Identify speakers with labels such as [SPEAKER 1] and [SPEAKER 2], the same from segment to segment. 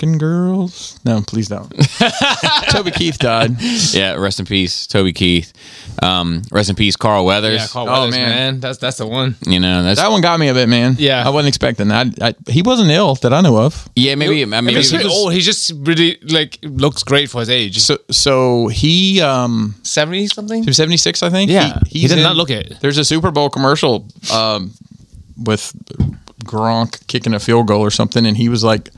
[SPEAKER 1] American Girls. No, please don't. Toby Keith died.
[SPEAKER 2] Yeah, rest in peace, Toby Keith. Um, rest in peace, Carl Weathers.
[SPEAKER 3] Yeah, Carl
[SPEAKER 1] Oh,
[SPEAKER 3] Weathers,
[SPEAKER 1] man.
[SPEAKER 3] man. That's that's the one.
[SPEAKER 2] You know that's
[SPEAKER 1] That one got me a bit, man.
[SPEAKER 3] Yeah.
[SPEAKER 1] I wasn't expecting that. I, he wasn't ill that I know of.
[SPEAKER 2] yeah. Maybe I mean
[SPEAKER 3] Maybe he's
[SPEAKER 2] maybe-
[SPEAKER 3] pretty old. He just really like looks great for his age.
[SPEAKER 1] So, so he um
[SPEAKER 3] Seventy something.
[SPEAKER 1] he was 76, I think.
[SPEAKER 3] Yeah. He
[SPEAKER 1] he's
[SPEAKER 3] did not look it.
[SPEAKER 1] There's a Super Bowl commercial um with Gronk kicking a field goal or something, and he was like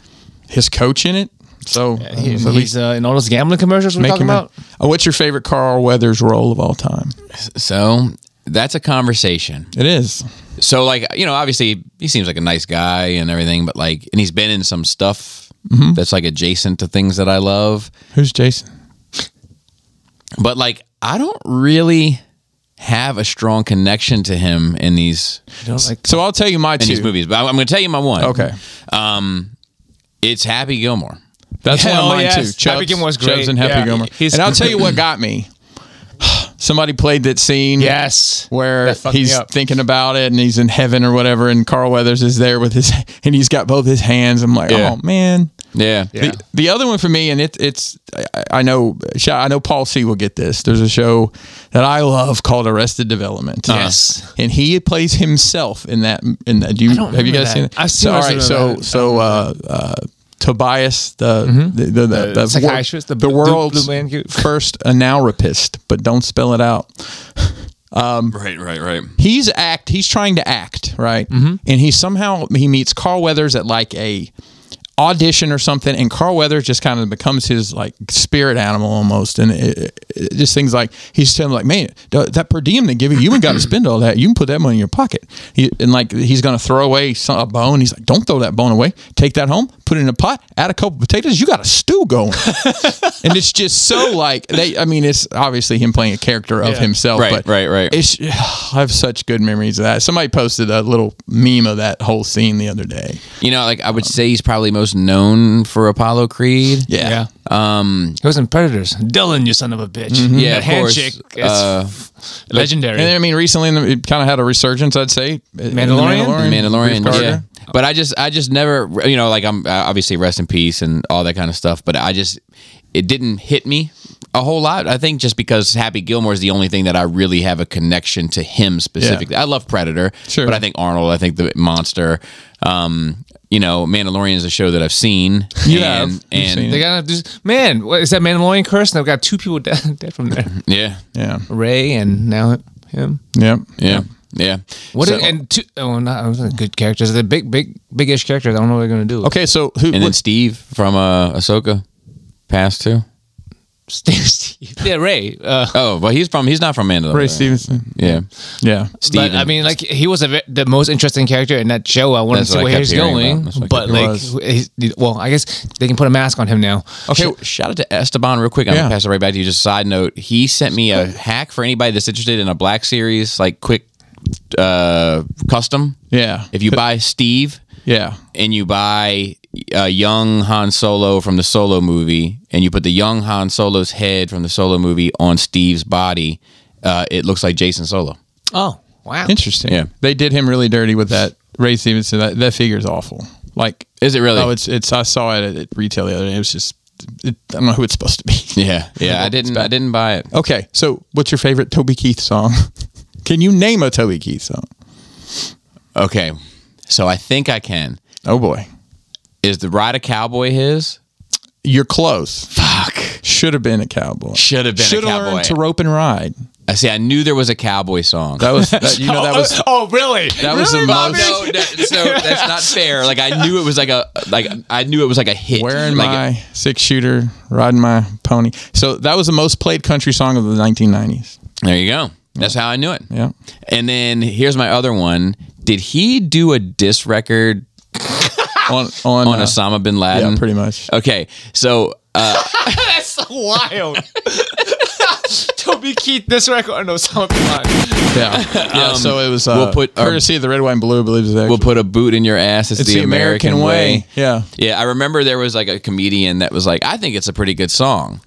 [SPEAKER 1] his coach in it. So,
[SPEAKER 3] He-
[SPEAKER 1] so
[SPEAKER 3] he's uh, in all those gambling commercials we're
[SPEAKER 1] make
[SPEAKER 3] talking
[SPEAKER 1] him a-
[SPEAKER 3] about.
[SPEAKER 1] Uh, what's your favorite Carl Weathers role of all time?
[SPEAKER 2] so that's a conversation.
[SPEAKER 1] It is.
[SPEAKER 2] So like you know, obviously he seems like a nice guy and everything, but like, and he's been in some stuff that's like adjacent to things that I love.
[SPEAKER 1] Who's Jason?
[SPEAKER 2] But like, I don't really have a strong connection to him in these
[SPEAKER 1] So I'll tell you my
[SPEAKER 2] in these
[SPEAKER 1] two.
[SPEAKER 2] movies. But I'm, I'm going to tell you my one.
[SPEAKER 1] Okay.
[SPEAKER 2] Um, it's Happy Gilmore.
[SPEAKER 1] That's
[SPEAKER 3] Hell
[SPEAKER 1] one of mine
[SPEAKER 3] yes.
[SPEAKER 1] too. Chubbs,
[SPEAKER 3] Happy Gilmore's
[SPEAKER 1] Chubbs
[SPEAKER 3] great.
[SPEAKER 1] and Happy
[SPEAKER 3] Yeah.
[SPEAKER 1] Gilmore.
[SPEAKER 3] He's-
[SPEAKER 1] and I'll tell you what got me. Somebody played that scene.
[SPEAKER 3] Yes.
[SPEAKER 1] Where
[SPEAKER 3] That fucked me
[SPEAKER 1] he's
[SPEAKER 3] up.
[SPEAKER 1] thinking about it and he's in heaven or whatever, and Carl Weathers is there with his and he's got both his hands. I'm like,
[SPEAKER 2] Yeah.
[SPEAKER 1] oh man.
[SPEAKER 2] Yeah.
[SPEAKER 3] Yeah.
[SPEAKER 1] The, the other one for me, and it, it's I, I know I know Paul C will get this. There's a show that I love called Arrested Development.
[SPEAKER 3] Yes.
[SPEAKER 1] and he plays himself in that. In that, do you
[SPEAKER 3] don't
[SPEAKER 1] have you
[SPEAKER 3] remember
[SPEAKER 1] guys
[SPEAKER 3] that.
[SPEAKER 1] seen it?
[SPEAKER 3] I've
[SPEAKER 1] So,
[SPEAKER 3] seen
[SPEAKER 1] all
[SPEAKER 3] Arrested
[SPEAKER 1] right, so
[SPEAKER 3] Development.
[SPEAKER 1] so uh, uh, Tobias, the the, the, the, the, wor-
[SPEAKER 3] Mm-hmm. psychiatrist, the
[SPEAKER 1] the
[SPEAKER 3] blue-
[SPEAKER 1] world's
[SPEAKER 3] blue man.
[SPEAKER 1] first analropist, but don't spell it out
[SPEAKER 2] Right. Right. Right.
[SPEAKER 1] he's act he's trying to act right
[SPEAKER 3] Mm-hmm.
[SPEAKER 1] and he somehow he meets carl weathers at like a audition or something and carl weathers just kind of becomes his like spirit animal almost and it, it- it- just things like he's telling him like man th- that per diem they give you you ain't got to spend all that you can put that money in your pocket he, and like he's gonna throw away some, a bone he's like don't throw that bone away take that home put it in a pot add a couple potatoes you got a stew going and it's just so like they i mean it's obviously him playing a character of
[SPEAKER 3] Yeah.
[SPEAKER 1] himself
[SPEAKER 2] Right,
[SPEAKER 1] but
[SPEAKER 2] right, right.
[SPEAKER 1] it's, I have such good memories of that. Somebody posted a little meme of that whole scene the other day.
[SPEAKER 2] You know, like I would say he's probably most known for Apollo Creed.
[SPEAKER 1] Yeah.
[SPEAKER 2] Um.
[SPEAKER 3] He was in Predators. Dylan, you son of a bitch.
[SPEAKER 2] Yeah,
[SPEAKER 3] That
[SPEAKER 2] of course.
[SPEAKER 3] handshake is
[SPEAKER 2] Uh,
[SPEAKER 3] legendary.
[SPEAKER 1] And then, I mean, recently in the, it kind of had a resurgence, I'd say. in The
[SPEAKER 3] Mandalorian?
[SPEAKER 2] Mandalorian,
[SPEAKER 1] Grief
[SPEAKER 2] yeah.
[SPEAKER 1] Karga.
[SPEAKER 2] But I just, I just never, you know, like I'm uh, obviously rest in peace and all that kind of stuff. But I just, it didn't hit me a whole lot. I think just because Happy Gilmore is the only thing that I really have a connection to him specifically. I love Predator,
[SPEAKER 1] Sure.
[SPEAKER 2] but I think Arnold, I think the Monster, um, you know, Mandalorian is a show that I've seen.
[SPEAKER 1] You
[SPEAKER 2] and,
[SPEAKER 1] have. You've
[SPEAKER 2] and
[SPEAKER 1] seen it.
[SPEAKER 3] they got this man. What, is that Mandalorian curse? And I've got two people dead, dead from there.
[SPEAKER 2] yeah,
[SPEAKER 1] Yeah.
[SPEAKER 3] Ray and now him.
[SPEAKER 1] Yep.
[SPEAKER 2] yeah, yeah.
[SPEAKER 3] What
[SPEAKER 2] So-
[SPEAKER 3] a- and two? Oh, not, those are good characters. They're big, big, big-ish characters. I don't know what they're gonna do.
[SPEAKER 1] Okay, so who?
[SPEAKER 2] and then
[SPEAKER 1] what-
[SPEAKER 2] Steve from uh, Ahsoka, passed too.
[SPEAKER 3] Steve, Steve. Yeah, Ray. Uh,
[SPEAKER 2] Oh, but he's from, he's not from Mandalorian.
[SPEAKER 1] Ray Stevenson.
[SPEAKER 2] uh, Yeah.
[SPEAKER 1] Yeah.
[SPEAKER 2] Steven.
[SPEAKER 3] But I mean, like he was a, ve- the most interesting character in that show. I wanted
[SPEAKER 2] That's
[SPEAKER 3] to see
[SPEAKER 2] what I
[SPEAKER 3] where
[SPEAKER 2] kept
[SPEAKER 3] he's
[SPEAKER 2] hearing
[SPEAKER 3] going,
[SPEAKER 2] about. That's what I
[SPEAKER 3] but
[SPEAKER 2] kept-
[SPEAKER 1] It
[SPEAKER 3] like,
[SPEAKER 1] was.
[SPEAKER 3] he's- well, I guess they can put a mask on him now.
[SPEAKER 2] Okay, shout out to Esteban real quick. I'm
[SPEAKER 1] Yeah.
[SPEAKER 2] gonna pass it right back to you. Just a side note, he sent me a hack for anybody that's interested in a Black Series like quick uh, custom.
[SPEAKER 1] Yeah.
[SPEAKER 2] If you buy Steve
[SPEAKER 1] Yeah.
[SPEAKER 2] and you buy uh, young Han Solo from the Solo movie, and you put the young Han Solo's head from the Solo movie on Steve's body, uh, it looks like Jason Solo.
[SPEAKER 3] Oh, wow.
[SPEAKER 1] Interesting.
[SPEAKER 2] Yeah.
[SPEAKER 1] They did him really dirty with that Ray Stevenson. That, that figure's awful. Like,
[SPEAKER 2] Is it really?
[SPEAKER 1] oh, it's, it's, I saw it at, at retail the other day. It was just, it, I don't know who it's supposed to be.
[SPEAKER 2] yeah, yeah. I didn't. I didn't buy it.
[SPEAKER 1] Okay, so what's your favorite Toby Keith song? Can you name a Toby Keith song?
[SPEAKER 2] Okay, so I think I can.
[SPEAKER 1] Oh boy,
[SPEAKER 2] Is the Ride a Cowboy his?
[SPEAKER 1] you're close.
[SPEAKER 2] Fuck.
[SPEAKER 1] Should have been a cowboy.
[SPEAKER 2] Should have been
[SPEAKER 1] Should
[SPEAKER 2] a
[SPEAKER 1] have
[SPEAKER 2] cowboy.
[SPEAKER 1] learned to rope and ride.
[SPEAKER 2] I see. I knew there was a cowboy song.
[SPEAKER 1] That was that, Uh, you know that was
[SPEAKER 3] oh, really?
[SPEAKER 1] that was the
[SPEAKER 2] Bob,
[SPEAKER 1] most.
[SPEAKER 2] no, that, so that's not fair. Like I knew it was like a like I knew it was like a hit.
[SPEAKER 1] Wearing
[SPEAKER 2] like,
[SPEAKER 1] my six shooter, riding my pony. So that was the most played country song of the 1990s.
[SPEAKER 2] There you go. That's how I knew it.
[SPEAKER 1] Yeah.
[SPEAKER 2] And then here's my other one. Did he do a diss record
[SPEAKER 1] On on,
[SPEAKER 2] on
[SPEAKER 1] uh,
[SPEAKER 2] Osama bin Laden?
[SPEAKER 1] yeah, pretty much.
[SPEAKER 2] Okay, so uh,
[SPEAKER 3] That's so wild. Toby Keith, this record, no, something like
[SPEAKER 1] Yeah. yeah so it was. Uh,
[SPEAKER 2] Um, we'll put our-
[SPEAKER 1] courtesy of the red, white, and blue. I believe is
[SPEAKER 2] we'll put a boot in your ass. It's,
[SPEAKER 1] it's the, American, way. Yeah.
[SPEAKER 2] Yeah, I remember there was like a comedian that was like, I think it's a pretty good song.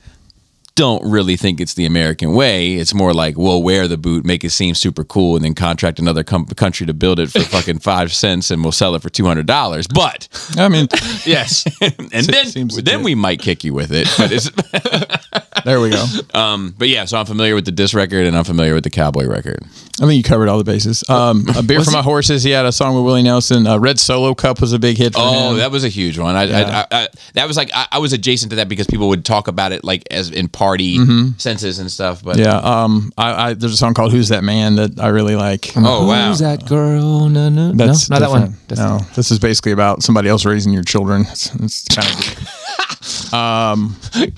[SPEAKER 2] don't really think it's the American way. It's more like we'll wear the boot, make it seem super cool, and then contract another com- country to build it for fucking five cents, and we'll sell it for two hundred dollars. But
[SPEAKER 1] I mean,
[SPEAKER 2] yes, and then
[SPEAKER 1] seems
[SPEAKER 2] then
[SPEAKER 1] legit.
[SPEAKER 2] we might kick you with it. But it's
[SPEAKER 1] there we go.
[SPEAKER 2] but yeah, so I'm familiar with the disc record, and I'm familiar with the cowboy record.
[SPEAKER 1] I think you covered all the bases. Um, a beer for my horses. He had a song with Willie Nelson. Uh, Red Solo Cup was a big hit for
[SPEAKER 2] Oh,
[SPEAKER 1] him.
[SPEAKER 2] that was a huge one. I, I, I, I that was like I, I was adjacent to that because people would talk about it like as in party senses and stuff. But
[SPEAKER 1] yeah. Um, I, I there's a song called "Who's That Man" that I really like.
[SPEAKER 2] oh wow,
[SPEAKER 3] Who's that girl? No, no,
[SPEAKER 1] That's
[SPEAKER 3] no, not that one.
[SPEAKER 1] different.
[SPEAKER 3] That's
[SPEAKER 1] no, this is basically about somebody else raising your children. It's, it's kind of weird.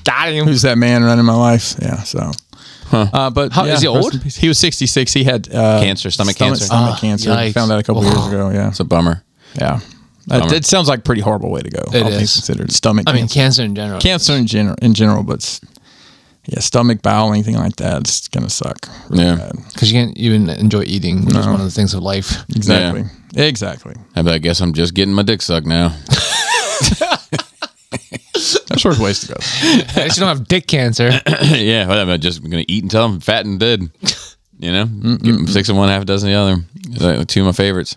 [SPEAKER 3] Got him.
[SPEAKER 1] who's that man running my life? Yeah. So, uh, but
[SPEAKER 3] How-
[SPEAKER 1] yeah,
[SPEAKER 3] is he
[SPEAKER 1] rest
[SPEAKER 3] old?
[SPEAKER 1] in peace. He was 66. He had uh,
[SPEAKER 2] Cancer, stomach cancer.
[SPEAKER 1] Stomach
[SPEAKER 3] Ah,
[SPEAKER 1] cancer.
[SPEAKER 3] yikes.
[SPEAKER 1] Found out a couple years ago. Yeah.
[SPEAKER 2] it's a bummer.
[SPEAKER 1] Yeah. That,
[SPEAKER 2] Bummer.
[SPEAKER 1] that sounds like a pretty horrible way to go.
[SPEAKER 3] It
[SPEAKER 1] all things
[SPEAKER 3] is.
[SPEAKER 1] considered. Stomach.
[SPEAKER 3] I mean,
[SPEAKER 1] cancer.
[SPEAKER 3] cancer in general.
[SPEAKER 1] cancer in general, in general, but s- yeah, stomach, bowel, anything like that, it's gonna suck. really
[SPEAKER 2] Yeah.
[SPEAKER 1] bad.
[SPEAKER 3] Because you can't even enjoy eating, which is one of the things of life.
[SPEAKER 1] exactly, exactly.
[SPEAKER 2] I, bet I guess I'm just getting my dick sucked now.
[SPEAKER 1] That's short ways to go.
[SPEAKER 3] At least you don't have dick cancer.
[SPEAKER 2] yeah, well, I'm just gonna eat until I'm fat and dead. You know,
[SPEAKER 1] Mm-hmm.
[SPEAKER 2] Give 'em six of one, half a dozen of the other. It's like two of my favorites.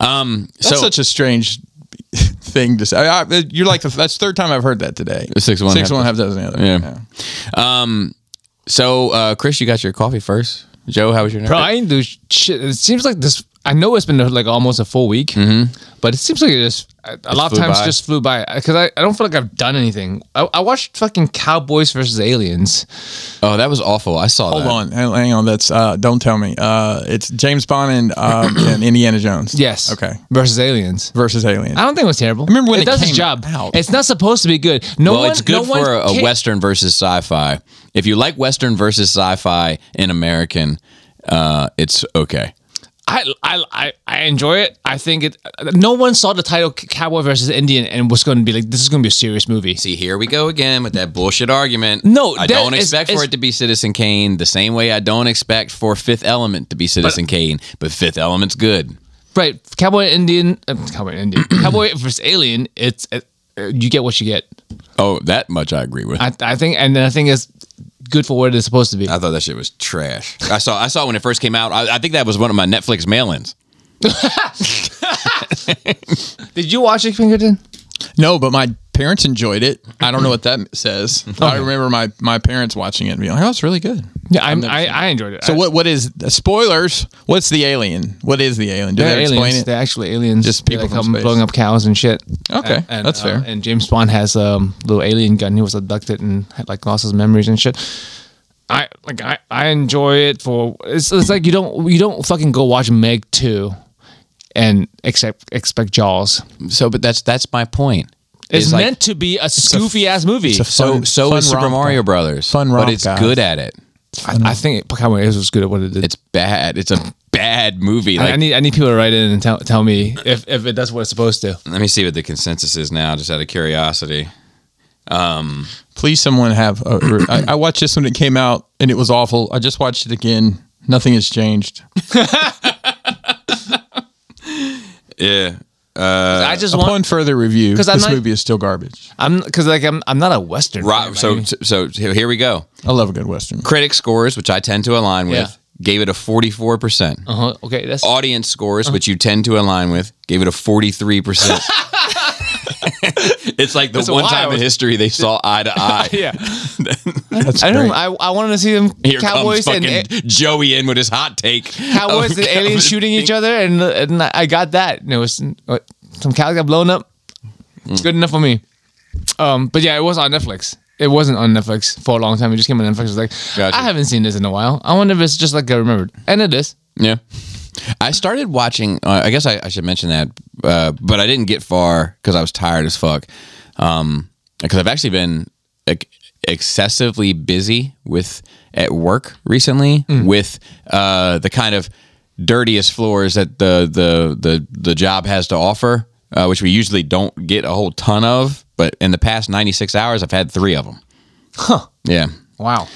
[SPEAKER 2] Um,
[SPEAKER 1] That's
[SPEAKER 2] so
[SPEAKER 1] such a strange thing to say. I, I, you're like the, that's the third time I've heard that today.
[SPEAKER 2] Six of one,
[SPEAKER 1] six
[SPEAKER 2] half
[SPEAKER 1] of one half dozen the other.
[SPEAKER 2] Yeah. so uh, Chris, you got your coffee first. Joe, how was your night?
[SPEAKER 3] Bro, I didn't do shit. It seems like this. I know it's been like almost a full week, but it seems like it just a a lot of
[SPEAKER 2] flew
[SPEAKER 3] times
[SPEAKER 2] by.
[SPEAKER 3] just flew by because I, I don't feel like I've done anything. I, I watched fucking Cowboys versus Aliens.
[SPEAKER 2] oh, that was awful. I saw
[SPEAKER 1] Hold
[SPEAKER 2] that.
[SPEAKER 1] on, hang hang on. That's uh, don't tell me. Uh, it's James Bond and um, and Indiana Jones.
[SPEAKER 3] Yes.
[SPEAKER 1] Okay.
[SPEAKER 3] Versus Aliens.
[SPEAKER 1] Versus Alien.
[SPEAKER 3] I don't think it was terrible.
[SPEAKER 1] Remember when it
[SPEAKER 3] does
[SPEAKER 1] came
[SPEAKER 3] its job?
[SPEAKER 1] out?
[SPEAKER 3] It's not supposed to be good. No
[SPEAKER 2] Well,
[SPEAKER 3] one.
[SPEAKER 2] it's good
[SPEAKER 3] no one
[SPEAKER 2] for a, a
[SPEAKER 3] ca-
[SPEAKER 2] Western versus sci-fi. If you like Western versus sci-fi in American, uh, it's okay.
[SPEAKER 3] I, I I I enjoy it. I think it. No one saw the title Cowboy versus Indian and was going to be like, this is going to be a serious movie.
[SPEAKER 2] See, here we go again with that bullshit argument.
[SPEAKER 3] No,
[SPEAKER 2] I
[SPEAKER 3] that
[SPEAKER 2] don't
[SPEAKER 3] is-
[SPEAKER 2] expect
[SPEAKER 3] is-
[SPEAKER 2] for it to be Citizen Kane the same way I don't expect for Fifth Element to be Citizen Kane, but Fifth Element's good.
[SPEAKER 3] Right, Cowboy Indian, uh, Cowboy Indian, Cowboy versus Alien. It's uh, you get what you get.
[SPEAKER 2] Oh, that much I agree with. I,
[SPEAKER 3] I, I think, and I think it's good for what it's supposed to be.
[SPEAKER 1] Uh,
[SPEAKER 2] thought that shit was trash. I saw I saw it when it first came out. I, I think that was one of my Netflix mail-ins.
[SPEAKER 3] Did you watch it, Pinkerton?
[SPEAKER 1] No, but my parents enjoyed it. I don't know what that says. I remember my my parents watching it and being like, "Oh, it's really good."
[SPEAKER 3] Yeah, I'm, I I enjoyed it.
[SPEAKER 1] So
[SPEAKER 3] I,
[SPEAKER 1] what what is uh, spoilers? What's the alien? What is the alien? Do
[SPEAKER 3] They're
[SPEAKER 1] they explain
[SPEAKER 3] aliens.
[SPEAKER 1] it?
[SPEAKER 3] They're actually aliens.
[SPEAKER 1] Just
[SPEAKER 3] They,
[SPEAKER 1] people
[SPEAKER 3] like,
[SPEAKER 1] from
[SPEAKER 3] come
[SPEAKER 1] space.
[SPEAKER 3] blowing up cows and shit.
[SPEAKER 1] Okay,
[SPEAKER 3] And- and,
[SPEAKER 1] that's
[SPEAKER 3] uh,
[SPEAKER 1] fair.
[SPEAKER 3] and James Bond has a little alien gun. He was abducted and had, like lost his memories and shit. I like I, I enjoy it for it's, it's like you don't you don't fucking go watch Meg two, and expect expect Jaws.
[SPEAKER 2] So, but that's that's my point.
[SPEAKER 3] It's,
[SPEAKER 2] Is, like,
[SPEAKER 3] meant to be a goofy ass movie.
[SPEAKER 1] a f-
[SPEAKER 2] so
[SPEAKER 1] Fun-
[SPEAKER 2] so
[SPEAKER 1] fun
[SPEAKER 2] is Super
[SPEAKER 1] romp,
[SPEAKER 2] Mario
[SPEAKER 1] guys.
[SPEAKER 2] Brothers.
[SPEAKER 1] Fun
[SPEAKER 2] but
[SPEAKER 1] romp,
[SPEAKER 2] it's
[SPEAKER 1] guys.
[SPEAKER 2] good at it.
[SPEAKER 3] I, I think Pokemon Aliens was good at what it did.
[SPEAKER 2] It's bad. It's a bad movie.
[SPEAKER 3] I-
[SPEAKER 2] Like,
[SPEAKER 3] I need I need people to write in and tell tell me if, if it does what it's supposed to.
[SPEAKER 2] let me see what the consensus is now, just out of curiosity.
[SPEAKER 1] Please, someone have. A, I, I watched this when it came out and it was awful. I just watched it again. Nothing has changed.
[SPEAKER 2] Yeah.
[SPEAKER 3] I just
[SPEAKER 1] Upon
[SPEAKER 3] want
[SPEAKER 1] further review,
[SPEAKER 3] 'Cause
[SPEAKER 1] this
[SPEAKER 3] I'm not-
[SPEAKER 1] movie is still garbage.
[SPEAKER 3] I'm because like I'm I'm not a Western.
[SPEAKER 2] Right.
[SPEAKER 3] fan by
[SPEAKER 2] so, so
[SPEAKER 3] any-
[SPEAKER 2] here we go.
[SPEAKER 1] I love a good western.
[SPEAKER 2] Critic scores, which I tend to align with,
[SPEAKER 3] Yeah.
[SPEAKER 2] gave it a 44%.
[SPEAKER 3] uh-huh, okay, that's
[SPEAKER 2] Audience scores,
[SPEAKER 3] Oh.
[SPEAKER 2] which you tend to align with, gave it a 43%. it's like the
[SPEAKER 3] That's
[SPEAKER 2] one time
[SPEAKER 3] wild.
[SPEAKER 2] in history they saw eye to eye.
[SPEAKER 3] yeah.
[SPEAKER 1] That's
[SPEAKER 3] I
[SPEAKER 1] great.
[SPEAKER 3] don't. know, I I wanted to see them
[SPEAKER 2] Here
[SPEAKER 3] cowboys
[SPEAKER 2] comes
[SPEAKER 3] and
[SPEAKER 2] fucking Joey in with his hot take. Oh,
[SPEAKER 3] cowboys and aliens shooting each other, and and I got that. And it was what, some cows got blown up. It's good enough for me. Um, but yeah, it was on Netflix. It wasn't on Netflix for a long time. It just came on Netflix. I was like,
[SPEAKER 2] Gotcha.
[SPEAKER 3] I haven't seen this in a while. I wonder if it's just like I remembered, and it is.
[SPEAKER 2] Yeah. I started watching, uh, I guess I, I should mention that, uh, but I didn't get far because I was tired as fuck. Um, because I've actually been like, excessively busy with at work recently with uh, the kind of dirtiest floors that the the the, the job has to offer, uh, which we usually don't get a whole ton of. But in the past 96 hours, I've had three of them.
[SPEAKER 3] Huh.
[SPEAKER 2] Yeah.
[SPEAKER 3] Wow.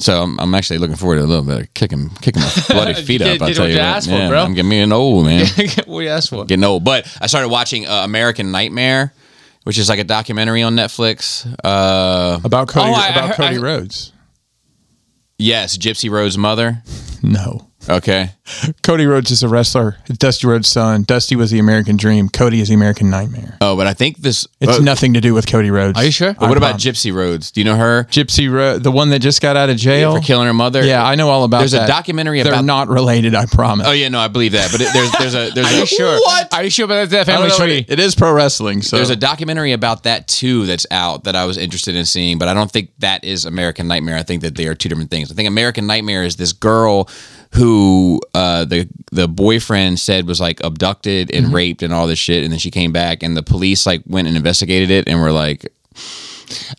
[SPEAKER 2] So I'm, I'm actually looking forward to a little bit of kicking kicking my bloody feet up.
[SPEAKER 3] Did-
[SPEAKER 2] I
[SPEAKER 3] did
[SPEAKER 2] tell
[SPEAKER 3] what
[SPEAKER 2] you,
[SPEAKER 3] you
[SPEAKER 2] what.
[SPEAKER 3] asked for, bro.
[SPEAKER 2] I'm getting old man,
[SPEAKER 3] what do you ask for?
[SPEAKER 2] getting old. But I started watching uh, American Nightmare, which is like a documentary on Netflix. Uh,
[SPEAKER 1] about Cody
[SPEAKER 3] Oh, I- I
[SPEAKER 1] about
[SPEAKER 3] heard-
[SPEAKER 1] Cody
[SPEAKER 3] I-
[SPEAKER 1] Rhodes.
[SPEAKER 2] yes, Gypsy Rhodes' mother.
[SPEAKER 1] No.
[SPEAKER 2] Okay,
[SPEAKER 1] Cody Rhodes is a wrestler. Dusty Rhodes' son. Dusty was the American Dream. Cody is the American Nightmare.
[SPEAKER 2] Oh, but I think this.
[SPEAKER 1] It's
[SPEAKER 2] uh,
[SPEAKER 1] nothing to do with Cody Rhodes.
[SPEAKER 3] Are you sure?
[SPEAKER 2] But what
[SPEAKER 1] I
[SPEAKER 2] about
[SPEAKER 1] promise.
[SPEAKER 2] Gypsy Rhodes? Do you know her
[SPEAKER 1] Gypsy Ro- the one that just got out of jail
[SPEAKER 2] for killing her mother?
[SPEAKER 1] Yeah, I know all about.
[SPEAKER 2] There's a
[SPEAKER 1] that.
[SPEAKER 2] documentary
[SPEAKER 1] They're
[SPEAKER 2] about-
[SPEAKER 1] not related. I promise.
[SPEAKER 2] Oh yeah, no, I believe that. But it, there's there's a there's a
[SPEAKER 3] What? Are you sure about that
[SPEAKER 1] I
[SPEAKER 3] family
[SPEAKER 1] don't know,
[SPEAKER 3] tree?
[SPEAKER 1] it- it is pro wrestling. So
[SPEAKER 2] There's a documentary about that too that's out that I was interested in seeing, but I don't think that is American Nightmare. I think that they are two different things. I think American Nightmare is this girl who uh, the the boyfriend said was like abducted and raped and all this shit, and then she came back and the police like went and investigated it and were like,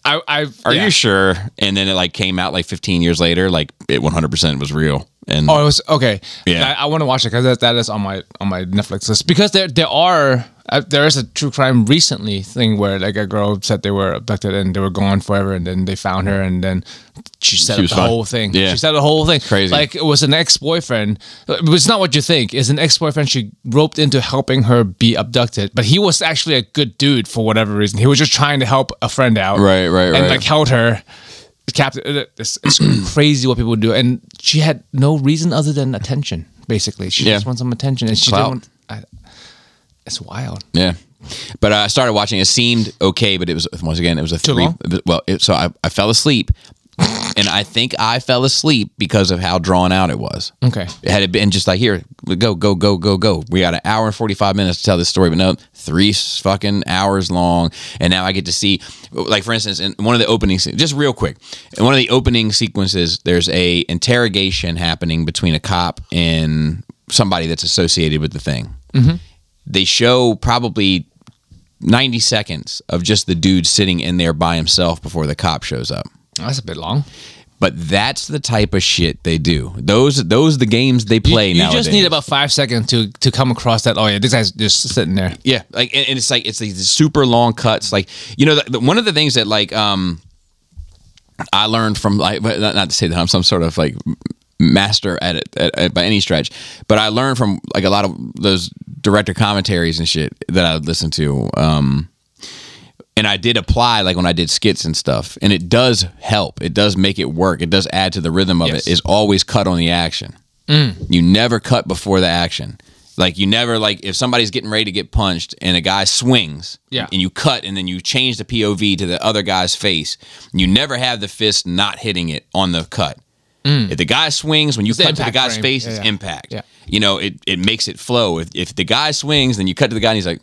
[SPEAKER 3] I, I,
[SPEAKER 2] "Are
[SPEAKER 3] yeah.
[SPEAKER 2] you sure?" And then it like came out like 15 years later, like it 100 percent was real. And
[SPEAKER 3] Oh, it was okay.
[SPEAKER 2] Yeah.
[SPEAKER 3] I, I want to watch it because that, that is on my on my Netflix list because there there are uh, there is a true crime recently thing where like a girl said they were abducted and they were gone forever and then they found her and then she set
[SPEAKER 2] She
[SPEAKER 3] up
[SPEAKER 2] was
[SPEAKER 3] the
[SPEAKER 2] fine.
[SPEAKER 3] whole thing.
[SPEAKER 2] Yeah.
[SPEAKER 3] She set up the whole thing.
[SPEAKER 2] Crazy.
[SPEAKER 3] Like it was an ex boyfriend. It's not what you think. It's an ex boyfriend she roped into helping her be abducted, but he was actually a good dude for whatever reason. He was just trying to help a friend out.
[SPEAKER 2] Right, right,
[SPEAKER 3] and
[SPEAKER 2] right.
[SPEAKER 3] like held her captive. It's, it's crazy what people do, and she had no reason other than attention. Basically, she
[SPEAKER 2] Yeah.
[SPEAKER 3] just wants some attention, and she
[SPEAKER 2] Clout.
[SPEAKER 3] didn't. Want, I, it's wild.
[SPEAKER 2] Yeah. But I started watching. It seemed okay, but it was once again it was a three.
[SPEAKER 3] long?
[SPEAKER 2] Well, it, so I, I fell asleep, and I think I fell asleep because of how drawn out it was.
[SPEAKER 3] Okay.
[SPEAKER 2] Had it been just like here, go go go go go. We got an hour and forty five minutes to tell this story, but no, three s- fucking hours long, and now I get to see, like for instance, in one of the opening se- just real quick, in one of the opening sequences, there's a interrogation happening between a cop and somebody that's associated with the thing they show probably 90 seconds of just the dude sitting in there by himself before the cop shows up.
[SPEAKER 3] That's a bit long.
[SPEAKER 2] But that's the type of shit they do. Those those the games they
[SPEAKER 3] You-
[SPEAKER 2] play
[SPEAKER 3] you,
[SPEAKER 2] now.
[SPEAKER 3] just need about five seconds to to come across that. Oh yeah, this guy's just sitting there.
[SPEAKER 2] yeah, like and, and it's like it's these super long cuts. Like you know, the, the, one of the things that like um I learned from like but not, not to say that I'm some sort of like master at it at, at, by any stretch, but I learned from like a lot of those director commentaries and shit that I listened to. Um, and I did apply like when I did skits and stuff, and it does help. It does make it work. It does add to the rhythm of
[SPEAKER 3] Yes.
[SPEAKER 2] it. Is always cut on the action. You never cut before the action. Like you never like if somebody's getting ready to get punched and a guy swings,
[SPEAKER 3] Yeah.
[SPEAKER 2] and you cut and then you change the POV to the other guy's face. You never have the fist not hitting it on the cut. If the guy swings, when you
[SPEAKER 3] Mm. the
[SPEAKER 2] cut to the
[SPEAKER 3] impact
[SPEAKER 2] guy's
[SPEAKER 3] frame.
[SPEAKER 2] face,
[SPEAKER 3] Yeah,
[SPEAKER 2] it's
[SPEAKER 3] yeah.
[SPEAKER 2] impact.
[SPEAKER 3] Yeah.
[SPEAKER 2] You know, it, it makes it flow. If, if the guy swings, then you cut to the guy and he's like,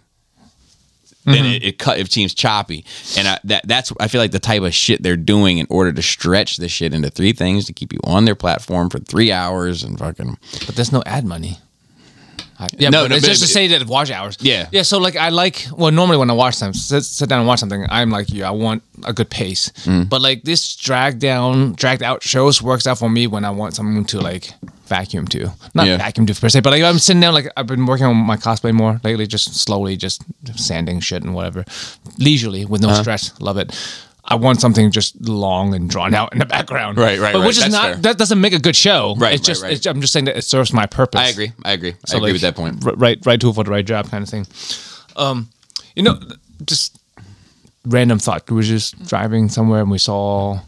[SPEAKER 2] then
[SPEAKER 3] Mm-hmm.
[SPEAKER 2] it, it cut it seems choppy and I, that that's i feel like the type of shit they're doing in order to stretch this shit into three things to keep you on their platform for three hours and fucking
[SPEAKER 3] But there's no ad money. I- yeah,
[SPEAKER 2] No,
[SPEAKER 3] but
[SPEAKER 2] no,
[SPEAKER 3] it's
[SPEAKER 2] but
[SPEAKER 3] just
[SPEAKER 2] it-
[SPEAKER 3] to say that watch hours.
[SPEAKER 2] Yeah.
[SPEAKER 3] yeah. So like, I like well, normally when I watch them, sit, sit down and watch something, I'm like you. I want a good pace.
[SPEAKER 2] Mm.
[SPEAKER 3] But like this drag down, dragged out shows works out for me when I want something to like vacuum to, not
[SPEAKER 2] Yeah.
[SPEAKER 3] vacuum to per se, but like I'm sitting down. Like I've been working on my cosplay more lately, just slowly, just sanding shit and whatever, leisurely with
[SPEAKER 2] Uh-huh.
[SPEAKER 3] no stress. Love it. I want something just long and drawn out in the background,
[SPEAKER 2] Right, right,
[SPEAKER 3] But
[SPEAKER 2] right.
[SPEAKER 3] which is
[SPEAKER 2] That's
[SPEAKER 3] not
[SPEAKER 2] fair.
[SPEAKER 3] that doesn't make a good show,
[SPEAKER 2] Right,
[SPEAKER 3] It's
[SPEAKER 2] right,
[SPEAKER 3] just
[SPEAKER 2] right.
[SPEAKER 3] it's- I'm just saying that it serves my purpose.
[SPEAKER 2] i agree i agree
[SPEAKER 3] So,
[SPEAKER 2] i agree
[SPEAKER 3] like,
[SPEAKER 2] with that point
[SPEAKER 3] r- right, right tool for the right job, kind of thing. Um, you know, just random thought. We were just driving somewhere and we saw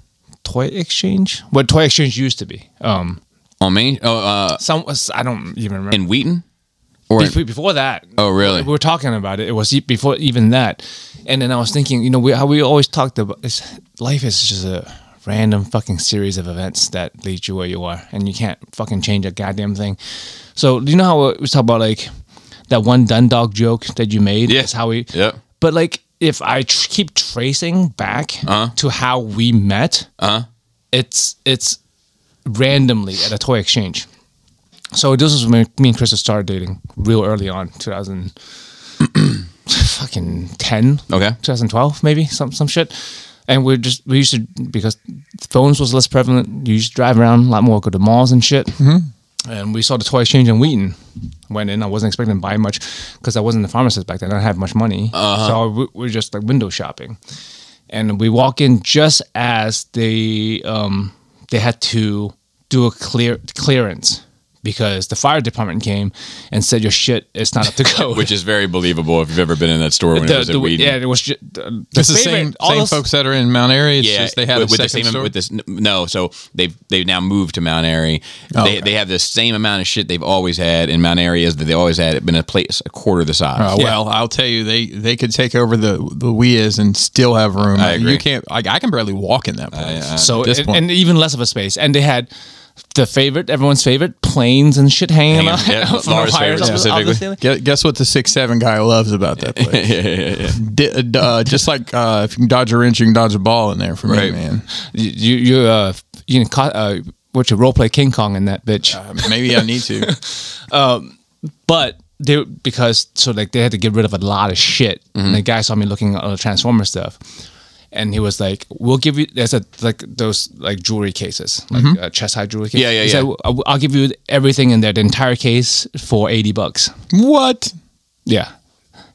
[SPEAKER 3] toy exchange. What toy exchange used to be? Um,
[SPEAKER 2] on me oh uh
[SPEAKER 3] some was I don't even remember.
[SPEAKER 2] in wheaton or in,
[SPEAKER 3] Bef- before that,
[SPEAKER 2] oh really
[SPEAKER 3] we were talking about it. It was e- before even that, and then I was thinking, you know, we, how we always talked about is life is just a random fucking series of events that lead you where you are, and you can't fucking change a goddamn thing. So you know how we was talking about like that one dun dog joke that you made?
[SPEAKER 2] Yeah.
[SPEAKER 3] That's how we.
[SPEAKER 2] Yep.
[SPEAKER 3] But like, if I tr- keep tracing back
[SPEAKER 2] Uh-huh.
[SPEAKER 3] to how we met, it's it's randomly at a toy exchange. So this is when me and Chris started dating real early on, 2000, fucking 10,
[SPEAKER 2] Okay.
[SPEAKER 3] 2012 maybe, some some shit. And we're just we used to because phones was less prevalent. You used to drive around a lot more, go to malls and shit. And we saw the toy exchange in Wheaton. Went in. I wasn't expecting to buy much because I wasn't a pharmacist back then. I didn't have much money, so we, we were just like window shopping. And we walk in just as they um, they had to do a clear clearance because the fire department came and said your shit is not up to code.
[SPEAKER 2] which is very believable if you've ever been in that store when it
[SPEAKER 3] the,
[SPEAKER 2] was at
[SPEAKER 3] the-
[SPEAKER 2] Wheaton.
[SPEAKER 3] yeah, it was just the,
[SPEAKER 1] It's the
[SPEAKER 3] favorite-
[SPEAKER 1] same
[SPEAKER 3] all
[SPEAKER 1] same
[SPEAKER 3] those-
[SPEAKER 1] folks that are in Mount Airy. It's
[SPEAKER 2] yeah,
[SPEAKER 1] just they have
[SPEAKER 2] with,
[SPEAKER 1] a
[SPEAKER 2] with the
[SPEAKER 1] second
[SPEAKER 2] same
[SPEAKER 1] store.
[SPEAKER 2] with this. n- No, so they've they've now moved to Mount Airy. they,
[SPEAKER 1] Oh, okay.
[SPEAKER 2] they have the same amount of shit they've always had in Mount Airy as that they always had. It been a place a quarter the size.
[SPEAKER 1] Uh, Well, I'll tell you, they they could take over the the Weas and still have room.
[SPEAKER 2] I agree.
[SPEAKER 1] You can't. I, I can barely walk in that place.
[SPEAKER 3] So
[SPEAKER 1] at this
[SPEAKER 3] and,
[SPEAKER 1] point.
[SPEAKER 3] and even less of a space, and they had the favorite, everyone's favorite planes and shit hanging
[SPEAKER 2] Hanging-
[SPEAKER 3] out.
[SPEAKER 2] yeah,
[SPEAKER 3] from the
[SPEAKER 2] Florida's
[SPEAKER 3] wires
[SPEAKER 2] favorite
[SPEAKER 3] up the- up the
[SPEAKER 2] specifically.
[SPEAKER 3] ceiling.
[SPEAKER 1] Gu- Guess what the six seven guy loves about that place?
[SPEAKER 2] yeah, yeah, yeah.
[SPEAKER 1] D- d- uh, just like uh, if you can dodge a wrench, you can dodge a ball in there for me,
[SPEAKER 2] Right.
[SPEAKER 1] man.
[SPEAKER 3] you you uh you can co- uh what you role play King Kong in that bitch.
[SPEAKER 1] Uh, Maybe I need to.
[SPEAKER 3] But they because so like they had to get rid of a lot of shit.
[SPEAKER 2] Mm-hmm.
[SPEAKER 3] And the guy saw me looking at all the Transformer stuff. And he was like, "We'll give you." There's a like those like jewelry cases, like uh, chest high jewelry cases.
[SPEAKER 2] Mm-hmm. Yeah, yeah,
[SPEAKER 3] He
[SPEAKER 2] yeah.
[SPEAKER 3] said, "I'll- I'll give you everything in there, the entire case for eighty bucks.
[SPEAKER 1] what?
[SPEAKER 3] Yeah.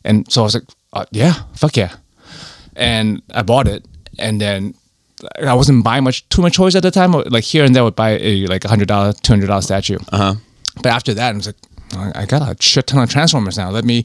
[SPEAKER 3] And so I was like, uh, yeah, fuck yeah. And I bought it. And then I wasn't buying much, too much toys at the time. or, Like here and there, I would buy a like $100, $200 statue.
[SPEAKER 2] Uh-huh.
[SPEAKER 3] Uh huh. But after that, I was like, "Oh, I I got a shit ton of Transformers now. Let me,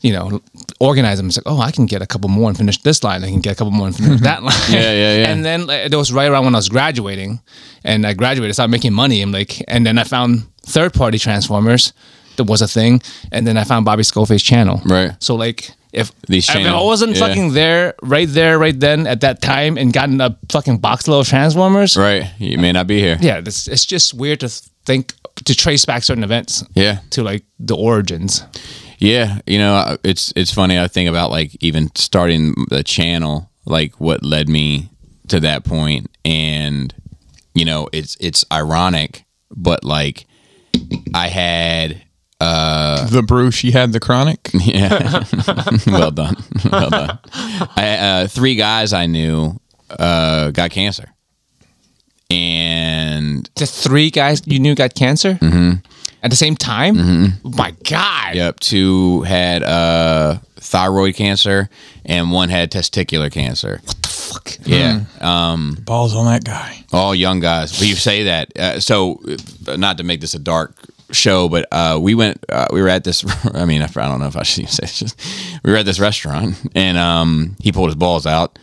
[SPEAKER 3] you know, organize them. It's like, oh, I can get a couple more and finish this line. I can get a couple more and finish that line.
[SPEAKER 2] Yeah, yeah, yeah.
[SPEAKER 3] And then like, that was right around when I was graduating, and I graduated, started making money. I'm like, and then I found third party Transformers that was a thing, and then I found Bobby Skullface channel.
[SPEAKER 2] Right.
[SPEAKER 3] So like. If,
[SPEAKER 2] These
[SPEAKER 3] if I
[SPEAKER 2] channel-
[SPEAKER 3] wasn't
[SPEAKER 2] yeah.
[SPEAKER 3] fucking there, right there, right then, at that time, and gotten a fucking box load of Transformers,
[SPEAKER 2] Right, you may not be here.
[SPEAKER 3] yeah, it's, it's just weird to think to trace back certain events,
[SPEAKER 2] Yeah.
[SPEAKER 3] to like the origins.
[SPEAKER 2] Yeah, you know, I- it's it's funny. I think about like even starting the channel, like what led me to that point, and you know, it's it's ironic, but like I had
[SPEAKER 3] Uh,
[SPEAKER 1] the brew she had the chronic.
[SPEAKER 2] yeah, well done, well done. I, uh, three guys I knew uh, got cancer, and
[SPEAKER 3] The three guys you knew got cancer mm-hmm. at the same time. Mm-hmm. My God,
[SPEAKER 2] Yep. Two had uh, thyroid cancer, and one had testicular cancer. What the fuck? Yeah.
[SPEAKER 1] Balls on that guy.
[SPEAKER 2] All young guys. But you say that. Uh, so, uh, not to make this a dark show, but uh, we went. Uh, we were at this. I mean, I don't know if I should even say this. Just, we were at this restaurant, and um, he pulled his balls out,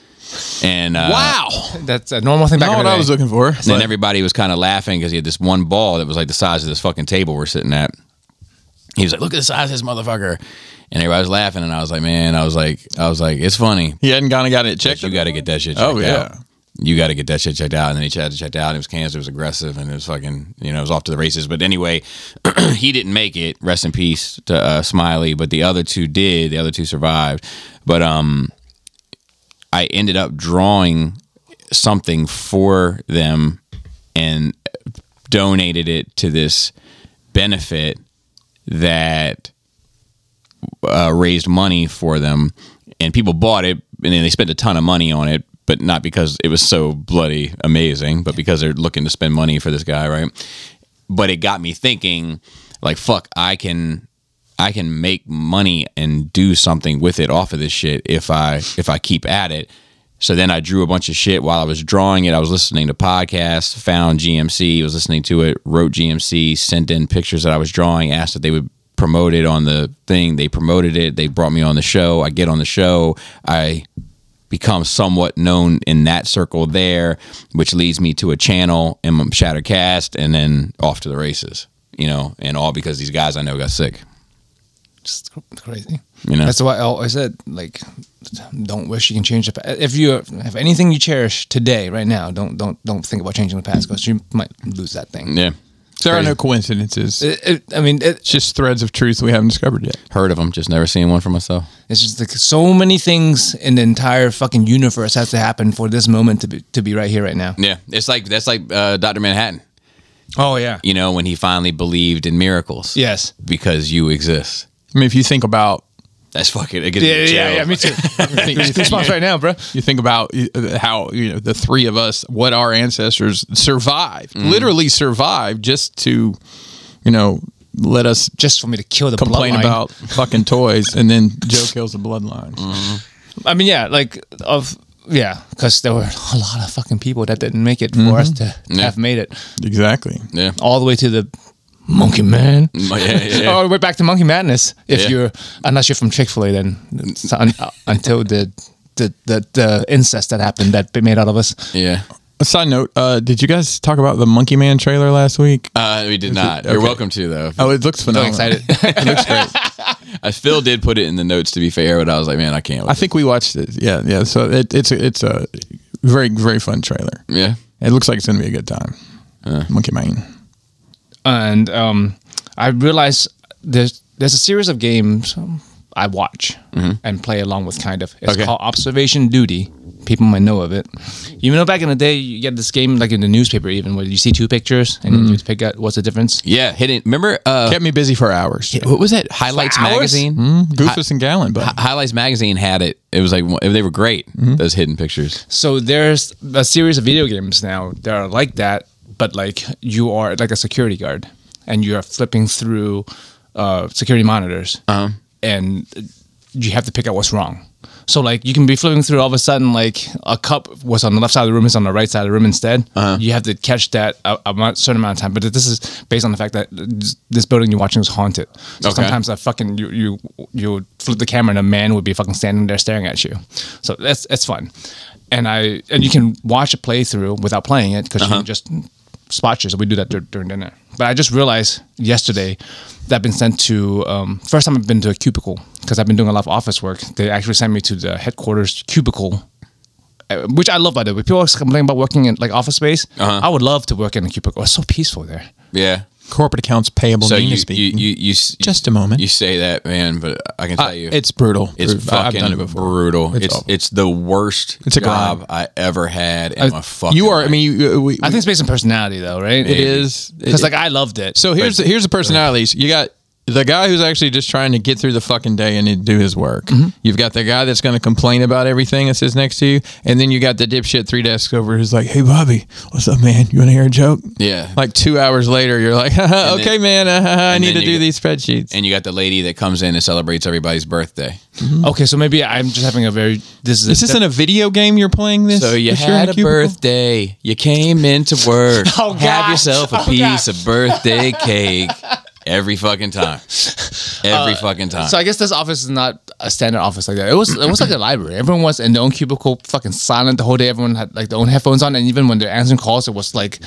[SPEAKER 2] and uh,
[SPEAKER 3] that's a normal thing back
[SPEAKER 1] Not
[SPEAKER 3] in
[SPEAKER 1] what
[SPEAKER 3] the
[SPEAKER 1] I
[SPEAKER 3] day.
[SPEAKER 1] was looking for.
[SPEAKER 2] And then
[SPEAKER 1] but-
[SPEAKER 2] everybody was kind of laughing because he had this one ball that was like the size of this fucking table we're sitting at. He was like, "Look at the size of this motherfucker," and everybody was laughing. And I was like, "Man, I was like, I was like, it's funny.
[SPEAKER 1] he hadn't gone and got it checked.
[SPEAKER 2] You got to get that shit. Checked
[SPEAKER 1] Oh, yeah.
[SPEAKER 2] out. you got to get that shit checked out." And then he had it checked out. And it was cancer. It was aggressive, and it was fucking, you know, it was off to the races. But anyway, he didn't make it. Rest in peace to uh, Smiley. But the other two did. The other two survived. But um, I ended up drawing something for them and donated it to this benefit that uh, raised money for them and people bought it and then they spent a ton of money on it but not because it was so bloody amazing but because they're looking to spend money for this guy right but it got me thinking like fuck i can i can make money and do something with it off of this shit if i if i keep at it so then i drew a bunch of shit while i was drawing it i was listening to podcasts found gmc was listening to it wrote gmc sent in pictures that i was drawing asked if they would promote it on the thing they promoted it they brought me on the show i get on the show i become somewhat known in that circle there, which leads me to a channel and I'm Shattercast, and then off to the races. You know, and all because these guys I know got sick.
[SPEAKER 3] Just cr- crazy.
[SPEAKER 2] You know?
[SPEAKER 3] That's why I always said, like, don't wish you can change the past. If you have anything you cherish today, right now, don't don't don't think about changing the past because you might lose that thing.
[SPEAKER 2] Yeah,
[SPEAKER 1] there are no coincidences.
[SPEAKER 3] It, it, I mean, it,
[SPEAKER 1] it's just threads of truth we haven't discovered yet.
[SPEAKER 2] heard of them, just never seen one for myself.
[SPEAKER 3] it's just like so many things in the entire fucking universe has to happen for this moment to be to be right here, right now.
[SPEAKER 2] Yeah, it's like that's like uh, Doctor Manhattan.
[SPEAKER 3] Oh yeah,
[SPEAKER 2] You know, when he finally believed in miracles.
[SPEAKER 3] yes,
[SPEAKER 2] because you exist.
[SPEAKER 1] I mean, if you think about
[SPEAKER 2] That's fucking. It gets me chills.
[SPEAKER 3] too.
[SPEAKER 1] goosebumps
[SPEAKER 3] right now, bro.
[SPEAKER 1] You think about uh, how you know the three of us, what our ancestors survived,
[SPEAKER 3] Mm.
[SPEAKER 1] literally survived, just to, you know, let us
[SPEAKER 3] Just for me to kill the
[SPEAKER 1] complain
[SPEAKER 3] bloodline.
[SPEAKER 1] about fucking toys, and then Joe kills the bloodline.
[SPEAKER 2] Mm-hmm.
[SPEAKER 3] I mean, yeah, like of yeah, because there were a lot of fucking people that didn't make it for us to, to
[SPEAKER 2] Mm-hmm. Yeah.
[SPEAKER 3] have made it
[SPEAKER 1] Exactly.
[SPEAKER 2] Yeah.
[SPEAKER 3] all the way to the Monkey Man.
[SPEAKER 2] Oh, yeah, yeah, yeah.
[SPEAKER 3] Oh, we're back to Monkey Madness. If
[SPEAKER 2] Yeah.
[SPEAKER 3] you're unless you're from Chick Fil A, then it's un, uh, until the. The, the, the incest that happened that they made out of us.
[SPEAKER 2] yeah.
[SPEAKER 1] A side note: uh, Did you guys talk about the Monkey Man trailer last week?
[SPEAKER 2] Uh, we did not. You're welcome to though.
[SPEAKER 1] Oh, it looks
[SPEAKER 3] So
[SPEAKER 1] phenomenal.
[SPEAKER 3] excited.
[SPEAKER 2] Uh, Phil did put it in the notes to be fair, but I was like, man, I can't.
[SPEAKER 1] I
[SPEAKER 2] With
[SPEAKER 1] think we watched it. Yeah, yeah. So it, it's a, it's a very very fun trailer.
[SPEAKER 2] it. Yeah.
[SPEAKER 1] It looks like it's gonna be a good time. Monkey Man.
[SPEAKER 3] and um, I realized there's there's a series of games um, I watch and play along with. Kind of, it's
[SPEAKER 2] Mm-hmm. Okay.
[SPEAKER 3] called Observation Duty. People might know of it. You know, back in the day, you get this game like in the newspaper, even where you see two pictures and
[SPEAKER 2] Mm-hmm.
[SPEAKER 3] you just pick out what's the difference.
[SPEAKER 2] Yeah. Hidden. Remember, uh,
[SPEAKER 1] Kept me busy for hours.
[SPEAKER 2] what was that? Highlights
[SPEAKER 3] Flowers?
[SPEAKER 2] magazine?
[SPEAKER 1] Hmm? Goofus and Gallant, but
[SPEAKER 2] Highlights magazine had it. It was like, one- they were great,
[SPEAKER 1] Hmm?
[SPEAKER 2] those hidden pictures.
[SPEAKER 3] So there's a series of video games now that are like that, but like you are like a security guard and you are flipping through uh, security monitors, and you have to pick out what's wrong. So like you can be flipping through all of a sudden like a cup was on the left side of the room is on the right side of the room instead. You have to catch that a, a mo- certain amount of time. But this is based on the fact that this building you're watching is haunted. So
[SPEAKER 2] Okay.
[SPEAKER 3] sometimes a fucking you you you flip the camera and a man would be fucking standing there staring at you. So that's that's fun, and I and you can watch a playthrough without playing it
[SPEAKER 1] Uh-huh.
[SPEAKER 3] because you can just spot you. So we do that dur- during dinner. But I just realized yesterday that I've been sent to um, first time I've been to a cubicle because I've been doing a lot of office work. They actually sent me to the headquarters cubicle uh, which I love by the way. People always complain about working in like office space.
[SPEAKER 1] Uh-huh.
[SPEAKER 3] I would love to work in a cubicle. It's so peaceful there.
[SPEAKER 2] Yeah.
[SPEAKER 1] corporate accounts payable.
[SPEAKER 2] So
[SPEAKER 1] Nina
[SPEAKER 2] you, you,
[SPEAKER 1] speaking.
[SPEAKER 2] you, you, s-
[SPEAKER 1] Just a moment.
[SPEAKER 2] You say that, man, but I can tell
[SPEAKER 1] Uh,
[SPEAKER 2] you.
[SPEAKER 1] it's brutal.
[SPEAKER 2] It's
[SPEAKER 1] Brutal. I- I've
[SPEAKER 2] fucking
[SPEAKER 1] done it before.
[SPEAKER 2] brutal.
[SPEAKER 1] It's
[SPEAKER 2] It's it's,
[SPEAKER 1] awful.
[SPEAKER 2] the worst
[SPEAKER 1] It's a
[SPEAKER 2] job
[SPEAKER 1] grind.
[SPEAKER 2] I ever had in my fucking.
[SPEAKER 1] you are. I
[SPEAKER 2] life.
[SPEAKER 1] mean, you, you- we,
[SPEAKER 3] I think it's based on personality though, right?
[SPEAKER 1] it is
[SPEAKER 3] because like I loved it.
[SPEAKER 1] So here's the, here's the personalities. You got the guy who's actually just trying to get through the fucking day and do his work.
[SPEAKER 2] Mm-hmm.
[SPEAKER 1] You've got the guy that's going to complain about everything that sits next to you, and then you got the dipshit three desks over who's like, "Hey, Bobby, what's up, man? You want to hear a joke?"
[SPEAKER 2] Yeah.
[SPEAKER 1] Like two hours later, you're like, "Haha,
[SPEAKER 2] And then-
[SPEAKER 1] "Okay, man, uh, haha, I
[SPEAKER 2] and
[SPEAKER 1] need
[SPEAKER 2] then
[SPEAKER 1] to
[SPEAKER 2] you
[SPEAKER 1] do
[SPEAKER 2] get-
[SPEAKER 1] these spreadsheets."
[SPEAKER 2] and you got the lady that comes in and celebrates everybody's birthday.
[SPEAKER 3] okay, so maybe I'm just having a very this is
[SPEAKER 1] Is this in a video game you're playing this?
[SPEAKER 2] So you
[SPEAKER 1] if you're in
[SPEAKER 2] had a
[SPEAKER 1] cubicle?
[SPEAKER 2] birthday. You came into work.
[SPEAKER 3] Oh,
[SPEAKER 2] Have
[SPEAKER 3] gosh.
[SPEAKER 2] yourself a
[SPEAKER 3] Oh,
[SPEAKER 2] piece of birthday cake every fucking time.
[SPEAKER 1] Uh,
[SPEAKER 2] Every fucking time.
[SPEAKER 3] So I guess this office is not a standard office like that. It was it was like a library. Everyone was in their own cubicle, fucking silent the whole day. Everyone had like their own headphones on, and even when they're answering calls, it was like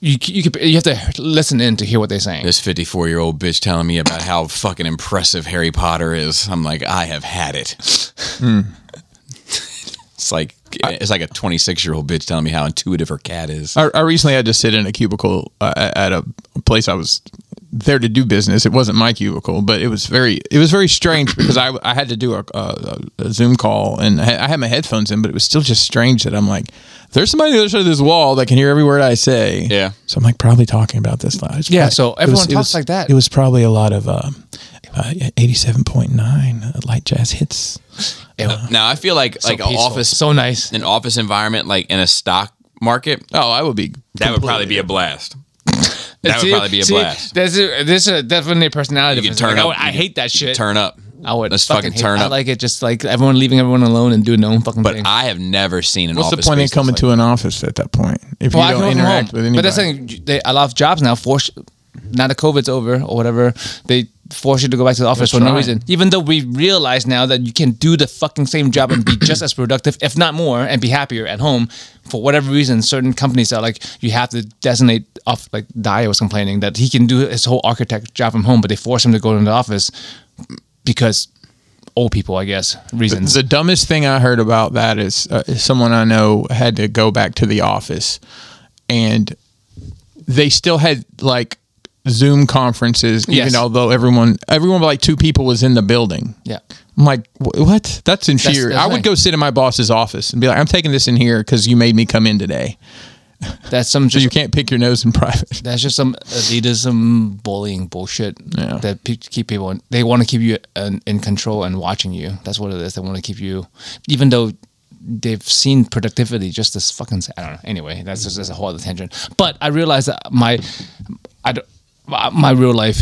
[SPEAKER 3] you you could you have to listen in to hear what they're saying.
[SPEAKER 2] this 54 year old bitch telling me about how fucking impressive Harry Potter is. I'm like, I have had it. Hmm. it's like it's like a 26 year old bitch telling me how intuitive her cat is.
[SPEAKER 1] I, I recently had to sit in a cubicle uh, at a place I was there to do business. It wasn't my cubicle, but it was very it was very strange because I, I had to do a, a, a Zoom call and I had- I had my headphones in, but it was still just strange that I'm like, there's somebody on the other side of this wall that can hear every word I say.
[SPEAKER 2] Yeah.
[SPEAKER 1] So I'm like probably talking about this loud. It's
[SPEAKER 3] Yeah,
[SPEAKER 1] probably-
[SPEAKER 3] so
[SPEAKER 1] it
[SPEAKER 3] everyone
[SPEAKER 1] it
[SPEAKER 3] talks like that.
[SPEAKER 1] It was probably a lot of uh, uh, 87.9 uh, light jazz hits.
[SPEAKER 2] now I feel like like an
[SPEAKER 3] Peaceful.
[SPEAKER 2] office
[SPEAKER 3] so nice.
[SPEAKER 2] an office environment like in a stock market.
[SPEAKER 1] Oh, I would be.
[SPEAKER 2] That would probably be a blast. That would probably be a blast.
[SPEAKER 3] There's a, there's a definitely a personality.
[SPEAKER 2] You can
[SPEAKER 3] difference.
[SPEAKER 2] turn
[SPEAKER 3] Like,
[SPEAKER 2] up.
[SPEAKER 3] I would- I,
[SPEAKER 2] you can-
[SPEAKER 3] hate that
[SPEAKER 2] you can
[SPEAKER 3] shit.
[SPEAKER 2] Turn up.
[SPEAKER 3] I would.
[SPEAKER 2] Let's fucking,
[SPEAKER 3] hate-
[SPEAKER 2] turn
[SPEAKER 3] I
[SPEAKER 2] up.
[SPEAKER 3] like it, just like everyone leaving everyone alone and doing their own fucking
[SPEAKER 2] but
[SPEAKER 3] thing.
[SPEAKER 2] I have never seen an
[SPEAKER 1] What's
[SPEAKER 2] office.
[SPEAKER 1] the point of
[SPEAKER 2] space
[SPEAKER 1] coming
[SPEAKER 2] that's
[SPEAKER 1] to an office at that point if
[SPEAKER 3] Well, I
[SPEAKER 1] you don't
[SPEAKER 3] can work from
[SPEAKER 1] interact
[SPEAKER 3] home.
[SPEAKER 1] with anybody?
[SPEAKER 3] But that's the thing. They a lot of jobs now force now that COVID's over or whatever they force you to go back to the office
[SPEAKER 1] They're
[SPEAKER 3] for no
[SPEAKER 1] trying.
[SPEAKER 3] reason. Even though we realize now that you can do the fucking same job and be just as productive, if not more, and be happier at home. For whatever reason, certain companies are like you have to designate. Off like Dai was complaining that he can do his whole architect job from home, but they force him to go to the office because old people, I guess, reasons.
[SPEAKER 1] The dumbest thing I heard about that is, uh, is someone I know had to go back to the office, and they still had like Zoom conferences,
[SPEAKER 3] Yes.
[SPEAKER 1] even although everyone everyone but like two people was in the building.
[SPEAKER 3] yeah,
[SPEAKER 1] I'm like, "Wh- what? That's infuriating.
[SPEAKER 3] the
[SPEAKER 1] I would
[SPEAKER 3] thing.
[SPEAKER 1] go sit in my boss's office and be like, I'm taking this in here because you made me come in today.
[SPEAKER 3] that's some
[SPEAKER 1] So
[SPEAKER 3] just
[SPEAKER 1] you can't pick your nose in private.
[SPEAKER 3] That's just some elitism bullying bullshit
[SPEAKER 1] Yeah.
[SPEAKER 3] that pe- keep people. In, they want to keep you in, in control and watching you. That's what it is. They want to keep you, even though they've seen productivity just as fucking. I don't know. Anyway, that's just that's a whole other tangent. But I realized that my, I don't, uh, my, my real life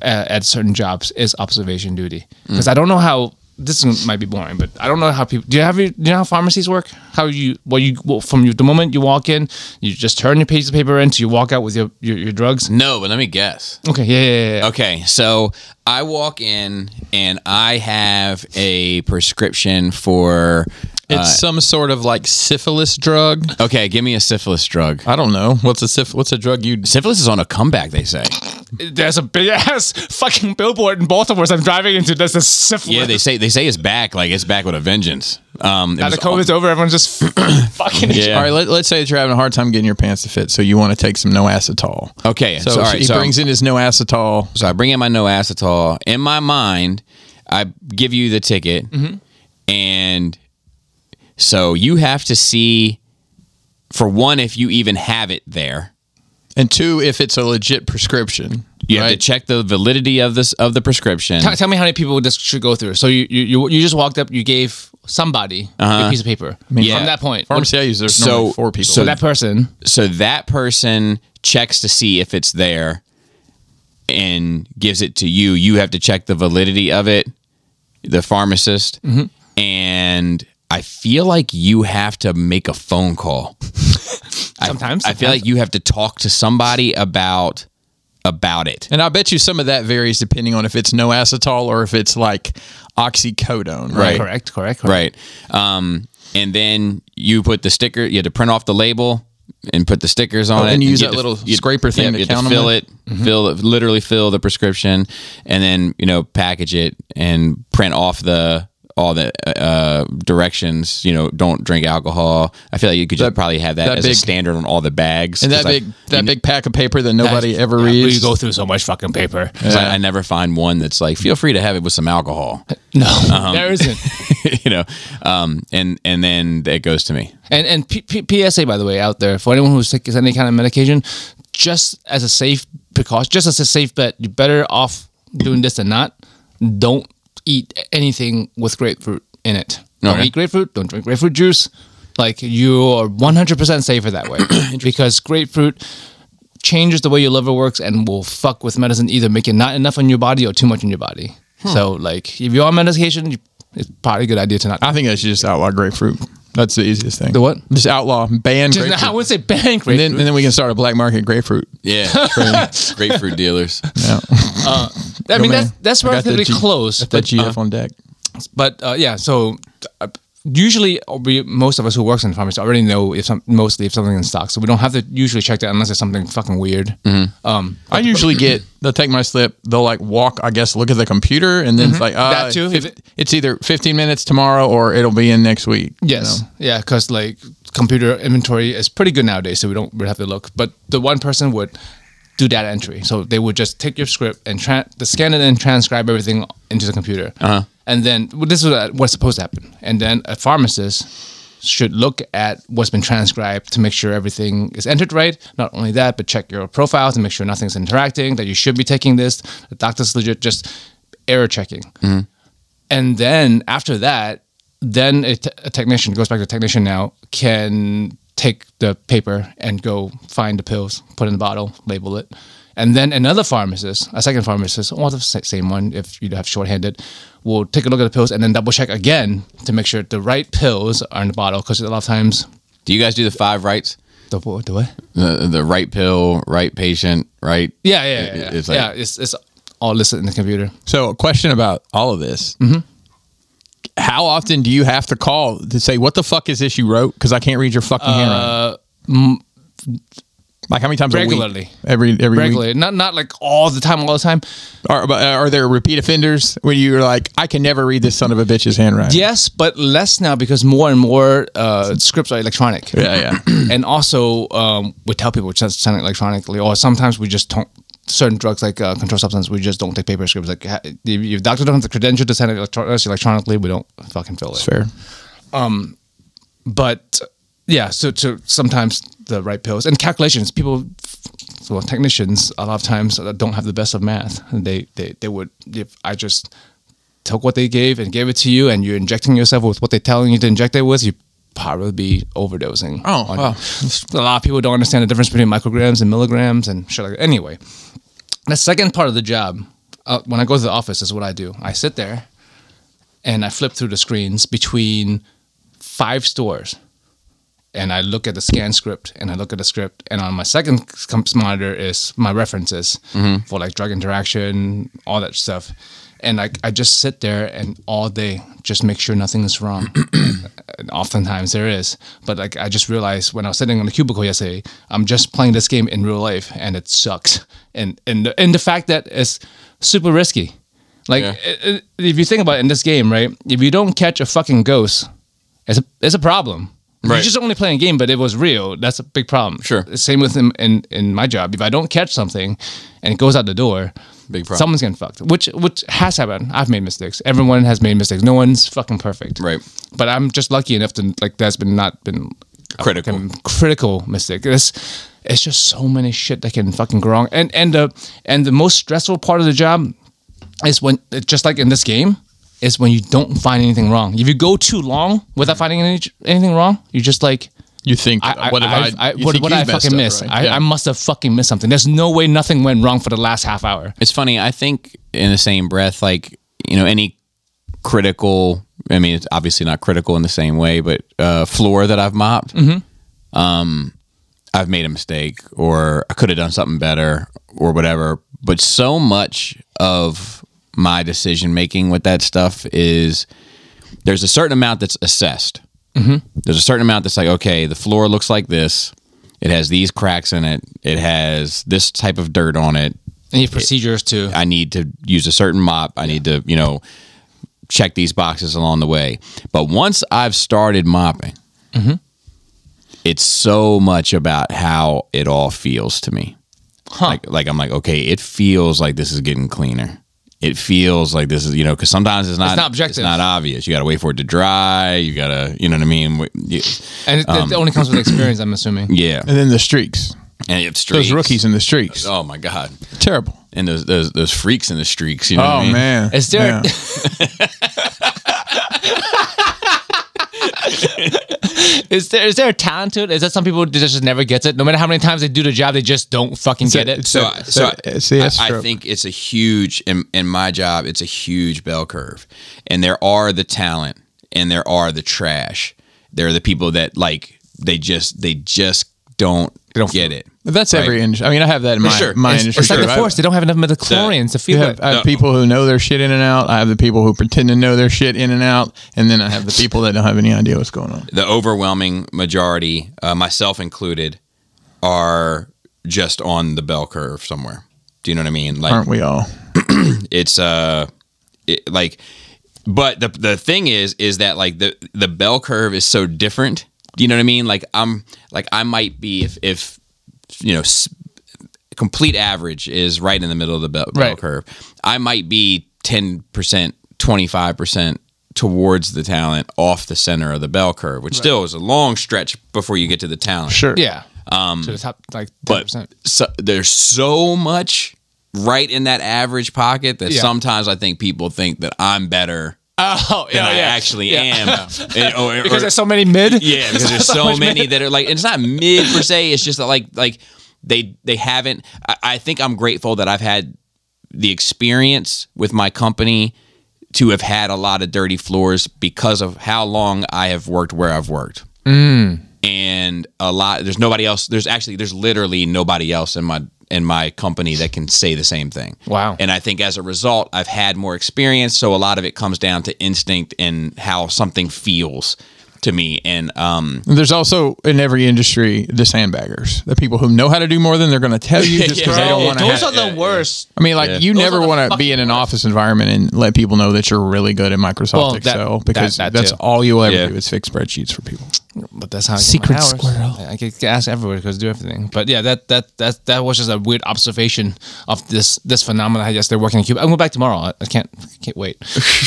[SPEAKER 3] at, at certain jobs is observation duty because I don't know how this is- might be boring, but I don't know how people. Do you have your, do you know how pharmacies work? How you well you well, from you, the moment you walk in, you just turn your piece of paper in, so you walk out with your your, your drugs.
[SPEAKER 2] No, but let me guess.
[SPEAKER 3] Okay, yeah, yeah, yeah, yeah.
[SPEAKER 2] Okay, so I walk in and I have a prescription for.
[SPEAKER 1] It's
[SPEAKER 2] uh,
[SPEAKER 1] some sort of like syphilis drug.
[SPEAKER 2] okay, give me a syphilis drug.
[SPEAKER 1] I don't know. What's a syph- what's a drug you
[SPEAKER 2] Syphilis is on a comeback, they say.
[SPEAKER 3] There's a big ass fucking billboard in Baltimore. So I'm driving into. There's a syphilis.
[SPEAKER 2] Yeah, they say they say it's back. Like it's back with a vengeance. Um, it
[SPEAKER 3] Now the
[SPEAKER 2] was-
[SPEAKER 3] COVID's over, everyone's just fucking.
[SPEAKER 2] Yeah.
[SPEAKER 1] All right, let, let's say that you're having a hard time getting your pants to fit, so you want to take some no acetol.
[SPEAKER 2] Okay,
[SPEAKER 1] So,
[SPEAKER 2] so, all right,
[SPEAKER 1] he
[SPEAKER 2] so
[SPEAKER 1] brings in his no acetol.
[SPEAKER 2] So I bring in my no acetol. In my mind, I give you the ticket,
[SPEAKER 1] Mm-hmm.
[SPEAKER 2] and so you have to see for one if you even have it there.
[SPEAKER 1] And two, if it's a legit prescription.
[SPEAKER 2] You have to
[SPEAKER 1] right?
[SPEAKER 2] check the validity of this of the prescription.
[SPEAKER 3] Tell, tell me how many people this should go through. So you you, you, you just walked up, you gave somebody a piece of paper.
[SPEAKER 2] Uh-huh. yeah.
[SPEAKER 3] From that point,
[SPEAKER 1] Pharmacy I use, there's
[SPEAKER 2] So-
[SPEAKER 1] normally four people.
[SPEAKER 2] so
[SPEAKER 3] that person
[SPEAKER 2] So that person checks to see if it's there and gives it to you. You have to check the validity of it, the pharmacist,
[SPEAKER 3] Mm-hmm.
[SPEAKER 2] and I feel like you have to make a phone call.
[SPEAKER 3] sometimes,
[SPEAKER 2] I feel like you have to talk to somebody about about it.
[SPEAKER 1] and I bet you some of that varies depending on if it's no acetol or if it's like oxycodone, right?
[SPEAKER 2] Right.
[SPEAKER 3] correct, correct, correct.
[SPEAKER 2] Right. Um, and then you put the sticker. You had to print off the label and put the stickers on
[SPEAKER 1] Oh, and
[SPEAKER 2] it.
[SPEAKER 1] you use
[SPEAKER 2] you
[SPEAKER 1] that
[SPEAKER 2] had to-
[SPEAKER 1] little
[SPEAKER 2] you had-
[SPEAKER 1] scraper thing to
[SPEAKER 2] you had
[SPEAKER 1] count 'em Mm-hmm.
[SPEAKER 2] fill
[SPEAKER 1] with?
[SPEAKER 2] it, fill it, literally fill the prescription, and then you know package it and print off the all the uh, directions. You know, don't drink alcohol. I feel like you could just probably have that,
[SPEAKER 1] that
[SPEAKER 2] as a
[SPEAKER 1] big-
[SPEAKER 2] standard on all the bags.
[SPEAKER 1] And that
[SPEAKER 2] 'cause I-
[SPEAKER 1] big that big pack of paper that nobody ever reads.
[SPEAKER 3] You go through so much fucking paper.
[SPEAKER 2] 'cause I, I never find one that's like feel free to have it with some alcohol.
[SPEAKER 3] No,
[SPEAKER 2] Uh-huh.
[SPEAKER 3] there isn't.
[SPEAKER 2] you know, um, and and then it goes to me.
[SPEAKER 3] And and P- P- PSA by the way out there for anyone who's sick is any kind of medication, just as a safe precaution, just as a safe bet, you're better off doing this than not. Don't eat anything with grapefruit in it. Don't
[SPEAKER 2] Okay.
[SPEAKER 3] eat grapefruit. Don't drink grapefruit juice. Like you are 100% safer that way because grapefruit changes the way your liver works and will fuck with medicine either make it not enough in your body or too much in your body.
[SPEAKER 1] Hmm.
[SPEAKER 3] So like if you're on medication, you, it's probably a good idea to not.
[SPEAKER 1] I think I should just outlaw grapefruit. That's the easiest thing.
[SPEAKER 3] The what?
[SPEAKER 1] Just outlaw, ban
[SPEAKER 3] Just-
[SPEAKER 1] grapefruit.
[SPEAKER 3] I would say ban grapefruit.
[SPEAKER 1] and then and then we can start a black market grapefruit.
[SPEAKER 2] Yeah, grapefruit dealers.
[SPEAKER 1] Yeah.
[SPEAKER 3] I
[SPEAKER 1] Yo,
[SPEAKER 3] mean,
[SPEAKER 1] man,
[SPEAKER 3] that's that's
[SPEAKER 1] I got
[SPEAKER 3] relatively
[SPEAKER 1] the G-
[SPEAKER 3] close,
[SPEAKER 1] That
[SPEAKER 3] but
[SPEAKER 1] GF on deck.
[SPEAKER 3] but uh, yeah. So uh, usually, uh, we, most of us who works in pharmacy already know if some mostly if something's in stock, so we don't have to usually check that unless it's something fucking weird.
[SPEAKER 1] Mm-hmm.
[SPEAKER 3] Um,
[SPEAKER 1] I usually get they'll take my slip, they'll like walk, I guess, look at the computer, and then it's like uh,
[SPEAKER 3] Mm-hmm. That too, if
[SPEAKER 1] fif-
[SPEAKER 3] it-
[SPEAKER 1] it's either 15 minutes tomorrow or it'll be in next week. you
[SPEAKER 3] yes,
[SPEAKER 1] know?
[SPEAKER 3] yeah, because like computer inventory is pretty good nowadays, so we don't we have to look. But the one person would do that entry, so they would just take your script and tra- the scan it and transcribe everything into the computer, uh-huh. and then well, this is what- what's supposed to happen, and then a pharmacist should look at what's been transcribed to make sure everything is entered right. Not only that, but check your profile to make sure nothing's interacting, that you should be taking this, the doctor's legit, just error checking. And then after that, then a, te- a technician goes back to the technician now can take the paper and go find the pills, put in the bottle, label it. And then another pharmacist, a second pharmacist, or the sa- same one if you have shorthanded, will take a look at the pills and then double check again to make sure the right pills are in the bottle. Because a lot of times,
[SPEAKER 2] Do you guys do the five rights?
[SPEAKER 3] the, what- the what?
[SPEAKER 2] The the right pill, right patient, right.
[SPEAKER 3] Yeah, yeah, yeah.
[SPEAKER 2] It-
[SPEAKER 3] yeah.
[SPEAKER 2] it's like-
[SPEAKER 3] yeah it's, it's all listed in the computer.
[SPEAKER 1] So, a question about all of this.
[SPEAKER 3] Mm-hmm.
[SPEAKER 1] How often do you have to call to say, what the fuck is this you wrote? Because I can't read your fucking handwriting. Like, how many times a
[SPEAKER 3] Uh, regularly.
[SPEAKER 1] week? Every, every week.
[SPEAKER 3] Regularly, not not like all the time, all the time.
[SPEAKER 1] Are, but uh, are there repeat offenders where you're like, I can never read this son of a bitch's handwriting?
[SPEAKER 3] Yes, but less now because more and more uh, scripts are electronic.
[SPEAKER 1] Yeah, yeah.
[SPEAKER 3] and also, um, we tell people to send it electronically, or sometimes we just don't. Certain drugs like uh, controlled substance, we just don't take paper scripts. Like, ha- if your doctor don't have the credential to send it electro- us electronically, we don't fucking fill it.
[SPEAKER 1] Fair.
[SPEAKER 3] But yeah, so, so sometimes the right pills and calculations. People, well, technicians, a lot of times uh, don't have the best of math. And They they they would if I just took what they gave and gave it to you, and you're injecting yourself with what they're telling you to inject it with, you probably be overdosing.
[SPEAKER 1] Oh,
[SPEAKER 3] on-
[SPEAKER 1] wow.
[SPEAKER 3] A lot of people don't understand the difference between micrograms and milligrams and shit like that. Anyway, the second part of the job, uh, when I go to the office, is what I do. I sit there and I flip through the screens between five stores, and I look at the scan script, and I look at the script, and on my second com- monitor is my references for like drug interaction, all that stuff, and I I just sit there and all day just make sure nothing is wrong. and oftentimes there is, but like I just realized when I was sitting on the cubicle yesterday, I'm just playing this game in real life, and it sucks, and and the, and the fact that it's super risky. Like,
[SPEAKER 2] Yeah.
[SPEAKER 3] it, it- if you think about it in this game, right? If you don't catch a fucking ghost, it's a, it's a problem. If
[SPEAKER 2] Right.
[SPEAKER 3] You're just only playing a game, but it was real. That's a big problem.
[SPEAKER 2] Sure.
[SPEAKER 3] Same with in, in, in my job. If I don't catch something and it goes out the door,
[SPEAKER 2] Big problem.
[SPEAKER 3] someone's getting fucked, which which has happened. I've made mistakes. Everyone has made mistakes. No one's fucking perfect.
[SPEAKER 2] Right.
[SPEAKER 3] But I'm just lucky enough to, like, that's been not been a
[SPEAKER 2] Critical.
[SPEAKER 3] fucking critical mistake. It's it's just so many shit that can fucking go wrong. And and the and the most stressful part of the job is when just like in this game is when you don't find anything wrong. If you go too long
[SPEAKER 1] Mm.
[SPEAKER 3] without finding any, anything wrong, you just like.
[SPEAKER 1] You think
[SPEAKER 3] I, I,
[SPEAKER 1] what have I,
[SPEAKER 3] I, I,
[SPEAKER 1] you
[SPEAKER 3] what,
[SPEAKER 1] think
[SPEAKER 3] what
[SPEAKER 1] you
[SPEAKER 3] I
[SPEAKER 1] messed
[SPEAKER 3] fucking
[SPEAKER 1] up,
[SPEAKER 3] missed?
[SPEAKER 1] right?
[SPEAKER 3] I,
[SPEAKER 1] Yeah.
[SPEAKER 3] I must have fucking missed something. There's no way nothing went wrong for the last half hour.
[SPEAKER 2] It's funny. I think in the same breath, like you know, any critical. I mean, it's obviously not critical in the same way, but uh, floor that I've mopped, um, I've made a mistake, or I could have done something better, or whatever. But so much of my decision making with that stuff is there's a certain amount that's assessed. There's a certain amount that's like, okay, the floor looks like this. It has these cracks in it. It has this type of dirt on it.
[SPEAKER 3] And you have procedures too.
[SPEAKER 2] I need to use a certain mop. I need to, you know, check these boxes along the way. But once I've started mopping, Mm-hmm. it's so much about how it all feels to me. Like, like I'm like, okay, it feels like this is getting cleaner. It feels like this is, you know, because sometimes it's not,
[SPEAKER 3] not objective.
[SPEAKER 2] It's not obvious. You got to wait for it to dry. You got to, you know what I mean? W- y-
[SPEAKER 3] And it,
[SPEAKER 1] Um.
[SPEAKER 3] it only comes with experience, I'm assuming.
[SPEAKER 2] Yeah.
[SPEAKER 1] and then the streaks.
[SPEAKER 2] And it's
[SPEAKER 1] Those
[SPEAKER 2] streaks.
[SPEAKER 1] rookies in the streaks.
[SPEAKER 2] Oh my god!
[SPEAKER 1] Terrible.
[SPEAKER 2] And those those those freaks in the streaks. You know what
[SPEAKER 1] Oh
[SPEAKER 2] I mean?
[SPEAKER 1] man.
[SPEAKER 3] Is there-
[SPEAKER 1] Yeah.
[SPEAKER 3] Is there is there a talent to it? Is that some people just, just never gets it? No matter how many times they do the job, they just don't fucking get it.
[SPEAKER 1] it's
[SPEAKER 2] so,
[SPEAKER 1] a-
[SPEAKER 2] so
[SPEAKER 1] it's
[SPEAKER 3] uh,
[SPEAKER 1] a- it's a yes
[SPEAKER 2] I, I
[SPEAKER 1] stroke.
[SPEAKER 2] think it's a huge in, in my job it's a huge bell curve and there are the talent and there are the trash there are the people that like they just they just don't,
[SPEAKER 3] don't
[SPEAKER 2] get
[SPEAKER 3] feel
[SPEAKER 2] it
[SPEAKER 1] That's
[SPEAKER 2] Right.
[SPEAKER 1] every industry. I mean, I have that in my,
[SPEAKER 2] sure.
[SPEAKER 1] my
[SPEAKER 2] It's-
[SPEAKER 1] industry.
[SPEAKER 3] it's like
[SPEAKER 1] too.
[SPEAKER 3] a
[SPEAKER 1] I-
[SPEAKER 3] force. They don't have enough midichlorians to
[SPEAKER 1] You
[SPEAKER 3] feel
[SPEAKER 1] have,
[SPEAKER 3] it.
[SPEAKER 1] I have people who know their shit in and out. I have the people who pretend to know their shit in and out, and then I have the people that don't have any idea what's going on.
[SPEAKER 2] the overwhelming majority uh, myself included are just on the bell curve somewhere do you know what i mean like
[SPEAKER 1] Aren't we all?
[SPEAKER 2] it's uh it, like but the the thing is is that like the the bell curve is so different do you know what i mean like i'm like i might be if if you know s- complete average is right in the middle of the bell, bell
[SPEAKER 3] Right.
[SPEAKER 2] curve i might be 10% 25% towards the talent off the center of the bell curve which still is a long stretch before you get to the talent
[SPEAKER 1] Sure.
[SPEAKER 3] Yeah. Um, to the top, like 10%.
[SPEAKER 2] but so, there's so much right in that average pocket that
[SPEAKER 3] Yeah.
[SPEAKER 2] sometimes I think people think that I'm better
[SPEAKER 3] oh,
[SPEAKER 2] than I actually am. And- or- or-
[SPEAKER 3] Because there's so many mid.
[SPEAKER 2] yeah, because there's so many that are like and it's not mid per se. It's just that like like they they haven't. I, I think I'm grateful that I've had the experience with my company to have had a lot of dirty floors because of how long I have worked where I've worked. And a lot there's nobody else there's actually there's literally nobody else in my in my company that can say the same thing.
[SPEAKER 3] Wow.
[SPEAKER 2] And I think as a result I've had more experience so a lot of it comes down to instinct and how something feels to me and um
[SPEAKER 1] There's also in every industry the sandbaggers, the people who know how to do more than they're going to tell you just because they don't
[SPEAKER 3] Bro,
[SPEAKER 1] want to.
[SPEAKER 3] those are
[SPEAKER 1] Have,
[SPEAKER 3] the worst.
[SPEAKER 1] I mean, like you
[SPEAKER 3] Those
[SPEAKER 1] never
[SPEAKER 3] are the
[SPEAKER 1] want to be in an office environment and let people know that you're really good at Microsoft
[SPEAKER 3] Well, that-
[SPEAKER 1] Excel
[SPEAKER 3] that-
[SPEAKER 1] because
[SPEAKER 3] that
[SPEAKER 1] that's
[SPEAKER 3] too.
[SPEAKER 1] all you'll ever
[SPEAKER 2] Yeah.
[SPEAKER 1] do is fix spreadsheets for people.
[SPEAKER 3] But that's how I get
[SPEAKER 1] Secret
[SPEAKER 3] my hours.
[SPEAKER 1] squirrel.
[SPEAKER 3] I get get asked everywhere because I do everything. But yeah, that that that that was just a weird observation of this this phenomenon. I guess they're working in Cuba. I'm going back tomorrow. I, I can't can't wait.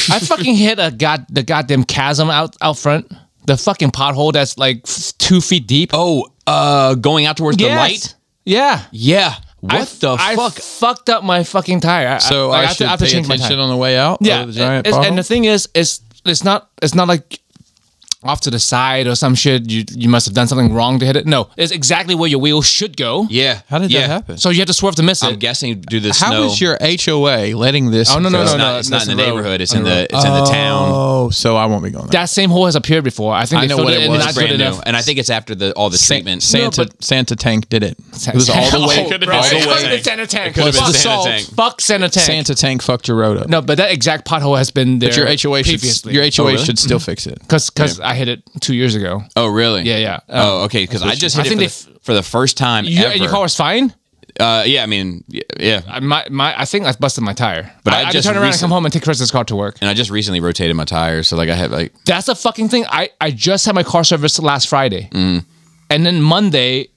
[SPEAKER 3] I fucking hit a god the goddamn chasm out out front. The fucking pothole that's like f- two feet deep.
[SPEAKER 2] oh uh going out towards the
[SPEAKER 3] Yes.
[SPEAKER 2] light.
[SPEAKER 3] Yeah.
[SPEAKER 2] Yeah. What
[SPEAKER 3] I
[SPEAKER 2] the
[SPEAKER 3] I
[SPEAKER 2] fuck?
[SPEAKER 3] fucked up my fucking tire.
[SPEAKER 1] So I,
[SPEAKER 3] like,
[SPEAKER 1] should pay attention on the way out. Oh,
[SPEAKER 3] yeah,
[SPEAKER 1] of the giant
[SPEAKER 3] it's-
[SPEAKER 1] pothole?
[SPEAKER 3] and the thing is, it's it's not it's not like off to the side or some shit. You you must have done something wrong to hit it. No, it's exactly where your wheel should go.
[SPEAKER 2] Yeah.
[SPEAKER 1] How did
[SPEAKER 2] yeah.
[SPEAKER 1] that happen?
[SPEAKER 3] So you have to swerve to miss it.
[SPEAKER 2] I'm guessing due to the
[SPEAKER 1] How
[SPEAKER 2] snow.
[SPEAKER 1] is your HOA letting this?
[SPEAKER 3] Oh, no, no,
[SPEAKER 2] it's
[SPEAKER 3] no,
[SPEAKER 2] not,
[SPEAKER 3] no,
[SPEAKER 2] it's not
[SPEAKER 3] that's
[SPEAKER 2] in
[SPEAKER 3] the
[SPEAKER 2] the
[SPEAKER 3] road.
[SPEAKER 2] neighborhood. It's in the it's in the town.
[SPEAKER 1] Oh, so I won't be going there.
[SPEAKER 3] that same hole has appeared before. I think
[SPEAKER 2] I
[SPEAKER 3] they
[SPEAKER 2] know
[SPEAKER 3] filled
[SPEAKER 2] what
[SPEAKER 3] it
[SPEAKER 2] it
[SPEAKER 3] in
[SPEAKER 2] was.
[SPEAKER 3] not
[SPEAKER 2] It's
[SPEAKER 3] good
[SPEAKER 2] brand new.
[SPEAKER 3] enough.
[SPEAKER 2] And I think it's after the all the treatment.
[SPEAKER 1] Santa
[SPEAKER 3] No, but-
[SPEAKER 1] Santa Tank did it. It was all the way.
[SPEAKER 2] It could've been
[SPEAKER 3] All the
[SPEAKER 2] Santa
[SPEAKER 3] way.
[SPEAKER 2] Tank.
[SPEAKER 3] It
[SPEAKER 2] could've
[SPEAKER 3] could've been Santa Tank.
[SPEAKER 2] been
[SPEAKER 3] Fuck
[SPEAKER 2] Santa
[SPEAKER 3] salt.
[SPEAKER 2] Tank.
[SPEAKER 3] Fuck Santa Tank.
[SPEAKER 1] Santa Tank fucked your road up.
[SPEAKER 3] No, but that exact pothole has been there.
[SPEAKER 1] your HOA should,
[SPEAKER 3] previously.
[SPEAKER 1] your HOA
[SPEAKER 2] really?
[SPEAKER 1] should still fix it.
[SPEAKER 3] because because I hit it two years ago.
[SPEAKER 2] Oh really?
[SPEAKER 3] Yeah, Um, yeah.
[SPEAKER 2] oh okay. Because I just
[SPEAKER 3] I
[SPEAKER 2] hit
[SPEAKER 3] think
[SPEAKER 2] it for the, for the first time
[SPEAKER 3] You,
[SPEAKER 2] ever.
[SPEAKER 3] and your car was fine.
[SPEAKER 2] uh, yeah, I mean, y- yeah.
[SPEAKER 3] I, my, my, I think I busted my tire. But
[SPEAKER 2] I
[SPEAKER 3] I, I, just
[SPEAKER 2] just
[SPEAKER 3] turn around and come
[SPEAKER 2] recent-
[SPEAKER 3] home and take Chris's car to work.
[SPEAKER 2] And I just recently rotated my tires, so like I had like
[SPEAKER 3] That's the fucking thing. I, I just had my car serviced last Friday,
[SPEAKER 2] Mm.
[SPEAKER 3] and then Monday,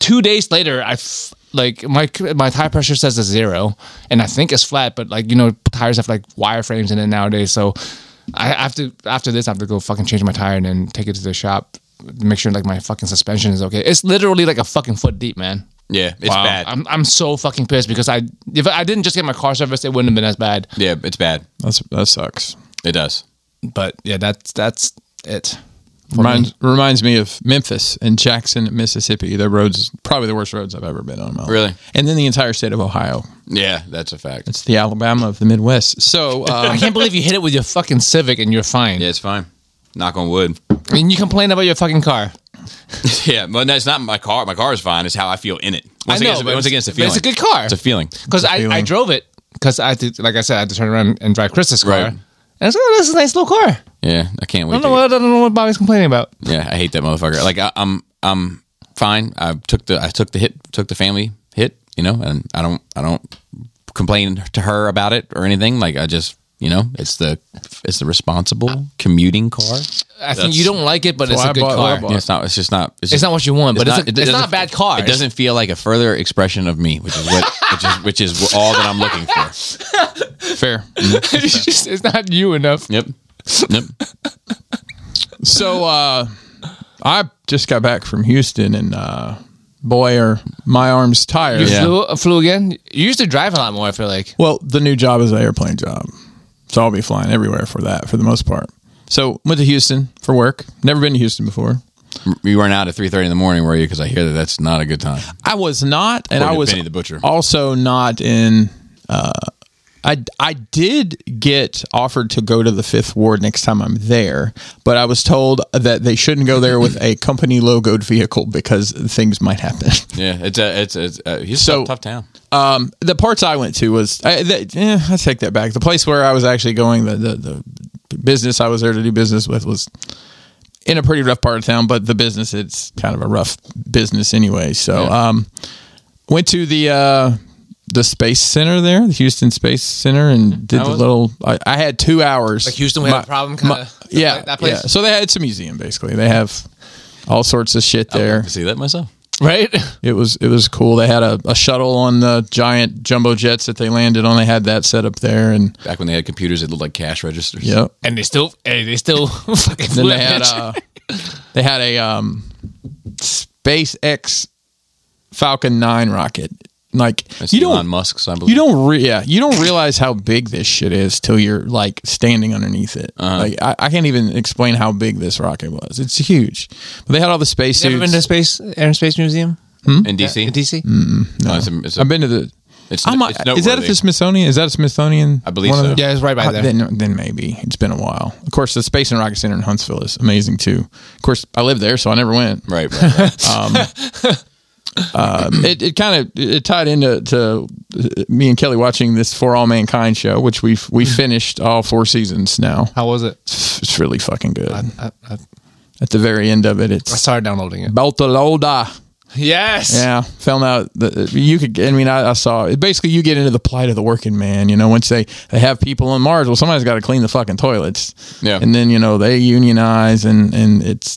[SPEAKER 3] two days later, I f- like my my tire pressure says it's zero, and I think it's flat. But like you know, tires have like wireframes in it nowadays, so I have to after this I have to go fucking change my tire and then take it to the shop, make sure like my fucking suspension is okay. It's literally like a fucking foot deep, man.
[SPEAKER 2] yeah, it's
[SPEAKER 3] Wow.
[SPEAKER 2] bad.
[SPEAKER 3] I'm I'm so fucking pissed because I if I didn't just get my car serviced, it wouldn't have been as bad.
[SPEAKER 2] yeah, it's bad.
[SPEAKER 1] That's that sucks.
[SPEAKER 2] It does.
[SPEAKER 3] But yeah, that's that's it. for me.
[SPEAKER 1] Reminds, reminds me of Memphis and Jackson, Mississippi. Their roads probably the worst roads I've ever been on. in my life.
[SPEAKER 2] Really?
[SPEAKER 1] And then the entire state of Ohio.
[SPEAKER 2] Yeah, that's a fact.
[SPEAKER 1] It's the Alabama of the Midwest. So
[SPEAKER 3] Oh,
[SPEAKER 1] uh,
[SPEAKER 3] I can't believe you hit it with your fucking Civic and you're fine.
[SPEAKER 2] yeah, it's fine. Knock on wood.
[SPEAKER 3] And you complain about your fucking car.
[SPEAKER 2] yeah, but no, it's not my car. My car is fine. It's how I feel in it. Once
[SPEAKER 3] I know,
[SPEAKER 2] again,
[SPEAKER 3] but
[SPEAKER 2] it's, once again, it's a
[SPEAKER 3] but
[SPEAKER 2] feeling.
[SPEAKER 3] it's a good car.
[SPEAKER 2] It's a feeling.
[SPEAKER 3] Because I, I
[SPEAKER 1] feeling.
[SPEAKER 3] drove it. Because I had to, like I said, I had to turn around and drive Chris's car.
[SPEAKER 2] Right.
[SPEAKER 3] And I was like, oh, this is a nice little car. I
[SPEAKER 2] Yeah, I can't wait.
[SPEAKER 3] don't, know
[SPEAKER 2] to-
[SPEAKER 3] what, I don't know what Bobby's complaining about.
[SPEAKER 2] Yeah, I hate that motherfucker. Like I, I'm I'm fine. I took the I took the hit, took the family hit, you know, and I don't I don't complain to her about it or anything. Like I just you know, it's the it's the responsible commuting car.
[SPEAKER 3] I think you don't like it, but it's
[SPEAKER 1] why
[SPEAKER 3] a
[SPEAKER 1] I
[SPEAKER 3] good
[SPEAKER 1] bought- why I
[SPEAKER 3] car.
[SPEAKER 1] bought-
[SPEAKER 2] Yeah, it's not. It's just not. It's,
[SPEAKER 3] It's
[SPEAKER 2] just,
[SPEAKER 3] not what you want, but it's, a,
[SPEAKER 2] it
[SPEAKER 3] it's
[SPEAKER 2] doesn't-
[SPEAKER 3] not a bad car.
[SPEAKER 2] It doesn't feel like a further expression of me, which is what which is which is all that I'm looking for.
[SPEAKER 1] fair.
[SPEAKER 3] it's, just- it's not you enough.
[SPEAKER 2] Yep. Yep.
[SPEAKER 1] So uh, I just got back from Houston, and uh, boy, are my arms tired.
[SPEAKER 3] You
[SPEAKER 2] Yeah.
[SPEAKER 3] flew, uh, flew again? You used to drive a lot more, I feel like.
[SPEAKER 1] Well, the new job is an airplane job, so I'll be flying everywhere for that for the most part. So went to Houston for work. Never been to Houston before.
[SPEAKER 2] You weren't out at three thirty in the morning, were you? Because I hear that that's not a good time.
[SPEAKER 1] I was not, and
[SPEAKER 2] According
[SPEAKER 1] I
[SPEAKER 2] to
[SPEAKER 1] was
[SPEAKER 2] Benny the Butcher.
[SPEAKER 1] also not in. Uh, I I did get offered to go to the Fifth Ward next time I'm there, but I was told that they shouldn't go there with a company logoed vehicle because things might happen.
[SPEAKER 2] Yeah, it's a it's a, it's a he's
[SPEAKER 1] So-
[SPEAKER 2] a tough, tough town.
[SPEAKER 1] Um, the parts I went to was I, that, eh, I take that back. The place where I was actually going, the, the the business I was there to do business with was in a pretty rough part of town. But the business, it's kind of a rough business anyway. So, um, went to the uh, the space center there, the Houston Space Center, and did the
[SPEAKER 2] was it?
[SPEAKER 1] little. I, I had two hours.
[SPEAKER 3] Like Houston, we had a problem, kinda?
[SPEAKER 1] my- Yeah,
[SPEAKER 3] Like that place?
[SPEAKER 1] yeah. So they had it's a museum basically. They have all sorts of shit there.
[SPEAKER 2] I see that myself.
[SPEAKER 3] Right?
[SPEAKER 1] It was it was cool. They had a, a shuttle on the giant jumbo jets that they landed on. They had that set up there, and
[SPEAKER 2] Back when they had computers that looked like cash registers.
[SPEAKER 1] yeah.
[SPEAKER 3] And they still, hey, they still fucking
[SPEAKER 1] Then
[SPEAKER 3] flew
[SPEAKER 1] they had
[SPEAKER 3] that bitch.
[SPEAKER 1] uh, they had a um, SpaceX Falcon Nine rocket. Like
[SPEAKER 2] That's
[SPEAKER 1] you
[SPEAKER 2] Elon
[SPEAKER 1] don't
[SPEAKER 2] Musk, so I believe.
[SPEAKER 1] you don't re- yeah you don't realize how big this shit is till you're like standing underneath it.
[SPEAKER 2] Uh-huh.
[SPEAKER 1] Like I, I can't even explain how big this rocket was. It's huge. But they had all the
[SPEAKER 3] You ever been to
[SPEAKER 1] spacesuits.
[SPEAKER 3] space, Air and Space Museum?
[SPEAKER 2] in DC.
[SPEAKER 3] In DC?
[SPEAKER 2] no, it's a, it's a,
[SPEAKER 1] I've been to the.
[SPEAKER 2] It's,
[SPEAKER 1] I'm,
[SPEAKER 2] it's
[SPEAKER 1] is that at
[SPEAKER 2] noteworthy.
[SPEAKER 1] the Smithsonian? Is that a Smithsonian?
[SPEAKER 2] I believe
[SPEAKER 1] one of
[SPEAKER 2] so.
[SPEAKER 1] the-
[SPEAKER 3] Yeah, it's right by
[SPEAKER 1] Uh,
[SPEAKER 3] there.
[SPEAKER 1] Then, then maybe it's been a while. Of course, the Space and Rocket Center in Huntsville is amazing too. Of course, I lived there, so I never went.
[SPEAKER 2] Right, right, right.
[SPEAKER 1] Um, it it kind of it tied into to uh, me and Kelly watching this For All Mankind show, which we've we
[SPEAKER 2] Hmm.
[SPEAKER 1] finished all four seasons now.
[SPEAKER 3] How was it?
[SPEAKER 1] It's really fucking good.
[SPEAKER 3] I, I,
[SPEAKER 1] At the very end of it,
[SPEAKER 3] I
[SPEAKER 1] it's
[SPEAKER 3] started downloading it.
[SPEAKER 1] Baltaloda.
[SPEAKER 3] Yes.
[SPEAKER 1] Yeah, found out that uh, you could. I mean, I, I saw it. Basically, you get into the plight of the working man. You know, once they they have people on Mars, well, somebody's got to clean the fucking toilets.
[SPEAKER 2] Yeah.
[SPEAKER 1] and then you know they unionize, and and it's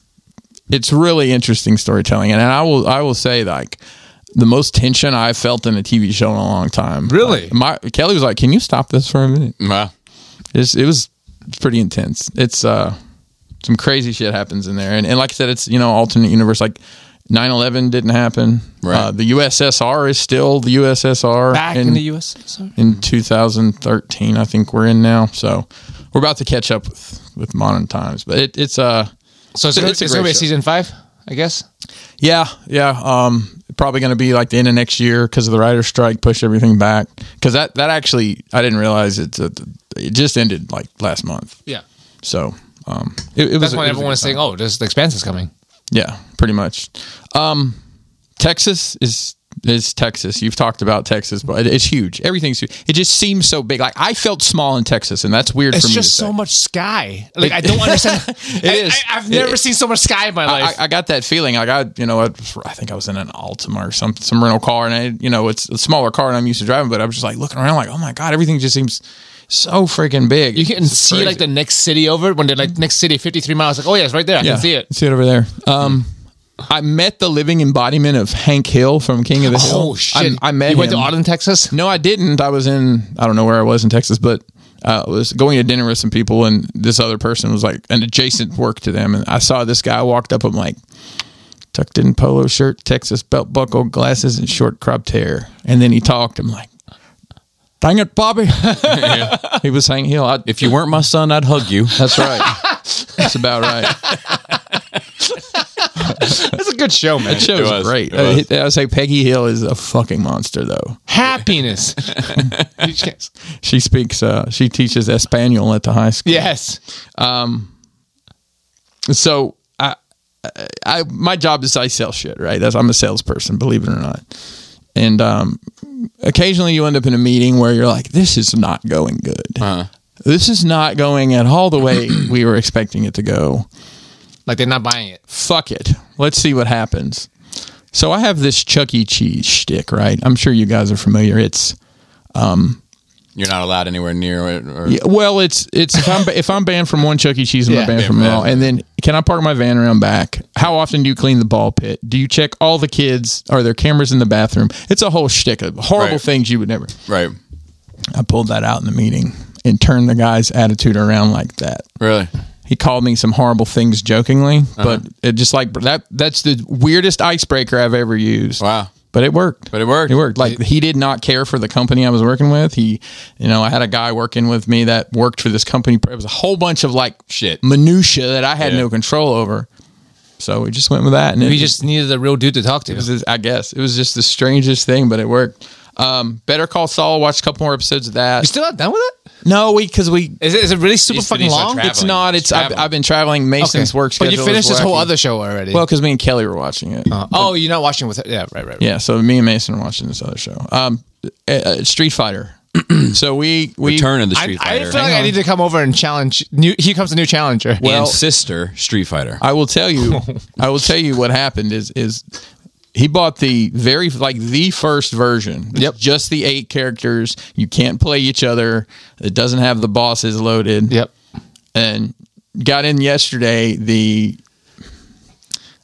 [SPEAKER 1] it's really interesting storytelling. And, I will I will say like. The most tension I've felt in a TV show in a long time.
[SPEAKER 3] Really?
[SPEAKER 1] Like, my Kelly was like, "Can you stop this for a minute?"
[SPEAKER 2] Wow.
[SPEAKER 1] It's, it was pretty intense. It's uh, some crazy shit happens in there, and, and like I said, it's you know alternate universe. Like 9-11 didn't happen.
[SPEAKER 2] Right.
[SPEAKER 1] Uh, the USSR is still the USSR.
[SPEAKER 3] Back in, the U.S. Sorry.
[SPEAKER 1] in 2013, I think we're in now. So we're about to catch up with, with modern times, but it, it's uh,
[SPEAKER 3] So
[SPEAKER 2] It's
[SPEAKER 3] it's,
[SPEAKER 2] a-
[SPEAKER 3] gonna-
[SPEAKER 2] it's a
[SPEAKER 3] it's gonna be
[SPEAKER 2] great
[SPEAKER 3] a
[SPEAKER 2] show.
[SPEAKER 3] season five, I guess.
[SPEAKER 1] Yeah, yeah. Um, probably going to be like the end of next year because of the writer's strike, push everything back. Because that that actually, I didn't realize it's a, it just ended like last month.
[SPEAKER 3] Yeah,
[SPEAKER 1] So um, it, it was.
[SPEAKER 3] that's
[SPEAKER 1] it
[SPEAKER 3] why
[SPEAKER 1] was a
[SPEAKER 3] everyone's
[SPEAKER 1] good
[SPEAKER 3] saying, "Oh, there's the expanse is coming."
[SPEAKER 1] time. Yeah, pretty much. Um, Texas is is Texas. You've talked about Texas, but it- it's huge. Everything's huge. It just seems so big. Like I felt small in Texas, and that's weird for
[SPEAKER 3] It's
[SPEAKER 1] me.
[SPEAKER 3] just
[SPEAKER 1] to say.
[SPEAKER 3] so much sky. Like I don't understand. It I,
[SPEAKER 1] is.
[SPEAKER 3] I, have never
[SPEAKER 1] It-
[SPEAKER 3] seen so much sky in my
[SPEAKER 1] I,
[SPEAKER 3] life.
[SPEAKER 1] I- I got that feeling. Like I, you know, I, I think I was in an Altima or some some rental car, and I, you know, it's a smaller car, and I'm used to driving. But I was just like looking around, like, oh my god, everything just seems so freaking big.
[SPEAKER 3] you can see like the next city over it when they're like next city, fifty three miles. Like oh yeah, it's right there. I can see it.
[SPEAKER 1] See it over there. Um, I met the living embodiment of Hank Hill from King of the Hill.
[SPEAKER 3] Oh shit!
[SPEAKER 1] I, I met
[SPEAKER 3] you went to
[SPEAKER 1] him.
[SPEAKER 3] Arden, Texas.
[SPEAKER 1] No, I didn't. I was in I don't know where I was in Texas, but uh, I was going to dinner with some people, and this other person was like an adjacent work to them, and I saw this guy walked up. I'm like, tucked in polo shirt, Texas belt buckle, glasses, and short cropped hair, and then he talked. I'm like. Dang it, Bobby! he was saying, "Hill, I,
[SPEAKER 2] If you weren't my son, I'd hug you.
[SPEAKER 1] that's right. That's about right."
[SPEAKER 3] That's a good show, man.
[SPEAKER 1] That was,
[SPEAKER 2] was.
[SPEAKER 1] great.
[SPEAKER 2] It was.
[SPEAKER 1] Uh, I would say Peggy Hill is a fucking monster, though.
[SPEAKER 3] Happiness. You can't-
[SPEAKER 1] She speaks. Uh, she teaches Espanol at the high school.
[SPEAKER 3] yes.
[SPEAKER 1] so I, I my job is I sell shit, right? That's I'm a salesperson, believe it or not. And um, occasionally you end up in a meeting where you're like, this is not going good.
[SPEAKER 2] Uh-huh.
[SPEAKER 1] This is not going at all the way we were expecting it to go.
[SPEAKER 3] Like they're not buying it.
[SPEAKER 1] Fuck it. Let's see what happens. So I have this Chuck E. Cheese shtick, right? I'm sure you guys are familiar. It's
[SPEAKER 2] You're not allowed anywhere near it. Or,
[SPEAKER 1] Yeah, well, it's it's if I'm if I'm banned from one Chuck E. Cheese, I'm
[SPEAKER 3] Yeah.
[SPEAKER 1] not banned from them all. And then, can I park my van around back? How often do you clean the ball pit? Do you check all the kids? Are there cameras in the bathroom? It's a whole shtick of horrible
[SPEAKER 2] Right.
[SPEAKER 1] things you would never.
[SPEAKER 2] Right.
[SPEAKER 1] I pulled that out in the meeting and turned the guy's attitude around like that.
[SPEAKER 2] Really.
[SPEAKER 1] He called me some horrible things jokingly,
[SPEAKER 3] Uh-huh.
[SPEAKER 1] but it just like that. That's the weirdest icebreaker I've ever used.
[SPEAKER 2] Wow.
[SPEAKER 1] But it worked.
[SPEAKER 2] But it worked.
[SPEAKER 1] It worked. Like he did not care for the company I was working with. He, you know, I had a guy working with me that worked for this company. It was a whole bunch of like
[SPEAKER 2] Shit.
[SPEAKER 1] minutia that I had
[SPEAKER 2] Yeah.
[SPEAKER 1] no control over. So we just went with that, and it
[SPEAKER 3] We just needed a real dude to talk to.
[SPEAKER 1] was just- I guess it was just the strangest thing, but it worked. Um, Better Call Saul. Watched a couple more episodes of that.
[SPEAKER 3] You still not done with it?
[SPEAKER 1] No, we because we.
[SPEAKER 3] Is it, is it really super
[SPEAKER 2] He's-
[SPEAKER 3] fucking
[SPEAKER 2] he's
[SPEAKER 3] long?
[SPEAKER 2] attracted.
[SPEAKER 1] It's not. It's I've,
[SPEAKER 2] Traveling.
[SPEAKER 1] I've been traveling. Mason's work
[SPEAKER 3] But
[SPEAKER 1] schedule.
[SPEAKER 3] you finished
[SPEAKER 1] is
[SPEAKER 3] this whole
[SPEAKER 1] wacky.
[SPEAKER 3] other show already.
[SPEAKER 1] Well, because me and Kelly were watching it.
[SPEAKER 3] oh, you're not watching with her. Yeah, right, right. right.
[SPEAKER 1] Yeah, so me and Mason are watching this other show. Um, uh, uh, Street Fighter. so we we
[SPEAKER 2] Return of the
[SPEAKER 3] I,
[SPEAKER 2] Street
[SPEAKER 3] I
[SPEAKER 2] Fighter.
[SPEAKER 3] feel like I need to come over and challenge. New, here comes a new challenger.
[SPEAKER 2] and
[SPEAKER 1] well-
[SPEAKER 2] sister Street Fighter.
[SPEAKER 1] I will tell you. I will tell you what happened is is he bought the very like the first version. Yep. Just the eight characters. You can't play each other. It doesn't have the bosses loaded.
[SPEAKER 3] Yep.
[SPEAKER 1] And got in yesterday the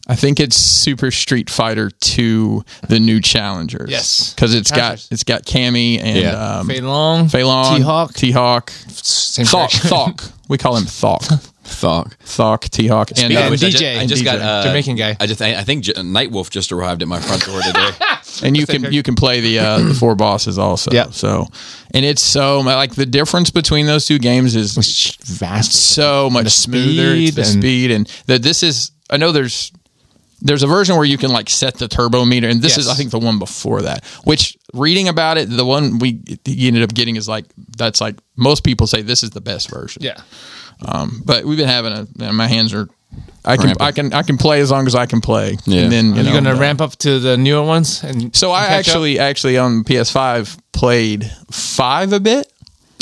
[SPEAKER 1] I think it's Super Street Fighter 2 the new challengers.
[SPEAKER 3] Yes.
[SPEAKER 1] Cuz it's
[SPEAKER 3] Challengers.
[SPEAKER 1] got it's got Cammy and
[SPEAKER 2] Yeah.
[SPEAKER 1] um
[SPEAKER 3] Fei Long.
[SPEAKER 1] Fei Long,
[SPEAKER 3] T-Hawk.
[SPEAKER 1] T-Hawk,
[SPEAKER 3] Same
[SPEAKER 1] Thok,
[SPEAKER 3] direction.
[SPEAKER 1] Thok. We call him Thok,
[SPEAKER 2] Thug.
[SPEAKER 1] Thok, T-Hawk, and,
[SPEAKER 3] of
[SPEAKER 1] um,
[SPEAKER 3] which,
[SPEAKER 2] I
[SPEAKER 3] DJ.
[SPEAKER 2] just, I just
[SPEAKER 1] DJ.
[SPEAKER 2] got uh,
[SPEAKER 3] Jamaican guy.
[SPEAKER 2] I just I, I think J- Nightwolf just arrived at my front door today.
[SPEAKER 1] and you can you can play the uh, the four bosses also.
[SPEAKER 3] Yeah.
[SPEAKER 1] So, and it's so like the difference between those two games is
[SPEAKER 3] Vast.
[SPEAKER 1] so much smoother. It's the speed
[SPEAKER 3] speed and-
[SPEAKER 1] and that this is. I know there's there's a version where you can like set the turbo meter, and this
[SPEAKER 3] Yes.
[SPEAKER 1] is I think the one before that. Which reading about it, the one we he ended up getting is like that's like most people say this is the best version.
[SPEAKER 3] Yeah.
[SPEAKER 1] but we've been having a man, my hands are I can
[SPEAKER 2] Rampant.
[SPEAKER 1] I can I can play as long as I can play.
[SPEAKER 2] Yeah.
[SPEAKER 1] And then you
[SPEAKER 3] Are you
[SPEAKER 1] know,
[SPEAKER 3] going to
[SPEAKER 1] I'm done.
[SPEAKER 3] ramp up to the newer ones? And
[SPEAKER 1] So I
[SPEAKER 3] catch up?
[SPEAKER 1] actually actually on PS5 played 5 a bit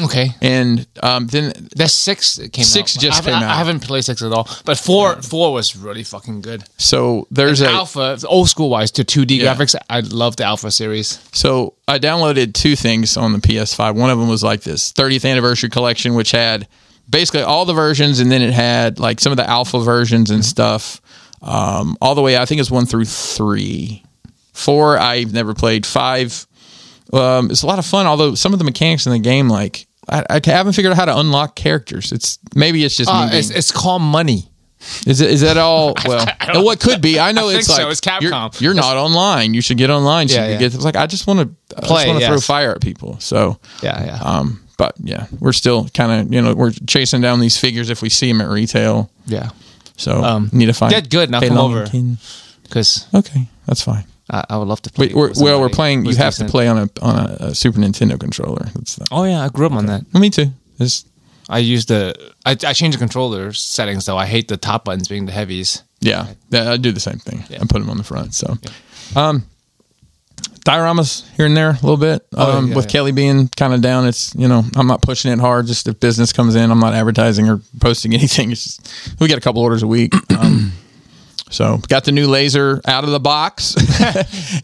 [SPEAKER 3] Okay.
[SPEAKER 1] and um then
[SPEAKER 3] That's six that came
[SPEAKER 1] Six
[SPEAKER 3] out.
[SPEAKER 1] just
[SPEAKER 3] I haven't-
[SPEAKER 1] came
[SPEAKER 3] I-
[SPEAKER 1] out.
[SPEAKER 3] I haven't played six at all, but four four was really fucking good.
[SPEAKER 1] so there's a
[SPEAKER 3] alpha, old school wise, to 2D graphics. I love the Alpha series.
[SPEAKER 1] so I downloaded two things on the PS5. One of them was like this 30th anniversary collection which had basically all the versions and then it had like some of the alpha versions
[SPEAKER 3] Mm-hmm.
[SPEAKER 1] and stuff um all the way I think it's 1 through 3. 4 I've never played. 5 um, it's a lot of fun. Although some of the mechanics in the game, like I, I haven't figured out how to unlock characters. It's maybe it's just
[SPEAKER 3] Uh,
[SPEAKER 1] me.
[SPEAKER 3] it's,
[SPEAKER 1] being-
[SPEAKER 3] it's called Money.
[SPEAKER 1] is, it, is that all? Well, what could be? I know
[SPEAKER 3] I
[SPEAKER 1] it's
[SPEAKER 3] think
[SPEAKER 1] like
[SPEAKER 3] so. It's Capcom.
[SPEAKER 1] You're, you're not online. You should get online.
[SPEAKER 3] Yeah,
[SPEAKER 1] Yeah,
[SPEAKER 3] yeah.
[SPEAKER 1] Get, it's like I just want to
[SPEAKER 3] Play,
[SPEAKER 1] play. want to throw
[SPEAKER 3] yes.
[SPEAKER 1] fire at people. So
[SPEAKER 3] Yeah, yeah.
[SPEAKER 1] Um, but yeah, we're still kind of you know we're chasing down these figures if we see them at retail.
[SPEAKER 3] yeah.
[SPEAKER 1] So need to find
[SPEAKER 3] Um, get good and I'll
[SPEAKER 1] Pei
[SPEAKER 3] come
[SPEAKER 1] Long
[SPEAKER 3] over.
[SPEAKER 1] Kin.
[SPEAKER 3] because
[SPEAKER 1] Okay, that's fine.
[SPEAKER 3] I, I would love to play.
[SPEAKER 1] Wait, we're,
[SPEAKER 3] with
[SPEAKER 1] well, we're
[SPEAKER 3] somebody
[SPEAKER 1] playing. You
[SPEAKER 3] who's
[SPEAKER 1] have
[SPEAKER 3] decent.
[SPEAKER 1] to play on a on a, a Super Nintendo controller. That's the,
[SPEAKER 3] Oh yeah, I grew up on that.
[SPEAKER 1] me too. It's,
[SPEAKER 3] I used the I, I changed the controller settings though. I hate the top buttons being the heavies.
[SPEAKER 1] yeah, yeah, I do the same thing. I put them on the front. So, um, dioramas here and there a little bit.
[SPEAKER 3] yeah,
[SPEAKER 1] Um,
[SPEAKER 3] yeah,
[SPEAKER 1] with
[SPEAKER 3] yeah.
[SPEAKER 1] Kelly being kind of down, it's you know I'm not pushing it hard. Just if business comes in, I'm not advertising or posting anything. It's just we get a couple orders a week. Um, So got the new laser out of the box.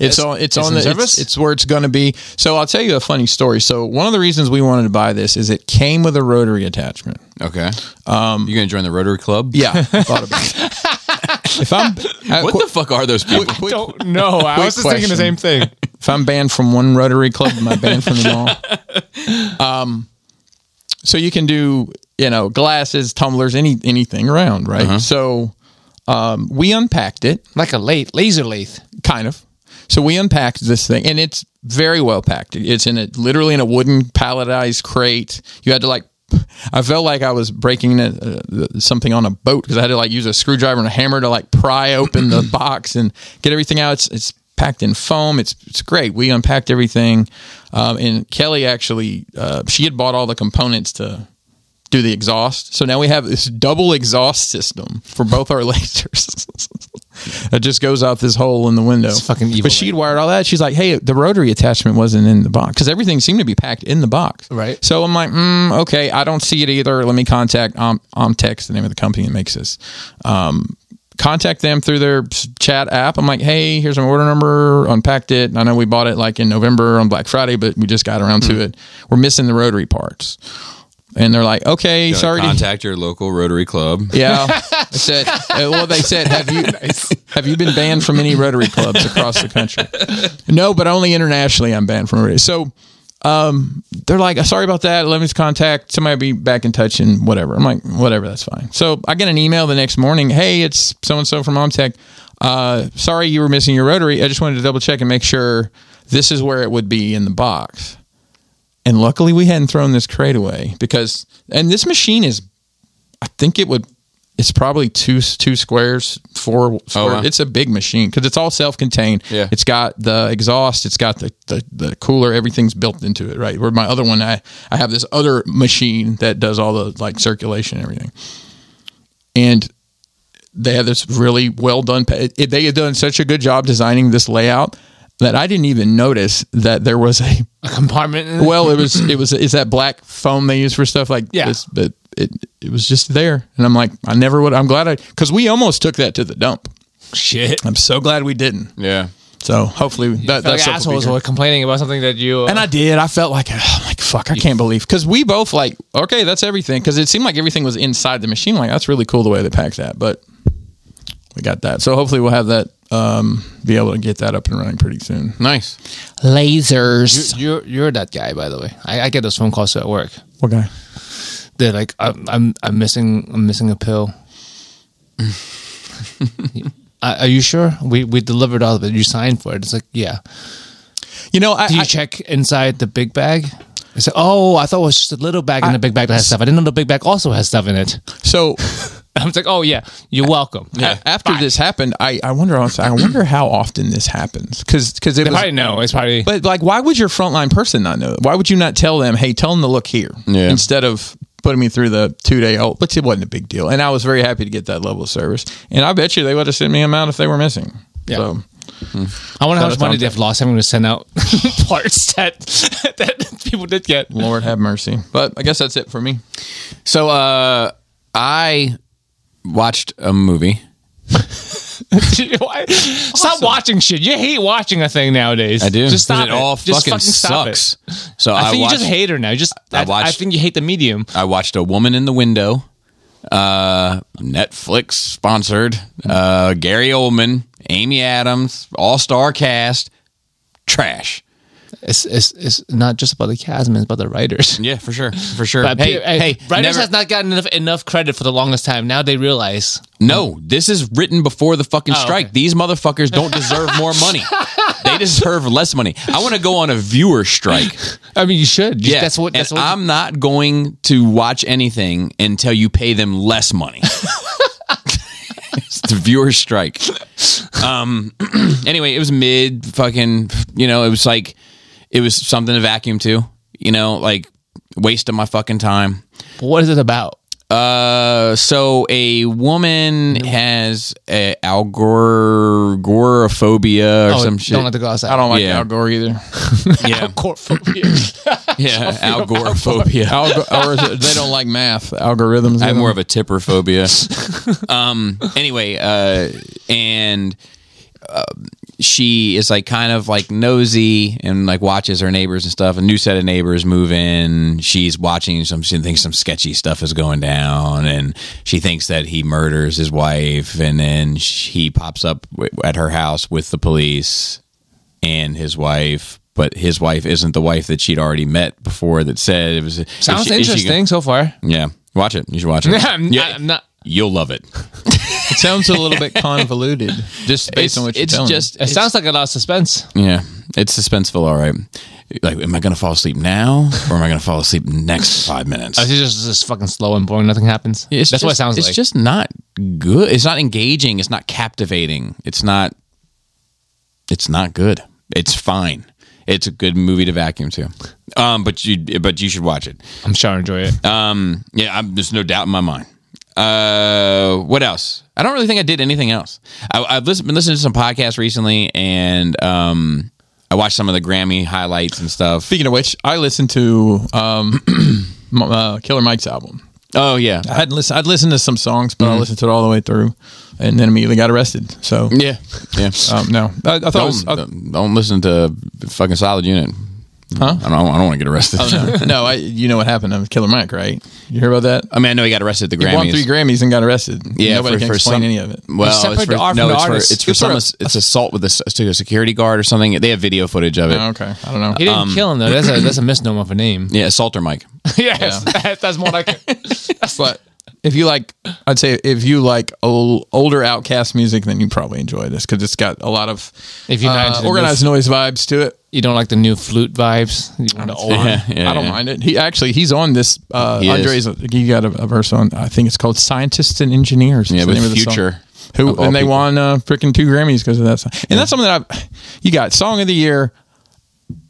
[SPEAKER 1] it's, on. It's,
[SPEAKER 3] it's
[SPEAKER 1] on
[SPEAKER 3] in
[SPEAKER 1] the. It's,
[SPEAKER 3] service?
[SPEAKER 1] it's where it's going to be. So I'll tell you a funny story. So one of the reasons we wanted to buy this is it came with a rotary attachment.
[SPEAKER 2] Okay. you gonna join the Rotary Club?
[SPEAKER 1] Um, Yeah, I thought about it. If I'm I-
[SPEAKER 2] What the fuck are those people?
[SPEAKER 1] quick-
[SPEAKER 3] Don't know. I
[SPEAKER 1] Quick
[SPEAKER 3] was just thinking the
[SPEAKER 1] question.
[SPEAKER 3] same thing.
[SPEAKER 1] if I'm banned from one Rotary Club, am I banned from them all? Um, so you can do you know glasses, tumblers, any anything around, right? So um, we unpacked it.
[SPEAKER 3] Like a lathe, laser lathe.
[SPEAKER 1] kind of. So we unpacked this thing, and it's very well packed. It's in a literally in a wooden palletized crate. You had to like, I felt like I was breaking a, uh, something on a boat because I had to like use a screwdriver and a hammer to like pry open the box and get everything out. It's it's packed in foam. It's it's great. We unpacked everything, um, and Kelly actually uh, she had bought all the components to do the exhaust. So now we have this double exhaust system for both our lasers. that just goes out this hole in the window.
[SPEAKER 3] fucking evil,
[SPEAKER 1] But she'd wired all that. She's like, "Hey, the rotary attachment wasn't in the box because everything seemed to be packed in the box."
[SPEAKER 3] Right.
[SPEAKER 1] So I'm like, mm, "Okay, I don't see it either. Let me contact um, Omtex, the name of the company that makes this." Um, contact them through their s- chat app. I'm like, "Hey, here's my order number. Unpacked it. And I know we bought it like in November on Black Friday, but we just got around to it. We're missing the rotary parts." And they're like, okay, sorry. to-
[SPEAKER 2] Contact your local Rotary Club.
[SPEAKER 1] yeah. I said, uh, well, they said, have you have you been banned from any Rotary clubs across the country? no, but only internationally. I'm banned from Rotary. So um, they're like, sorry about that. Let me just contact somebody. Be back in touch and whatever. I'm like, whatever, that's fine. So I get an email the next morning. Hey, it's so and so from Omtech. Uh, sorry, you were missing your Rotary. I just wanted to double check and make sure this is where it would be in the box. And luckily, we hadn't thrown this crate away because, and this machine is I think it would. It's probably two two squares, four. four-
[SPEAKER 2] Oh, wow.
[SPEAKER 1] It's a big machine because it's all self contained.
[SPEAKER 2] Yeah.
[SPEAKER 1] It's got the exhaust. It's got the, the the cooler. Everything's built into it. Right. Where my other one, I I have this other machine that does all the like circulation and everything. And they had this really well done. pa- It, they had done such a good job designing this layout that I didn't even notice that there was a
[SPEAKER 3] A compartment. In it.
[SPEAKER 1] well, it was it was is that black foam they use for stuff like
[SPEAKER 3] Yeah.
[SPEAKER 1] this, but it it was just there, and I'm like, I never would. I'm glad I because we almost took that to the dump.
[SPEAKER 3] shit.
[SPEAKER 1] I'm so glad we didn't.
[SPEAKER 2] Yeah.
[SPEAKER 1] So hopefully that,
[SPEAKER 3] Like
[SPEAKER 1] that's
[SPEAKER 3] assholes were complaining about something that you.
[SPEAKER 1] And I did. I felt like I'm like fuck. I can't believe because we both like okay, that's everything because it seemed like everything was inside the machine. Like that's really cool the way they packed that, but we got that. So hopefully we'll have that. Um, be able to get that up and running pretty soon.
[SPEAKER 2] Nice.
[SPEAKER 3] You- you're you're that guy, by the way. I, I get those phone calls at work.
[SPEAKER 1] What guy?
[SPEAKER 3] They're like, I'm I'm, I'm missing I'm missing a pill. are, are you sure? We we delivered all of it. You signed for it. It's like, yeah.
[SPEAKER 1] You know, I,
[SPEAKER 3] Do you
[SPEAKER 1] I-
[SPEAKER 3] check inside the big bag? I said, oh, I thought it was just a little bag in the big bag that has stuff. I didn't know the big bag also has stuff in it.
[SPEAKER 1] so
[SPEAKER 3] I was like, oh yeah, you're welcome.
[SPEAKER 1] A- after this happened, I, I wonder honestly, I wonder how often this happens because it
[SPEAKER 3] They
[SPEAKER 1] was.
[SPEAKER 3] probably know. It's probably
[SPEAKER 1] But like, why would your frontline person not know? that? Why would you not tell them, hey, tell them to look here
[SPEAKER 2] Yeah.
[SPEAKER 1] instead of putting me through the two day old? Which it wasn't a big deal, and I was very happy to get that level of service. And I bet you they would have sent me them out if they were missing.
[SPEAKER 3] Yeah.
[SPEAKER 1] So
[SPEAKER 3] I wonder
[SPEAKER 1] Shout
[SPEAKER 3] how much
[SPEAKER 1] out
[SPEAKER 3] money
[SPEAKER 1] to
[SPEAKER 3] they've lost having to send out parts that that people did get.
[SPEAKER 1] Lord have mercy. But I guess that's it for me.
[SPEAKER 2] So uh, I watched a movie.
[SPEAKER 3] Why- Stop watching shit. You hate watching a thing nowadays.
[SPEAKER 2] I do.
[SPEAKER 3] Just stop
[SPEAKER 2] It all
[SPEAKER 3] Just
[SPEAKER 2] fucking,
[SPEAKER 3] stop it.
[SPEAKER 2] sucks. So
[SPEAKER 3] I
[SPEAKER 2] I,
[SPEAKER 3] think
[SPEAKER 2] watched,
[SPEAKER 3] you just hate her now. You Just I, I
[SPEAKER 2] watched-
[SPEAKER 3] think you hate the medium.
[SPEAKER 2] I watched a woman in the window. Uh, Netflix sponsored. Uh, Gary Oldman, Amy Adams, all star cast. Trash.
[SPEAKER 3] It's, it's, it's not just about the Casman, it's about the writers.
[SPEAKER 2] Yeah, for sure, for sure.
[SPEAKER 3] But
[SPEAKER 2] hey,
[SPEAKER 3] pe- hey,
[SPEAKER 2] hey,
[SPEAKER 3] writers
[SPEAKER 2] never-
[SPEAKER 3] has not gotten enough, enough credit for the longest time. Now they realize
[SPEAKER 2] No, this is written before the fucking
[SPEAKER 3] okay.
[SPEAKER 2] strike. These motherfuckers don't deserve more money. They deserve less money. I want to go on a viewer strike.
[SPEAKER 3] I mean, you should. You-
[SPEAKER 2] Yeah,
[SPEAKER 3] that's what. That's
[SPEAKER 2] and
[SPEAKER 3] what.
[SPEAKER 2] I'm not going to watch anything until you pay them less money. a viewer strike. Um, anyway, it was mid fucking. You know, it was like it was something to vacuum to. You know, like waste of my fucking time.
[SPEAKER 3] But what is it about?
[SPEAKER 2] Uh, so a woman has a algor- agoraphobia or
[SPEAKER 3] Oh,
[SPEAKER 2] some shit.
[SPEAKER 3] Don't let the go outside.
[SPEAKER 1] I don't like
[SPEAKER 2] Yeah.
[SPEAKER 1] Al Gore either.
[SPEAKER 2] yeah, yeah, algoraphobia.
[SPEAKER 1] Al Gore, or is it- they don't like math algorithms.
[SPEAKER 2] I have more of a tipper phobia. um. Anyway, uh, and uh, she is like kind of like nosy and like watches her neighbors and stuff. A new set of neighbors move in. She's watching some. She thinks some sketchy stuff is going down, and she thinks that he murders his wife, and then he pops up w- at her house with the police and his wife. But his wife isn't the wife that she'd already met before. That said, it was is
[SPEAKER 3] Sounds
[SPEAKER 2] she- is she go-
[SPEAKER 3] interesting so far.
[SPEAKER 2] yeah, watch it. You should watch it.
[SPEAKER 3] I'm,
[SPEAKER 2] Yeah.
[SPEAKER 3] I'm not.
[SPEAKER 2] You'll love it.
[SPEAKER 1] it sounds a little bit convoluted, just based
[SPEAKER 2] It's,
[SPEAKER 1] on what you're
[SPEAKER 2] it's
[SPEAKER 1] telling me.
[SPEAKER 2] just
[SPEAKER 3] It sounds like a lot of suspense.
[SPEAKER 2] yeah. It's suspenseful, all right. Like, am I gonna fall asleep now, or am I gonna fall asleep in the next five minutes?
[SPEAKER 3] It's just just fucking slow and boring. Nothing happens.
[SPEAKER 2] It's
[SPEAKER 3] That's what it
[SPEAKER 2] just-
[SPEAKER 3] sounds
[SPEAKER 2] it's
[SPEAKER 3] like.
[SPEAKER 2] just not good. It's not engaging. It's not captivating. It's not. It's not good. It's fine. It's a good movie to vacuum to. Um, but you but you should watch it.
[SPEAKER 3] I'm sure I enjoy it.
[SPEAKER 2] Um, yeah, I'm, there's no doubt in my mind. Uh, what else? I don't really think I did anything else. I, I've listen, been listening to some podcasts recently, and um, I watched some of the Grammy highlights and stuff.
[SPEAKER 1] Speaking of which, I listened to um, m- uh, Killer Mike's album.
[SPEAKER 2] Oh yeah,
[SPEAKER 1] I hadn't listened. I'd listened to some songs,
[SPEAKER 2] Mm-hmm.
[SPEAKER 1] but I listened to it all the way through, and then immediately got arrested. So
[SPEAKER 2] yeah, yeah.
[SPEAKER 1] um, no, I, I thought it was,
[SPEAKER 2] Don't,
[SPEAKER 1] I-
[SPEAKER 2] don't listen to fucking Solid Unit.
[SPEAKER 1] Huh? Oh,
[SPEAKER 2] I don't. I don't want to get arrested.
[SPEAKER 1] no, no, I, you know what happened with Killer Mike, right? You hear about that?
[SPEAKER 2] I mean, I know he got arrested at the
[SPEAKER 1] He won
[SPEAKER 2] Grammys.
[SPEAKER 1] three Grammys and got arrested.
[SPEAKER 2] Yeah,
[SPEAKER 1] nobody
[SPEAKER 2] for-
[SPEAKER 1] can
[SPEAKER 2] for
[SPEAKER 1] explain
[SPEAKER 2] some-
[SPEAKER 1] any of it.
[SPEAKER 2] Well,
[SPEAKER 3] separate
[SPEAKER 2] it's for,
[SPEAKER 3] the art
[SPEAKER 2] no,
[SPEAKER 3] from the
[SPEAKER 2] it's for,
[SPEAKER 3] artist.
[SPEAKER 2] it's for
[SPEAKER 1] It's sort
[SPEAKER 2] some.
[SPEAKER 1] of-
[SPEAKER 2] It's assault with a, s- to a security guard or something. They have video footage of it.
[SPEAKER 1] Oh, okay, I don't know.
[SPEAKER 3] he didn't kill him though. That's a that's a misnomer of a name.
[SPEAKER 2] Yeah, assaulter Mike.
[SPEAKER 3] yes, that's, that's more like it.
[SPEAKER 1] Uh, but if you like, I'd say if you like ol older Outcast music, then you probably enjoy this because it's got a lot of
[SPEAKER 3] If you're not
[SPEAKER 1] uh,
[SPEAKER 3] into the
[SPEAKER 1] organized noise vibes to it.
[SPEAKER 3] you don't like the new flute vibes. You want the old one.
[SPEAKER 2] Yeah, yeah,
[SPEAKER 1] I don't
[SPEAKER 2] yeah.
[SPEAKER 1] mind it. He actually he's on this. Uh,
[SPEAKER 2] He is.
[SPEAKER 1] Andre's he got a, a verse on. I think it's called "Scientists and Engineers." is
[SPEAKER 2] Yeah,
[SPEAKER 1] the
[SPEAKER 2] with
[SPEAKER 1] name of the song.
[SPEAKER 2] Future,
[SPEAKER 1] Who
[SPEAKER 2] of all
[SPEAKER 1] and they
[SPEAKER 2] people.
[SPEAKER 1] won uh, freaking two Grammys because of that song. And that's something that I you got song of the year,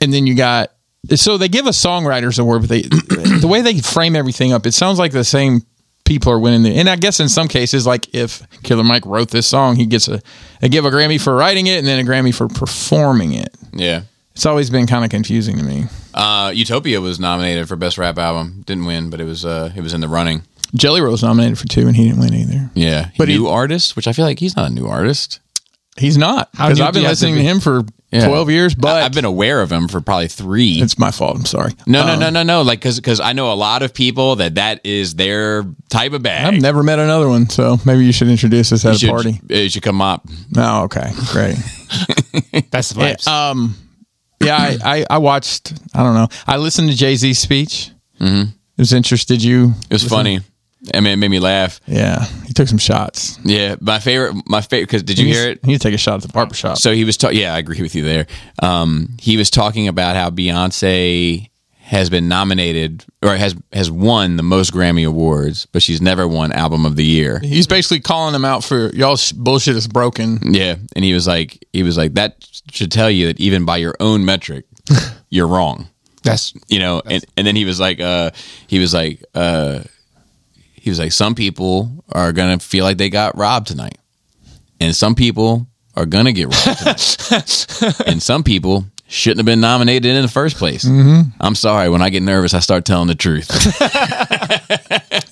[SPEAKER 1] and then you got so they give a songwriters award, but they the way they frame everything up, it sounds like the same people are winning the. And I guess in some cases, like if Killer Mike wrote this song, he gets a they give a Grammy for writing it and then a Grammy for performing it.
[SPEAKER 2] Yeah.
[SPEAKER 1] It's always been kind of confusing to me.
[SPEAKER 2] Uh, Utopia was nominated for best rap album. Didn't win, but it was uh, it was in the running.
[SPEAKER 1] Jelly Roll was nominated for two, and he didn't win either.
[SPEAKER 2] Yeah,
[SPEAKER 1] But he-
[SPEAKER 2] new artist, which I feel like he's not a new artist.
[SPEAKER 1] He's not because
[SPEAKER 3] new
[SPEAKER 1] I've
[SPEAKER 3] do
[SPEAKER 1] been
[SPEAKER 3] you have to
[SPEAKER 1] listening to,
[SPEAKER 3] be?
[SPEAKER 1] him for
[SPEAKER 2] Yeah.
[SPEAKER 1] twelve years.
[SPEAKER 2] I,
[SPEAKER 1] But
[SPEAKER 2] have been aware of him for probably three.
[SPEAKER 1] it's um, my fault. I'm sorry.
[SPEAKER 2] no, no, no, no, no. Like, cause, 'cause I know a lot of people that that is their type of bag.
[SPEAKER 1] I've never met another one, so maybe you should introduce us at
[SPEAKER 2] You
[SPEAKER 1] a
[SPEAKER 2] should,
[SPEAKER 1] party.
[SPEAKER 2] It should come up.
[SPEAKER 1] Oh, okay, great.
[SPEAKER 3] That's the vibes.
[SPEAKER 1] um, yeah, I, I, I watched. I don't know. I listened to Jay Z's speech. Mm-hmm. It was interesting. Did you?
[SPEAKER 2] It was funny. I mean, it made me laugh.
[SPEAKER 1] Yeah, he took some shots.
[SPEAKER 2] Yeah, my favorite, my favorite. Because did you hear it?
[SPEAKER 1] He need to take a shot at the barbershop.
[SPEAKER 2] So he was talking. Yeah, I agree with you there. Um, he was talking about how Beyonce has been nominated or has has won the most Grammy awards, but she's never won Album of the Year.
[SPEAKER 1] He's basically calling him out for y'all sh- bullshit is broken.
[SPEAKER 2] Yeah, and he was like, he was like, that should tell you that even by your own metric, you're wrong.
[SPEAKER 3] that's
[SPEAKER 2] You know, and and then he was like, uh, he was like, uh, he was like, some people are gonna feel like they got robbed tonight, and some people are gonna get robbed tonight, and some people shouldn't have been nominated in the first place.
[SPEAKER 1] Mm-hmm.
[SPEAKER 2] I'm sorry, when I get nervous, I start telling the truth.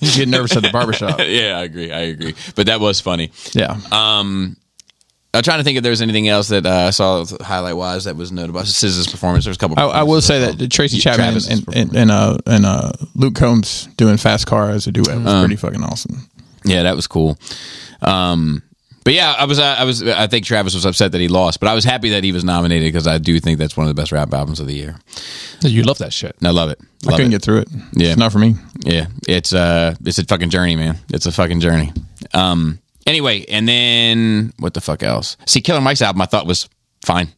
[SPEAKER 1] He's getting nervous at the barbershop.
[SPEAKER 2] yeah, I agree, I agree. But that was funny.
[SPEAKER 1] Yeah,
[SPEAKER 2] I'm trying to think if there was anything else that uh, I saw highlight wise that was notable. SZA's performance. There was a couple.
[SPEAKER 1] I, I will say that Tracy Chapman
[SPEAKER 2] Travis is
[SPEAKER 1] and, and, and uh and uh Luke Combs doing Fast Car as a duet
[SPEAKER 2] Uh-huh.
[SPEAKER 1] was pretty fucking awesome.
[SPEAKER 2] Yeah, that was cool. Um, but yeah, I was, uh, I was, I think Travis was upset that he lost, but I was happy that he was nominated because I do think that's one of the best rap albums of the year.
[SPEAKER 3] you love that shit.
[SPEAKER 2] And I love it.
[SPEAKER 1] I
[SPEAKER 2] Love
[SPEAKER 1] couldn't
[SPEAKER 2] it.
[SPEAKER 1] get through it.
[SPEAKER 2] Yeah.
[SPEAKER 1] it's not for me.
[SPEAKER 2] yeah, it's uh, it's a fucking journey, man. It's a fucking journey. Um, anyway, and then what the fuck else? See, Killer Mike's album I thought was fine.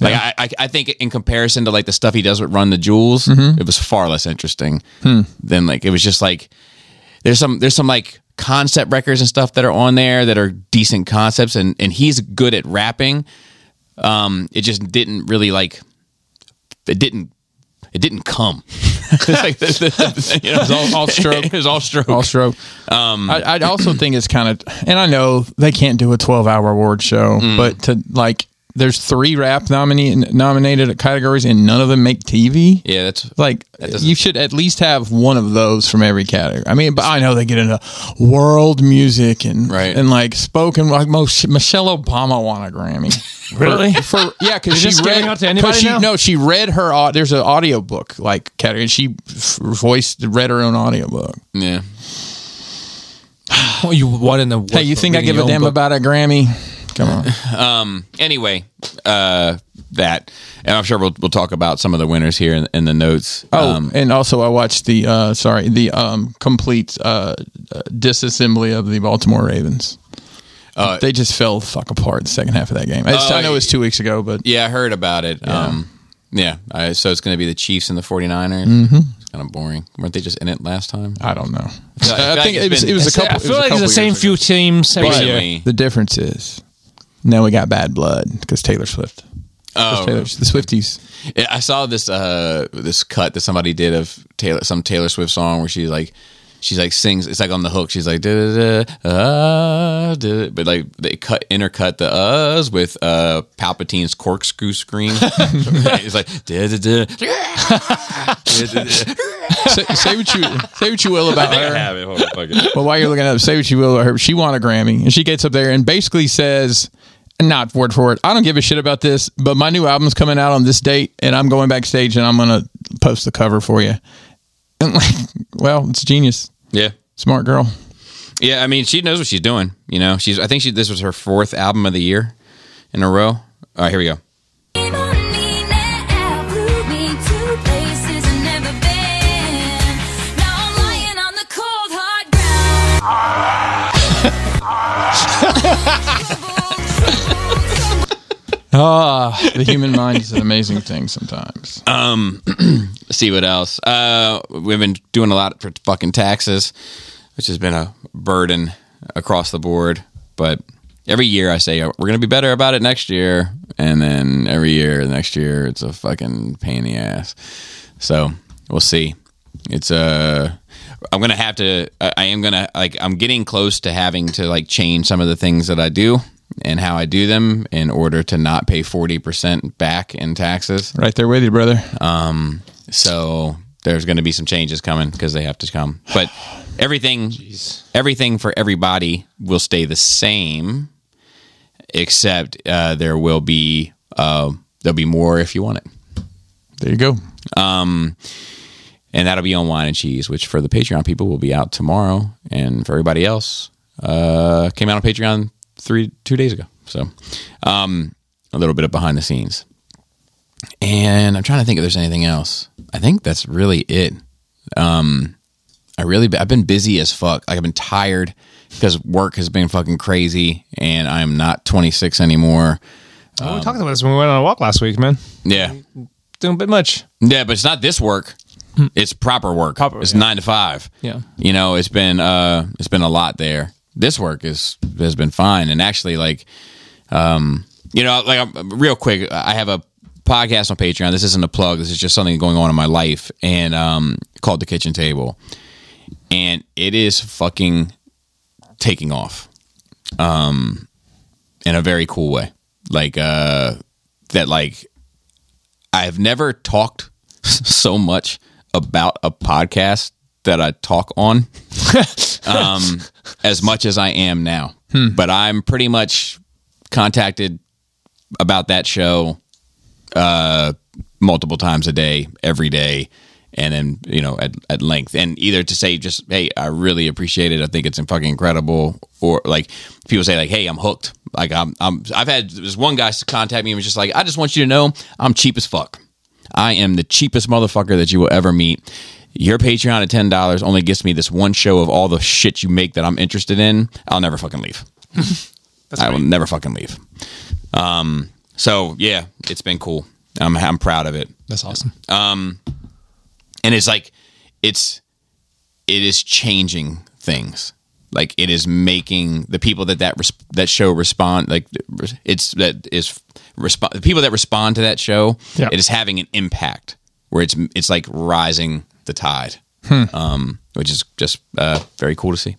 [SPEAKER 2] Like I, I, I think in comparison to like the stuff he does with Run
[SPEAKER 1] Mm-hmm.
[SPEAKER 2] the
[SPEAKER 1] Hmm.
[SPEAKER 2] Jewels, it was far less interesting than like it was just like there's some there's some like concept records and stuff that are on there that are decent concepts, and and he's good at rapping. Um, it just didn't really like. It didn't. It didn't come. It's like the- the- the- you know,
[SPEAKER 1] It's all, all stroke.
[SPEAKER 2] it was all stroke.
[SPEAKER 1] All stroke.
[SPEAKER 2] Um,
[SPEAKER 1] I, I also think it's kind of, and I know they can't do a 12 hour award show,
[SPEAKER 2] Mm.
[SPEAKER 1] but to like, there's three rap nominee, nominated categories and none of them make TV.
[SPEAKER 2] yeah, that's
[SPEAKER 1] Like you should at least have one of those from every category. I mean, but I know they get into world music and
[SPEAKER 2] Right.
[SPEAKER 1] and like spoken like most Michelle Obama won a Grammy.
[SPEAKER 3] Really?
[SPEAKER 1] For, for- yeah, because
[SPEAKER 3] this
[SPEAKER 1] she
[SPEAKER 3] giving
[SPEAKER 1] read
[SPEAKER 3] out to anybody
[SPEAKER 1] 'cause she,
[SPEAKER 3] now?
[SPEAKER 1] No, she read her. au- There's an audiobook like category. and She f- voiced read her own audiobook.
[SPEAKER 2] yeah.
[SPEAKER 3] you won an award.
[SPEAKER 1] Hey, you
[SPEAKER 3] for
[SPEAKER 1] think I
[SPEAKER 3] reading
[SPEAKER 1] give a
[SPEAKER 3] your own
[SPEAKER 1] damn
[SPEAKER 3] book.
[SPEAKER 1] about a Grammy? Come on.
[SPEAKER 2] anyway, uh, that, and I'm sure we'll we'll talk about some of the winners here in, in the notes. Um,
[SPEAKER 1] Oh,
[SPEAKER 3] Um,
[SPEAKER 1] and also I watched the uh, sorry the um, complete uh, uh, disassembly of the Baltimore Ravens.
[SPEAKER 3] Uh,
[SPEAKER 1] they just fell the fuck apart the second half of that game. I, just- I know it was two weeks ago, but
[SPEAKER 2] yeah, I heard about it. Yeah. Um, yeah. I, so it's going to be the Chiefs and the 49ers.
[SPEAKER 1] Mm-hmm.
[SPEAKER 2] It's kind of boring. weren't they just in it last time?
[SPEAKER 1] I don't know.
[SPEAKER 2] feel like- I
[SPEAKER 1] I,
[SPEAKER 2] feel
[SPEAKER 1] think
[SPEAKER 2] like
[SPEAKER 1] it was
[SPEAKER 2] it's
[SPEAKER 1] it was a
[SPEAKER 3] I
[SPEAKER 1] couple.
[SPEAKER 3] feel like it's the same few teams every
[SPEAKER 2] But-
[SPEAKER 3] year.
[SPEAKER 1] The difference is now we got bad blood because Taylor Swift. 'Cause
[SPEAKER 2] Oh.
[SPEAKER 1] Taylor, the Swifties.
[SPEAKER 2] Yeah, I saw this uh, this cut that somebody did of Taylor some Taylor Swift song where she's like. She's like sings. It's like on the hook. She's like da da da uh, da, but like they cut intercut the uhs with uh Palpatine's corkscrew scream. it's like da da da. da, da, da.
[SPEAKER 1] say, say what you say what you will about her.
[SPEAKER 2] have it. Hold on, fuck it.
[SPEAKER 1] Well, while you're looking up, say what you will about her. She won a Grammy, and she gets up there and basically says, not word for word, I don't give a shit about this, but my new album's coming out on this date, and I'm going backstage and I'm gonna post the cover for you. And like, well, it's genius,
[SPEAKER 2] Yeah,
[SPEAKER 1] smart girl.
[SPEAKER 2] yeah. I mean, she knows what she's doing. You know, she's. I think she. This was her fourth album of the year in a row. All right, here we go.
[SPEAKER 1] Ah, the human mind is an amazing thing sometimes.
[SPEAKER 2] Let's see what else. Uh, we've been doing a lot for fucking taxes, which has been a burden across the board. But every year I say we're gonna be better about it next year, and then every year the next year it's a fucking pain in the ass. So we'll see. It's Uh, I'm gonna have to. I I am gonna like. I'm getting close to having to like change some of the things that I do and how I do them in order to not pay forty percent back in taxes.
[SPEAKER 1] Right there with you, brother.
[SPEAKER 2] So there's going to be some changes coming because they have to come. But everything, everything for everybody will stay the same, except uh, there will be uh, there'll be more if you want it,
[SPEAKER 1] There you go.
[SPEAKER 2] and that'll be on wine and cheese, which for the Patreon people will be out tomorrow, and for everybody else, uh, came out on Patreon three two days ago. So um, a little bit of behind the scenes, and I'm trying to think if there's anything else. I think that's really it. Um, I really I've been busy as fuck. Like I've been tired because work has been fucking crazy, and I'm not 26 anymore.
[SPEAKER 3] we talked about this when we went on a walk last week, man.
[SPEAKER 2] Yeah,
[SPEAKER 3] Um, Doing a bit much.
[SPEAKER 2] yeah, but it's not this work. It's proper work.
[SPEAKER 3] Proper,
[SPEAKER 2] it's
[SPEAKER 3] yeah.
[SPEAKER 2] nine to five.
[SPEAKER 3] Yeah.
[SPEAKER 2] you know, it's been uh, it's been a lot there. This work is has been fine, and actually, like, um, you know, like I'm, real quick, I have a podcast on Patreon. This isn't a plug. This is just something going on in my life, and um, called the Kitchen Table, and it is fucking taking off. um, in a very cool way. Like uh that like I've never talked so much about a podcast that I talk on um as much as I am now. But I'm pretty much contacted about that show multiple times a day, every day, and then you know at, at length. And either to say just hey, I really appreciate it. I think it's fucking incredible, or like people say like hey, I'm hooked. Like I'm, I'm I've had this one guy contact me and was just like I just want you to know I'm cheap as fuck. I am the cheapest motherfucker that you will ever meet. Your Patreon at ten dollars only gets me this one show of all the shit you make that I'm interested in. I'll never fucking leave. I will never fucking leave. Um, so yeah, it's been cool. I'm I'm proud of it
[SPEAKER 3] That's awesome.
[SPEAKER 2] and it's like it's it is changing things like it is making the people that that res- that show respond like it's that is respond the people that respond to that show
[SPEAKER 3] Yeah.
[SPEAKER 2] it is having an impact where it's it's like rising the tide
[SPEAKER 3] Hmm.
[SPEAKER 2] um which is just uh very cool to see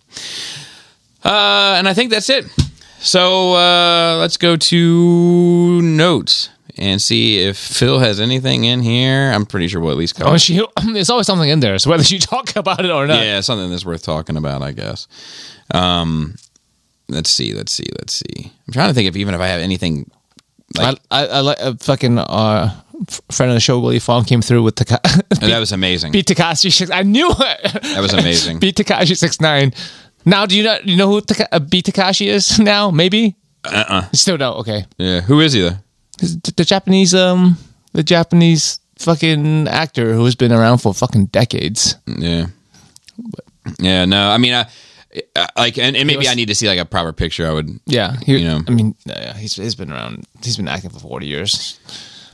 [SPEAKER 2] uh and i think that's it so uh let's go to notes and see if phil has anything in here i'm pretty sure we'll at least cover
[SPEAKER 3] Oh, she, there's always something in there. So whether you talk about it or not,
[SPEAKER 2] yeah, something that's worth talking about, I guess. Um, let's see, let's see, let's see. I'm trying to think if even if I have anything. Like,
[SPEAKER 3] I, I, I like a fucking uh, f- friend of the show, Willie Fong, came through with Taka-
[SPEAKER 2] Oh, that was amazing.
[SPEAKER 3] beat Takashi six. I knew it.
[SPEAKER 2] that was amazing.
[SPEAKER 3] beat Takashi six nine. Now, do you not you know who Taka- uh, beat Takashi is now? Maybe. Uh.
[SPEAKER 2] Uh-uh.
[SPEAKER 3] uh Still no. Okay.
[SPEAKER 2] yeah, who is he though?
[SPEAKER 3] He's th- The Japanese um the Japanese fucking actor who has been around for fucking decades.
[SPEAKER 2] Yeah, yeah. No, I mean, I, I like, and, and maybe
[SPEAKER 3] was-
[SPEAKER 2] I need to see like a proper picture. I would.
[SPEAKER 3] Yeah. He,
[SPEAKER 2] You know.
[SPEAKER 3] I mean, uh, yeah, he's he's been around. He's been acting for forty years.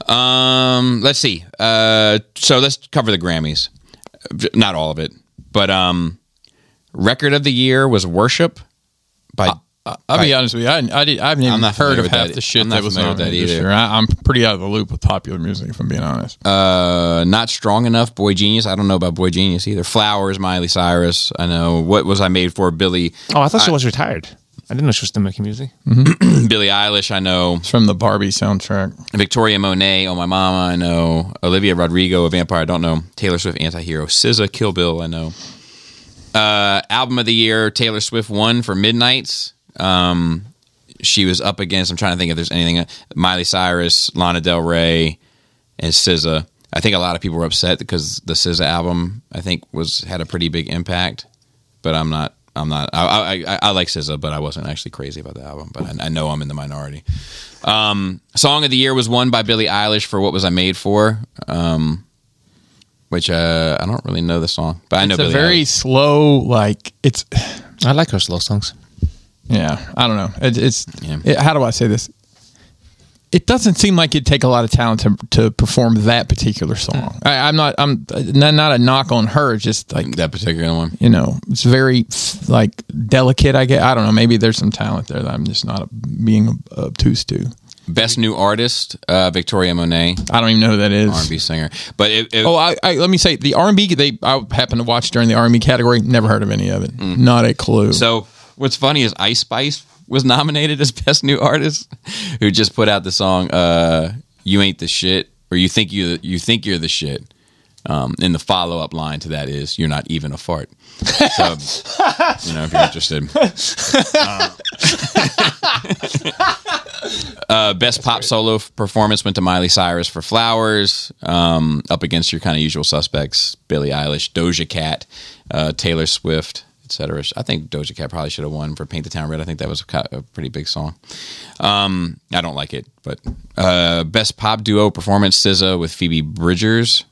[SPEAKER 2] Um, let's see. Uh, so let's cover the Grammys. Not all of it, but um, record of the year was "Worship" by
[SPEAKER 1] I'll be honest with you. I, I, did, I haven't even
[SPEAKER 2] not
[SPEAKER 1] heard
[SPEAKER 2] familiar
[SPEAKER 1] of
[SPEAKER 2] with
[SPEAKER 1] half
[SPEAKER 2] that.
[SPEAKER 1] the shit
[SPEAKER 2] I'm not
[SPEAKER 1] that was
[SPEAKER 2] familiar
[SPEAKER 1] on
[SPEAKER 2] with
[SPEAKER 1] that
[SPEAKER 2] that
[SPEAKER 1] this
[SPEAKER 2] either.
[SPEAKER 1] year. I, I'm pretty out of the loop with popular music, if I'm being honest.
[SPEAKER 2] Uh, not strong enough. Boy Genius. I don't know about Boy Genius either. Flowers. Miley Cyrus. I know. What was I made for? Billy.
[SPEAKER 3] Oh, I thought she was retired. I didn't know she was still making music.
[SPEAKER 2] Billie Eilish. I know.
[SPEAKER 1] it's from the Barbie soundtrack.
[SPEAKER 2] Victoria Monet. Oh my mama. I know. Olivia Rodrigo. A vampire. I don't know. Taylor Swift. Antihero. SZA. Kill Bill. I know. Uh, album of the year. Taylor Swift won for Midnight's. Um, she was up against. I'm trying to think if there's anything. Miley Cyrus. Lana Del Rey. and SZA. I think a lot of people were upset because the SZA album I think was had a pretty big impact, but I'm not. I'm not. I I, I, I like SZA, but I wasn't actually crazy about the album. But I, I know I'm in the minority. Um, Song of the year was won by Billie Eilish for "What Was I Made For," um, which uh, I don't really know the song, but I know
[SPEAKER 1] It's a
[SPEAKER 2] Billie
[SPEAKER 1] very
[SPEAKER 2] Eilish.
[SPEAKER 1] slow, like it's.
[SPEAKER 3] I like her slow songs.
[SPEAKER 1] Yeah, I don't know. It, it's
[SPEAKER 2] Yeah.
[SPEAKER 1] it, how do I say this? It doesn't seem like it'd take a lot of talent to to perform that particular song. I, I'm not. I'm not, not a knock on her. it's Just like
[SPEAKER 2] that particular one.
[SPEAKER 1] you know, it's very like delicate. I get. I don't know. Maybe there's some talent there that I'm just not being obtuse to.
[SPEAKER 2] Best new artist, uh, Victoria Monet,
[SPEAKER 1] I don't even know who that is.
[SPEAKER 2] R&B singer. But it, it,
[SPEAKER 1] Oh, I, I let me say the R&B. They I happened to watch during the R&B category. Never heard of any of it. Not a clue.
[SPEAKER 2] Mm. So what's funny is Ice Spice was nominated as best new artist, who just put out the song uh, "You Ain't the Shit" or "You Think You You Think You're the Shit." Um, and the follow up line to that is "You're not even a fart." So, you know, if you're interested. Uh, uh, best pop solo f- performance went to Miley Cyrus for "Flowers," um, up against your kind of usual suspects: Billie Eilish, Doja Cat, uh, Taylor Swift, etc. I think Doja Cat probably should have won for "Paint the Town Red." I think that was a, co- a pretty big song. Um, I don't like it, but uh, best pop duo performance: SZA with Phoebe Bridgers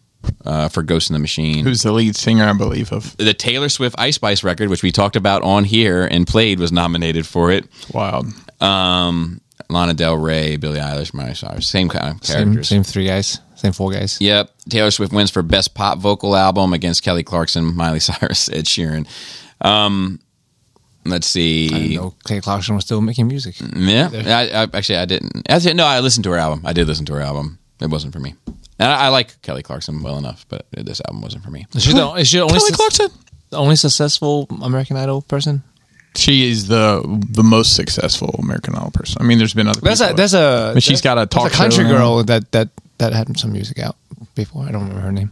[SPEAKER 2] uh, for "Ghost in the Machine."
[SPEAKER 1] who's the lead singer? I believe of
[SPEAKER 2] the Taylor Swift Ice Spice record, which we talked about on here and played, was nominated for it.
[SPEAKER 1] Wild.
[SPEAKER 2] Um, Lana Del Rey, Billie Eilish, Miley Cyrus, same kind of
[SPEAKER 3] Same,
[SPEAKER 2] characters.
[SPEAKER 3] same three guys. Same four guys.
[SPEAKER 2] Yep. Taylor Swift wins for best pop vocal album against Kelly Clarkson, Miley Cyrus, Ed Sheeran. Um, let's see.
[SPEAKER 3] No, Clay Clarkson was still making music.
[SPEAKER 2] Yeah, I, I, actually, I didn't. Actually, no, I listened to her album. I did listen to her album. It wasn't for me. And I, I like Kelly Clarkson well enough, but this album wasn't for me.
[SPEAKER 3] Is she the, is she the only,
[SPEAKER 1] Kelly
[SPEAKER 3] sus-
[SPEAKER 1] Clarkson.
[SPEAKER 3] the only successful American Idol person?
[SPEAKER 1] She is the the most successful American Idol person. I mean, there's been other.
[SPEAKER 3] That's a
[SPEAKER 1] people.
[SPEAKER 3] that's a.
[SPEAKER 1] But she's got a
[SPEAKER 3] that's
[SPEAKER 1] talk show
[SPEAKER 3] country
[SPEAKER 1] now.
[SPEAKER 3] girl that that that had some music out before. I don't remember her name.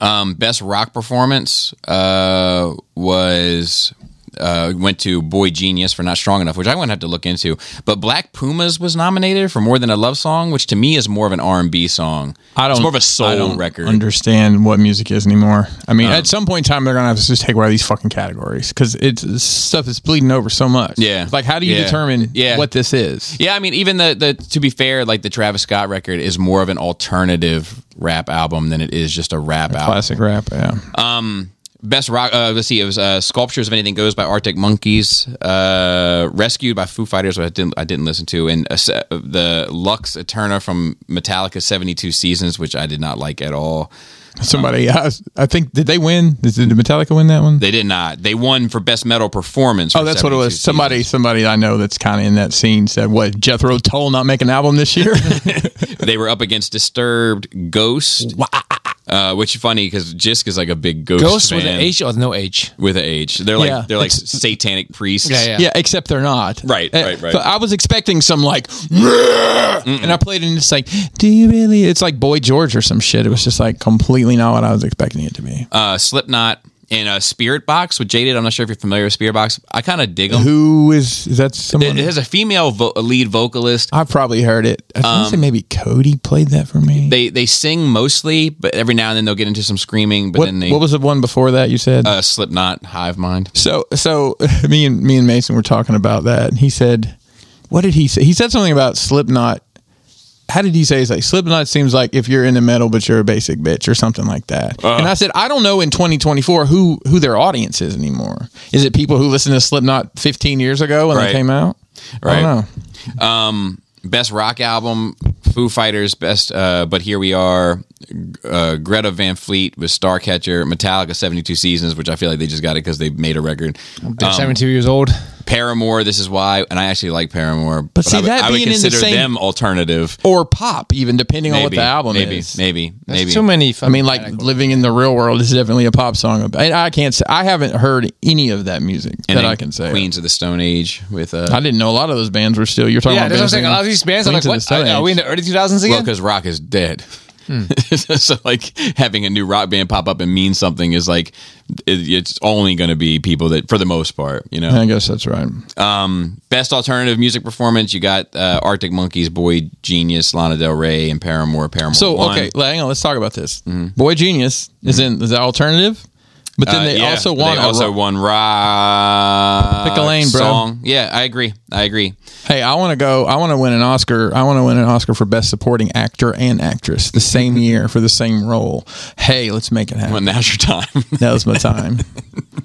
[SPEAKER 2] Um, best rock performance uh, was uh, went to Boy Genius for Not Strong Enough, which I wouldn't have to look into. But Black Pumas was nominated for More Than a Love Song, which to me is more of an R and B song.
[SPEAKER 1] I don't.
[SPEAKER 2] It's more of a soul
[SPEAKER 1] I don't
[SPEAKER 2] record. Um,
[SPEAKER 1] Understand what music is anymore? I mean, at some point in time, they're gonna have to just take one of these fucking categories because it's this stuff is bleeding over so much.
[SPEAKER 2] Yeah.
[SPEAKER 1] Like, how do you
[SPEAKER 2] Yeah.
[SPEAKER 1] determine
[SPEAKER 2] Yeah.
[SPEAKER 1] what this is?
[SPEAKER 2] yeah, I mean, even the, the to be fair, like the Travis Scott record is more of an alternative rap album than it is just a rap album.
[SPEAKER 1] Classic rap.
[SPEAKER 2] Uh,
[SPEAKER 1] Yeah.
[SPEAKER 2] Best rock. Uh, let's see. It was uh, "Sculptures of Anything Goes" by Arctic Monkeys, uh, "Rescued" by Foo Fighters, which I didn't I didn't listen to, and uh, se- the Lux Eterna from Metallica, seventy two seasons, which I did not like at all.
[SPEAKER 1] Somebody, I, was- I think, did they win? Did did Metallica win that one?
[SPEAKER 2] They did not. They won for best metal performance.
[SPEAKER 1] Oh,
[SPEAKER 2] for
[SPEAKER 1] that's what it
[SPEAKER 2] 72
[SPEAKER 1] was.
[SPEAKER 2] seasons.
[SPEAKER 1] Somebody, somebody I know that's kind of in that scene said, "What Jethro Tull not make an album this year?"
[SPEAKER 2] They were up against Disturbed, Ghost, uh, which is funny because Jisk is like a big Ghost,
[SPEAKER 3] Ghost
[SPEAKER 2] fan
[SPEAKER 3] with an H or no H?
[SPEAKER 2] with an H. They're like
[SPEAKER 1] Yeah.
[SPEAKER 2] they're like
[SPEAKER 1] It's-
[SPEAKER 2] satanic priests.
[SPEAKER 3] Yeah, yeah.
[SPEAKER 1] yeah, except they're not.
[SPEAKER 2] Right,
[SPEAKER 1] Uh,
[SPEAKER 2] right, right.
[SPEAKER 1] so I was expecting some like, and I played it and it's like, "Do you really?" It's like Boy George or some shit. It was just like completely not what I was expecting it to be.
[SPEAKER 2] Uh, Slipknot and uh, Spirit Box with Jaded. I'm not sure if you're familiar with Spirit Box. I kind of dig them.
[SPEAKER 1] Who is is that?
[SPEAKER 2] It
[SPEAKER 1] Someone
[SPEAKER 2] it has a female vo- lead vocalist.
[SPEAKER 1] I've probably heard it. I want to say maybe Cody played that for me.
[SPEAKER 2] They they sing mostly, but every now and then they'll get into some screaming. But
[SPEAKER 1] what,
[SPEAKER 2] then they
[SPEAKER 1] what was the one before that you said?
[SPEAKER 2] uh, Slipknot, Hive Mind.
[SPEAKER 1] So so me and me and Mason were talking about that, and he said, "What did he say?" He said something about Slipknot. How did he say? It's like Slipknot seems like if you're into metal, but you're a basic bitch or something like that.
[SPEAKER 2] Uh-huh.
[SPEAKER 1] and I said, I don't know in 2024 who who their audience is anymore. Is it people who listened to Slipknot 15 years ago when
[SPEAKER 2] Right.
[SPEAKER 1] they came out? I don't
[SPEAKER 2] Right.
[SPEAKER 1] know.
[SPEAKER 2] Best rock album, Foo Fighters. Best, uh, but here we are. Uh, Greta Van Fleet with Starcatcher, Metallica, seventy two seasons, which I feel like they just got it because they made a record.
[SPEAKER 3] They're 72 years old.
[SPEAKER 2] Paramore, this is why, and I actually like Paramore, but,
[SPEAKER 1] see,
[SPEAKER 2] I would,
[SPEAKER 1] that
[SPEAKER 2] I would
[SPEAKER 1] being in the
[SPEAKER 2] consider
[SPEAKER 1] same-
[SPEAKER 2] them alternative.
[SPEAKER 1] Or pop, even depending on what
[SPEAKER 2] Maybe
[SPEAKER 1] the album
[SPEAKER 2] maybe,
[SPEAKER 1] is.
[SPEAKER 2] maybe, maybe.
[SPEAKER 3] Too many.
[SPEAKER 1] I mean, like living in the real world is definitely a pop song. I, I can't say I haven't heard any of that music
[SPEAKER 2] And
[SPEAKER 1] that
[SPEAKER 2] then
[SPEAKER 1] I can say.
[SPEAKER 2] Queens of the Stone Age with uh,
[SPEAKER 1] I didn't know a lot of those bands were still. You're talking
[SPEAKER 3] Yeah,
[SPEAKER 1] about
[SPEAKER 3] that's what
[SPEAKER 1] bands
[SPEAKER 3] I'm saying. A
[SPEAKER 1] in-
[SPEAKER 3] lot of these bands are like,
[SPEAKER 1] Queens of
[SPEAKER 3] what?
[SPEAKER 1] the Stone
[SPEAKER 3] Are, are we in
[SPEAKER 1] Age.
[SPEAKER 3] the early 2000s
[SPEAKER 2] well,
[SPEAKER 3] again?
[SPEAKER 2] because rock is dead.
[SPEAKER 1] Hmm.
[SPEAKER 2] so like having a new rock band pop up and mean something is like it, it's only going to be people that for the most part you know
[SPEAKER 1] I guess that's right.
[SPEAKER 2] best alternative music performance you got uh, Arctic Monkeys Boy Genius Lana Del Rey and Paramore Paramore
[SPEAKER 1] So
[SPEAKER 2] won.
[SPEAKER 1] okay, like, hang on. Let's talk about this.
[SPEAKER 3] Mm-hmm.
[SPEAKER 1] Boy Genius is in is the alternative, but then
[SPEAKER 2] Uh,
[SPEAKER 1] they
[SPEAKER 2] yeah,
[SPEAKER 1] also won.
[SPEAKER 2] They
[SPEAKER 1] a
[SPEAKER 2] also
[SPEAKER 1] ro-
[SPEAKER 2] won rock.
[SPEAKER 1] Pick a lane, bro.
[SPEAKER 2] Song. Yeah, I agree. I agree.
[SPEAKER 1] hey, I want to go. I want to win an Oscar. I want to win an Oscar for best supporting actor and actress the same year for the same role. Hey, let's make it
[SPEAKER 2] Well,
[SPEAKER 1] happen.
[SPEAKER 2] now's your time.
[SPEAKER 1] Now's my time.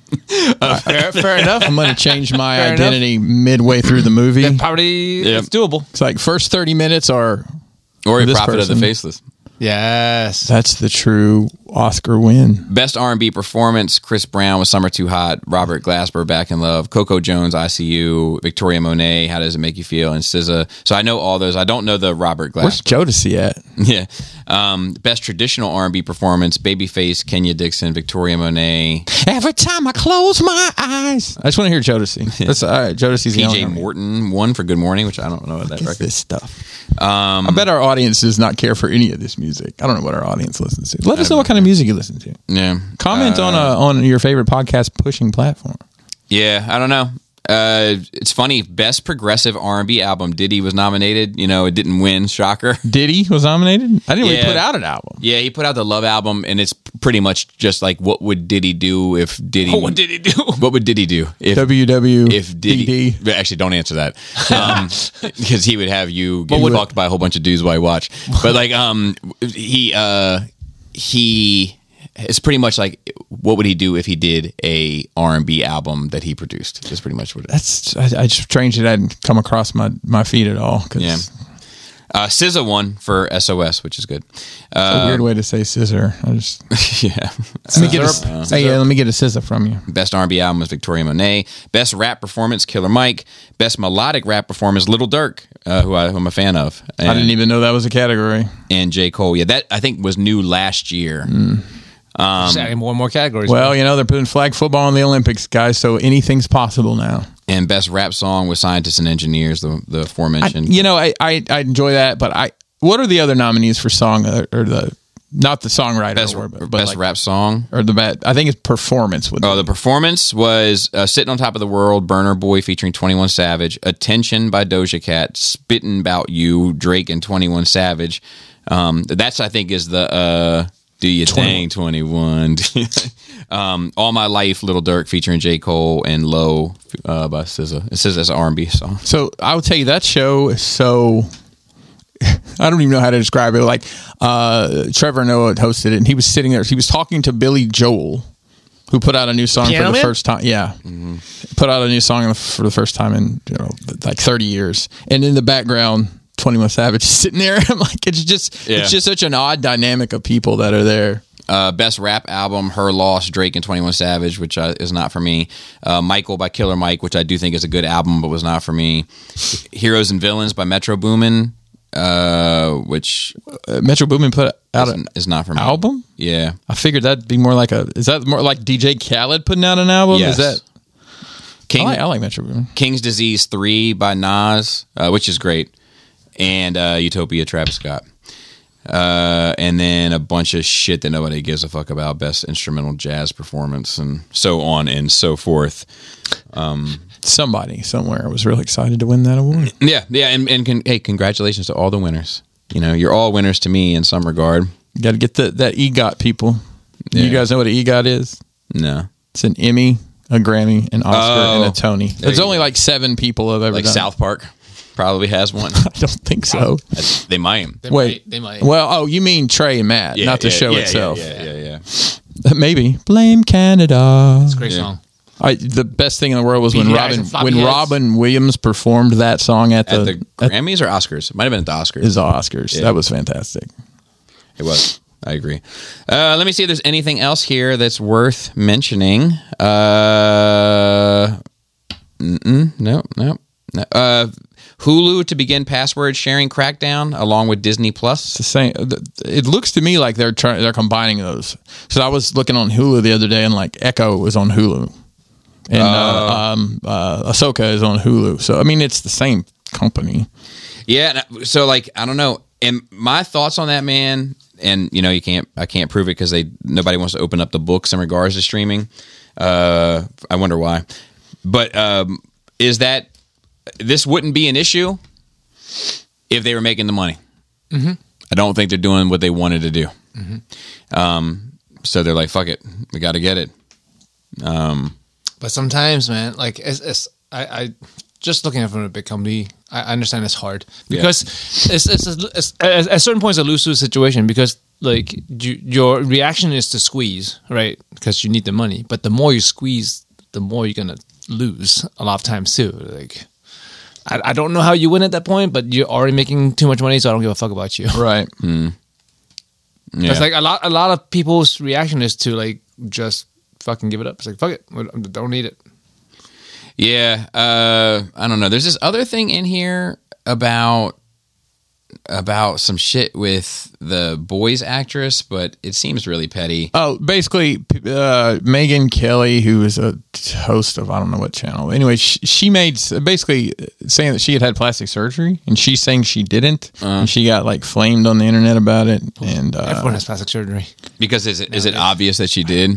[SPEAKER 3] fair, fair enough.
[SPEAKER 1] I'm going to change my
[SPEAKER 3] Fair enough.
[SPEAKER 1] identity midway through the movie.
[SPEAKER 3] Um, Probably
[SPEAKER 2] Yeah.
[SPEAKER 3] it's doable.
[SPEAKER 1] It's like first 30 minutes are
[SPEAKER 2] or a
[SPEAKER 1] This
[SPEAKER 2] prophet of the
[SPEAKER 1] person.
[SPEAKER 2] faceless.
[SPEAKER 3] Yes.
[SPEAKER 1] that's the true Oscar win.
[SPEAKER 2] Best R and B performance: Chris Brown with "Summer Too Hot," Robert Glasper "Back in Love," Coco Jones "ICU," Victoria Monet "How Does It Make You Feel," and SZA. So I know all those. I don't know the Robert
[SPEAKER 1] Where's
[SPEAKER 2] Glasper.
[SPEAKER 1] Jodeci at?
[SPEAKER 2] yeah. Um, best traditional R and B performance: Babyface, Kenya Dixon, Victoria Monet,
[SPEAKER 1] Every time I close my eyes, I just want to hear Jodeci. That's all right. Jodeci's the only
[SPEAKER 2] PJ
[SPEAKER 1] one.
[SPEAKER 2] Morton. One for "Good Morning," which I don't know what that
[SPEAKER 1] It's
[SPEAKER 2] record.
[SPEAKER 1] this stuff. I bet our audience does not care for any of this music. I don't know what our audience listens to. Let us know what kind of music you listen to.
[SPEAKER 2] Yeah.
[SPEAKER 1] Comment on uh, on your favorite podcast pushing platform.
[SPEAKER 2] Yeah, I don't know. Uh, it's funny. Best progressive R and B album. Diddy was nominated. You know, it didn't win. Shocker.
[SPEAKER 1] Diddy was nominated. I didn't
[SPEAKER 2] Yeah.
[SPEAKER 1] really put out an album.
[SPEAKER 2] Yeah, he put out the Love album, and it's pretty much just like what would Diddy do if Diddy? What would Diddy do? What would Diddy do if
[SPEAKER 1] WW
[SPEAKER 2] if Diddy?
[SPEAKER 1] DD.
[SPEAKER 2] Actually, don't answer that because he would have you get fucked by a whole bunch of dudes while you watch. But like, um, he uh, he it's pretty much like what would he do if he did a R and B album that he produced? That's pretty much what it is.
[SPEAKER 1] That's I, I just strange that I didn't come across my my feed at all. 'cause
[SPEAKER 2] Yeah.
[SPEAKER 1] it's
[SPEAKER 2] Uh, SZA won for SOS, which is good.
[SPEAKER 1] a
[SPEAKER 2] Uh,
[SPEAKER 1] weird way to say scissor. I just
[SPEAKER 2] yeah.
[SPEAKER 1] let me get a, hey, yeah, let me get a scissor from you.
[SPEAKER 2] Best R&B album was Victoria Monet. Best rap performance, Killer Mike. Best melodic rap performance, Little Dirk, uh, who, I, who I'm a fan of. And,
[SPEAKER 1] I didn't even know that was a category.
[SPEAKER 2] and J. Cole. Yeah, that I think was new last year.
[SPEAKER 1] Mm.
[SPEAKER 3] Just adding more and more categories.
[SPEAKER 1] Well, you know they're putting flag football in the Olympics, guys. So anything's possible now.
[SPEAKER 2] And best rap song with Scientists and Engineers, the, the aforementioned.
[SPEAKER 1] you know, I, I I enjoy that, but I what are the other nominees for song uh, or the not the songwriter
[SPEAKER 2] best
[SPEAKER 1] award, but, but
[SPEAKER 2] best
[SPEAKER 1] like-
[SPEAKER 2] rap song.
[SPEAKER 1] or the bad? I think it's performance with
[SPEAKER 2] Oh, the performance was uh, "Sitting on Top of the World," "Burner Boy" featuring Twenty One Savage, "Attention" by Doja Cat, "Spitting About You," Drake and Twenty One Savage. Um, that's I think is the uh, "Do You Thing" Twenty One. um, "All My Life," Little Dirk featuring J Cole and "Low" uh, by SZA. It says that's an R and B song.
[SPEAKER 1] So I will tell you that show is so. I don't even know how to describe it. Like uh, Trevor Noah hosted it, and he was sitting there. He was talking to Billy Joel, who put out a new song
[SPEAKER 3] Piano
[SPEAKER 1] for the
[SPEAKER 3] Man?
[SPEAKER 1] first time. Yeah,
[SPEAKER 2] Mm-hmm.
[SPEAKER 1] put out a new song for the first time in you know like thirty years. And in the background, Twenty One Savage is sitting there. I'm like, it's just
[SPEAKER 2] Yeah.
[SPEAKER 1] it's just such an odd dynamic of people that are there.
[SPEAKER 2] Uh, best rap album, Her Loss, Drake and 21 Savage, which uh, is not for me. Uh, Michael by Killer Mike, which I do think is a good album, but was not for me. Heroes and Villains by Metro Boomin, uh, which
[SPEAKER 1] Uh, Metro Boomin put out an
[SPEAKER 2] is, is not for me.
[SPEAKER 1] album.
[SPEAKER 2] Yeah.
[SPEAKER 1] I figured that'd be more like a. Is that more like DJ Khaled putting out an album?
[SPEAKER 2] Yes.
[SPEAKER 1] Is that? I
[SPEAKER 2] King,
[SPEAKER 1] like, I like Metro Boomin.
[SPEAKER 2] King's Disease 3 by Nas, uh, which is great, and uh, Utopia Travis Scott. Uh, and then a bunch of shit that nobody gives a fuck about best instrumental jazz performance and so on and so forth.
[SPEAKER 1] Somebody somewhere was really excited to win that award.
[SPEAKER 2] Yeah, yeah, and, and con- hey, congratulations to all the winners. You know, you're all winners to me in some regard.
[SPEAKER 1] Got to get the, that EGOT people.
[SPEAKER 2] Yeah.
[SPEAKER 1] You guys know what an EGOT is?
[SPEAKER 2] No.
[SPEAKER 1] It's an Emmy, a Grammy, an Oscar,
[SPEAKER 2] Oh.
[SPEAKER 1] and a Tony. There's
[SPEAKER 2] you
[SPEAKER 1] only like seven people I've ever
[SPEAKER 2] Like
[SPEAKER 1] done.
[SPEAKER 2] South Park probably has one.
[SPEAKER 1] I don't think so.
[SPEAKER 2] they might.
[SPEAKER 3] They
[SPEAKER 1] Wait,
[SPEAKER 3] might, they might.
[SPEAKER 1] Well, oh, you mean Trey and Matt,
[SPEAKER 2] Yeah,
[SPEAKER 1] not the
[SPEAKER 2] yeah,
[SPEAKER 1] show
[SPEAKER 2] yeah,
[SPEAKER 1] itself.
[SPEAKER 2] Yeah, yeah, yeah.
[SPEAKER 1] Maybe blame Canada.
[SPEAKER 3] It's a great
[SPEAKER 2] Yeah.
[SPEAKER 3] song.
[SPEAKER 1] I, the best thing in the world was when
[SPEAKER 3] Beady eyes
[SPEAKER 1] Robin
[SPEAKER 3] and floppy
[SPEAKER 1] when
[SPEAKER 3] heads.
[SPEAKER 1] Robin Williams performed that song at
[SPEAKER 2] At
[SPEAKER 1] the,
[SPEAKER 2] the
[SPEAKER 1] at
[SPEAKER 2] Grammys or Oscars? It might have been at the Oscars.
[SPEAKER 1] his Oscars.
[SPEAKER 2] Yeah.
[SPEAKER 1] That was fantastic.
[SPEAKER 2] It was. I agree. Uh, let me see if there's anything else here that's worth mentioning. Uh, mm-mm, no, no. no. Uh, Hulu to begin password sharing crackdown along with Disney Plus.
[SPEAKER 1] the same. th- It looks to me like they're trying they're combining those. So I was looking on Hulu the other day, and like Echo was on Hulu, and uh, um, uh, Ahsoka is on Hulu. So I mean, it's the same company.
[SPEAKER 2] Yeah. and I- So like, I don't know. And my thoughts on that, man. And you know, you can't. I can't prove it because they nobody wants to open up the books in regards to streaming. Uh, I wonder why. But um, is that this wouldn't be an issue if they were making the money? I don't think they're doing what they wanted to do. Um, so they're like, "Fuck it, we got to get it."
[SPEAKER 3] But sometimes, man, like it's, it's I, I just looking at it from a big company, I I understand it's hard because it's, it's, it's, at, at certain points a lose lose situation because like you, your reaction is to squeeze, right? Because you need the money, but the more you squeeze, the more you're gonna lose a lot of times too. Like I, I don't know how you win at that point, but you're already making too much money, so I don't give a fuck about you.
[SPEAKER 1] Right.
[SPEAKER 2] Yeah.
[SPEAKER 3] It's like a lot a lot of people's reaction is to like just fucking give it up. It's like fuck it, we don't- don't need it.
[SPEAKER 2] Yeah, uh, I don't know. There's this other thing in here about about some shit with the boys actress, but it seems really petty.
[SPEAKER 1] Oh, basically, p- uh, Megan Kelly, who is a host of I don't know what channel. Anyway, she, she made s- basically uh, saying that she had had plastic surgery, and she's saying she didn't, and she got like flamed on the internet about it. And uh,
[SPEAKER 3] Everyone has plastic surgery.
[SPEAKER 2] Because is it is it obvious that she did?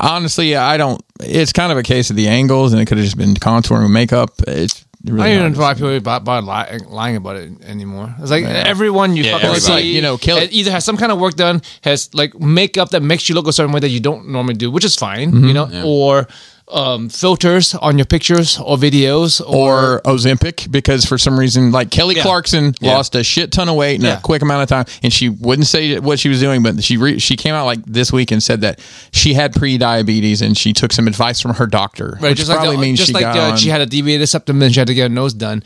[SPEAKER 1] Honestly, I don't. It's kind of a case of the angles, and it could have just been contouring with makeup. It's really
[SPEAKER 3] I
[SPEAKER 1] hard
[SPEAKER 3] don't even
[SPEAKER 1] to
[SPEAKER 3] know why people bother lying, lying about it anymore. It's like everyone you
[SPEAKER 2] Yeah,
[SPEAKER 3] fucking
[SPEAKER 2] everybody.
[SPEAKER 3] see,
[SPEAKER 1] Like, you know, kill
[SPEAKER 3] it either has some kind of work done, has like makeup that makes you look a certain way that you don't normally do, which is fine, you know, or um, filters on your pictures or videos, or,
[SPEAKER 1] or Ozempic because for some reason, like Kelly
[SPEAKER 3] Yeah.
[SPEAKER 1] Clarkson
[SPEAKER 2] Yeah.
[SPEAKER 1] lost a shit ton of weight in
[SPEAKER 3] Yeah.
[SPEAKER 1] a quick amount of time, and she wouldn't say what she was doing, but she re- she came out like this week and said that she had pre-diabetes and she took some advice from her doctor,
[SPEAKER 3] Right,
[SPEAKER 1] which
[SPEAKER 3] just like
[SPEAKER 1] probably
[SPEAKER 3] the-
[SPEAKER 1] means
[SPEAKER 3] just
[SPEAKER 1] she
[SPEAKER 3] like
[SPEAKER 1] got
[SPEAKER 3] the-
[SPEAKER 1] on-
[SPEAKER 3] she had a deviated septum and she had to get her nose done,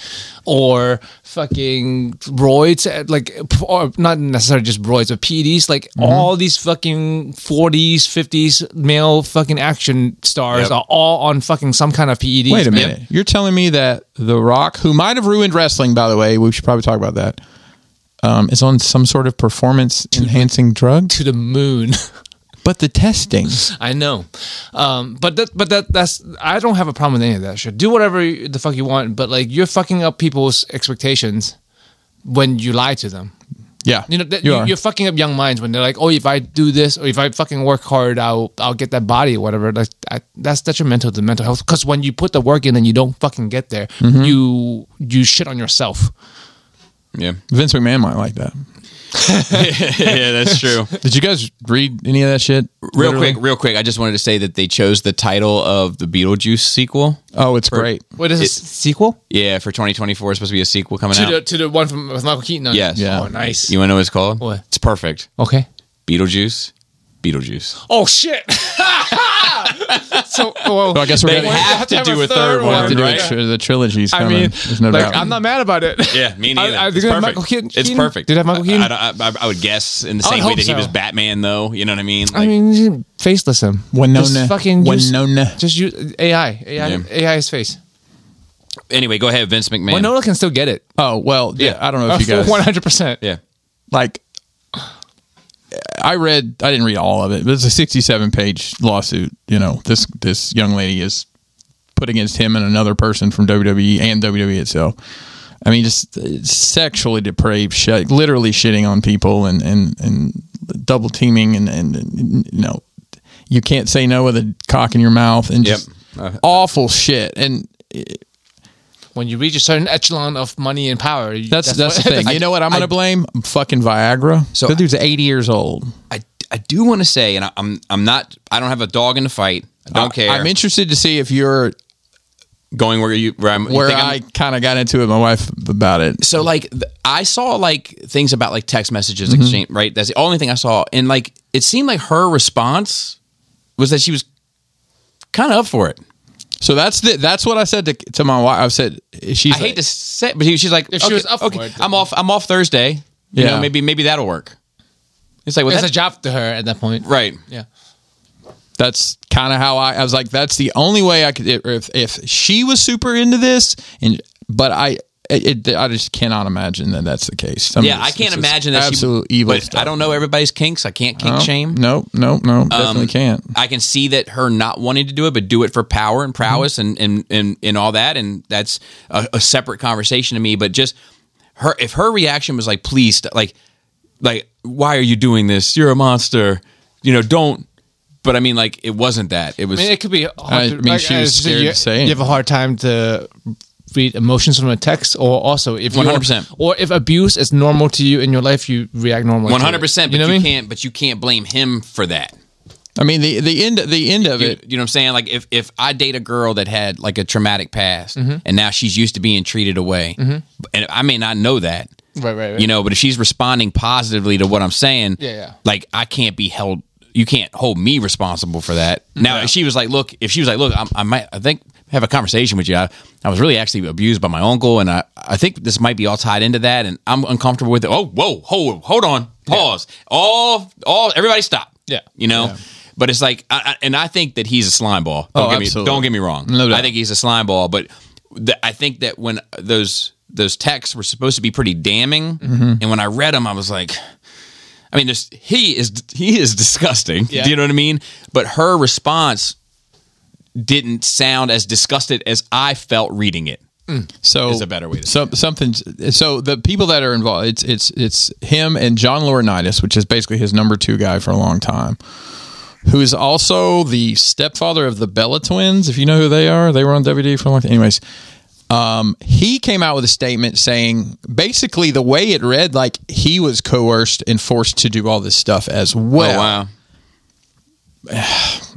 [SPEAKER 3] or fucking roids, uh, like or not necessarily just roids, but PDs, like
[SPEAKER 1] Mm-hmm.
[SPEAKER 3] all these fucking forties, fifties male fucking action stars
[SPEAKER 2] Yep.
[SPEAKER 3] are all on fucking some kind of PEDs.
[SPEAKER 1] Wait a
[SPEAKER 3] man.
[SPEAKER 1] minute, you're telling me that The Rock, who might have ruined wrestling, by the way, we should probably talk about that, um, is on some sort of performance-enhancing drug,
[SPEAKER 3] to the moon.
[SPEAKER 1] but the testing.
[SPEAKER 3] I know, um, but that, but that, that's I don't have a problem with any of that shit. Do whatever you- the fuck you want, but like you're fucking up people's expectations when you lie to them.
[SPEAKER 1] Yeah,
[SPEAKER 3] You know, that, you you, are fucking up young minds when they're like, "Oh, if I do this, or if I fucking work hard, I'll I'll get that body, or whatever." Like I, that's detrimental to mental health because when you put the work in and you don't fucking get there,
[SPEAKER 1] Mm-hmm.
[SPEAKER 3] you you shit on yourself.
[SPEAKER 2] Yeah,
[SPEAKER 1] Vince McMahon might like that.
[SPEAKER 2] yeah, that's true.
[SPEAKER 1] Did you guys read any of that shit?
[SPEAKER 2] Real
[SPEAKER 1] Literally?
[SPEAKER 2] quick, real quick. I just wanted to say that they chose the title of the Beetlejuice sequel.
[SPEAKER 1] Oh, it's great.
[SPEAKER 3] What is this sequel
[SPEAKER 2] Yeah, for 2024, it's supposed to be a sequel coming
[SPEAKER 3] to
[SPEAKER 2] out.
[SPEAKER 3] the to the one from with Michael Keaton? On it?
[SPEAKER 2] Yes. Yeah.
[SPEAKER 3] Oh, nice.
[SPEAKER 2] you want to know what it's called?
[SPEAKER 3] What?
[SPEAKER 2] It's perfect.
[SPEAKER 3] okay.
[SPEAKER 2] Beetlejuice. Beetlejuice.
[SPEAKER 3] Oh shit. so oh, well,
[SPEAKER 1] So I guess we're
[SPEAKER 2] They
[SPEAKER 1] gonna
[SPEAKER 2] have to do a third
[SPEAKER 1] we'll have to do
[SPEAKER 2] Right.
[SPEAKER 1] a tri- the trilogy's
[SPEAKER 3] I
[SPEAKER 1] coming.
[SPEAKER 3] mean,
[SPEAKER 1] There's no
[SPEAKER 3] like,
[SPEAKER 1] doubt.
[SPEAKER 3] I'm not mad about it.
[SPEAKER 2] Yeah, me neither.
[SPEAKER 3] I, I,
[SPEAKER 2] it's
[SPEAKER 3] they
[SPEAKER 2] perfect.
[SPEAKER 3] have Michael Keaton.
[SPEAKER 2] It's perfect.
[SPEAKER 3] Did have Michael
[SPEAKER 2] I-
[SPEAKER 3] Keaton?
[SPEAKER 2] I, don't- I- I would guess in the
[SPEAKER 3] I would
[SPEAKER 2] same way
[SPEAKER 3] hope
[SPEAKER 2] that he
[SPEAKER 3] so.
[SPEAKER 2] was Batman, though. You know what I mean? Like,
[SPEAKER 3] I mean, you faceless him.
[SPEAKER 1] Winona.
[SPEAKER 3] Just fucking use-
[SPEAKER 1] Winona.
[SPEAKER 3] just use AI. AI.
[SPEAKER 2] Yeah.
[SPEAKER 3] AI's face.
[SPEAKER 2] anyway, go ahead, Vince McMahon.
[SPEAKER 3] Winona can still get it.
[SPEAKER 1] oh well, yeah.
[SPEAKER 2] Yeah.
[SPEAKER 1] I don't know if you guys
[SPEAKER 3] One hundred percent.
[SPEAKER 2] Yeah.
[SPEAKER 1] like. I read. I didn't read all of it, but it's a 67 page lawsuit. You know, this this young lady is put against him and another person from WWE and WWE itself. I mean, just uh, sexually depraved, shit, literally shitting on people and and and double teaming and and, and, you know, you can't say no with a cock in your mouth and
[SPEAKER 2] Yep.
[SPEAKER 1] just awful shit. And
[SPEAKER 3] When you reach a certain echelon of money and power, you-
[SPEAKER 1] That's that's,
[SPEAKER 3] what-
[SPEAKER 1] the thing. you know what? I'm gonna blame fucking Viagra. So
[SPEAKER 2] So-
[SPEAKER 1] the dude's 80 years old.
[SPEAKER 2] I, I do want to say, and I, I'm I'm not. I don't have a dog in the fight. I don't care.
[SPEAKER 1] I'm interested to see if you're
[SPEAKER 2] going where you where, I'm, you
[SPEAKER 1] where
[SPEAKER 2] think I'm-
[SPEAKER 1] I kind of got into it. with My wife about it.
[SPEAKER 2] so like th- I saw like things about like text messages exchange right. That's the only thing I saw, and like it seemed like her response was that she was kind of up for it.
[SPEAKER 1] So that's the, that's what I said to, to my wife. I've said she's.
[SPEAKER 2] I hate to say, but she- she's like,
[SPEAKER 3] If she
[SPEAKER 2] okay,
[SPEAKER 3] was up for
[SPEAKER 2] okay,
[SPEAKER 3] it, then-
[SPEAKER 2] I'm off. I'm off Thursday. You
[SPEAKER 1] Yeah.
[SPEAKER 2] know, maybe maybe that'll work. It's like well,
[SPEAKER 3] it's a
[SPEAKER 2] that's
[SPEAKER 3] job to her at that point.
[SPEAKER 2] right.
[SPEAKER 3] Yeah.
[SPEAKER 1] That's kind of how I. I was like, that's the only way I could. If if she was super into this, and but I. It, it- I just cannot imagine that that's the case. Some of
[SPEAKER 2] Yeah,
[SPEAKER 1] this-
[SPEAKER 2] I can't
[SPEAKER 1] this is
[SPEAKER 2] imagine that she-
[SPEAKER 1] absolute evil.
[SPEAKER 2] But
[SPEAKER 1] stuff.
[SPEAKER 2] I don't Um, know everybody's kinks. I can't kink
[SPEAKER 1] No,
[SPEAKER 2] shame.
[SPEAKER 1] No, no, no. Definitely can't.
[SPEAKER 2] I can see that her not wanting to do it, but do it for power and prowess and, and and and all that, and that's a, a separate conversation to me. But just her, if her reaction was like, "Please, st- like, like, why are you doing this? You're a monster. You know, don't." But I mean, like, it wasn't that. It was
[SPEAKER 3] I mean, it could be. Hard
[SPEAKER 1] I
[SPEAKER 3] to-
[SPEAKER 1] mean, she was
[SPEAKER 3] as you said,
[SPEAKER 1] scared
[SPEAKER 3] you,
[SPEAKER 1] to say
[SPEAKER 3] You have a hard time to read emotions from a text, or also if you-
[SPEAKER 2] 100%.
[SPEAKER 3] or if abuse is normal to you in your life, you react normally. to it.
[SPEAKER 2] one hundred percent. But
[SPEAKER 3] You
[SPEAKER 2] you,
[SPEAKER 3] know what I mean?
[SPEAKER 2] can't. But you can't blame him for that.
[SPEAKER 1] I mean the the end the end of
[SPEAKER 2] You,
[SPEAKER 1] it.
[SPEAKER 2] you know what I'm saying? Like if, if I date a girl that had like a traumatic past
[SPEAKER 3] Mm-hmm.
[SPEAKER 2] and now she's used to being treated away, and I may not know that,
[SPEAKER 3] Right, right, right.
[SPEAKER 2] You know, but if she's responding positively to what I'm saying,
[SPEAKER 3] Yeah, yeah.
[SPEAKER 2] like I can't be held. You can't hold me responsible for that. Now, if she was like, "Look," if she was like, "Look, I'm, I might, I think, have a conversation with you. I, I was really actually abused by my uncle, and I, I think this might be all tied into that, and I'm uncomfortable with it." Oh, whoa, hold, hold on, pause. All, all, everybody, stop.
[SPEAKER 3] Yeah.
[SPEAKER 2] you know. But it's like, I, I, and I think that he's a slime ball. Don't
[SPEAKER 1] Oh,
[SPEAKER 2] get me,
[SPEAKER 1] absolutely.
[SPEAKER 2] Don't get me wrong.
[SPEAKER 1] No doubt.
[SPEAKER 2] I think he's a slime ball, but th- I think that when those those texts were supposed to be pretty damning,
[SPEAKER 1] Mm-hmm.
[SPEAKER 2] and when I read them, I was like, I mean, there's, he is he is disgusting.
[SPEAKER 3] Yeah.
[SPEAKER 2] Do you know what I mean? But her response didn't sound as disgusted as I felt reading it.
[SPEAKER 1] So
[SPEAKER 2] is a better way to
[SPEAKER 1] so, something. So the people that are involved, it's it's it's him and John Laurinaitis, which is basically his number two guy for a long time, who is also the stepfather of the Bella twins. If you know who they are, they were on WD for a long time. Anyways, um, he came out with a statement saying basically the way it read, like he was coerced and forced to do all this stuff as well.
[SPEAKER 2] Oh,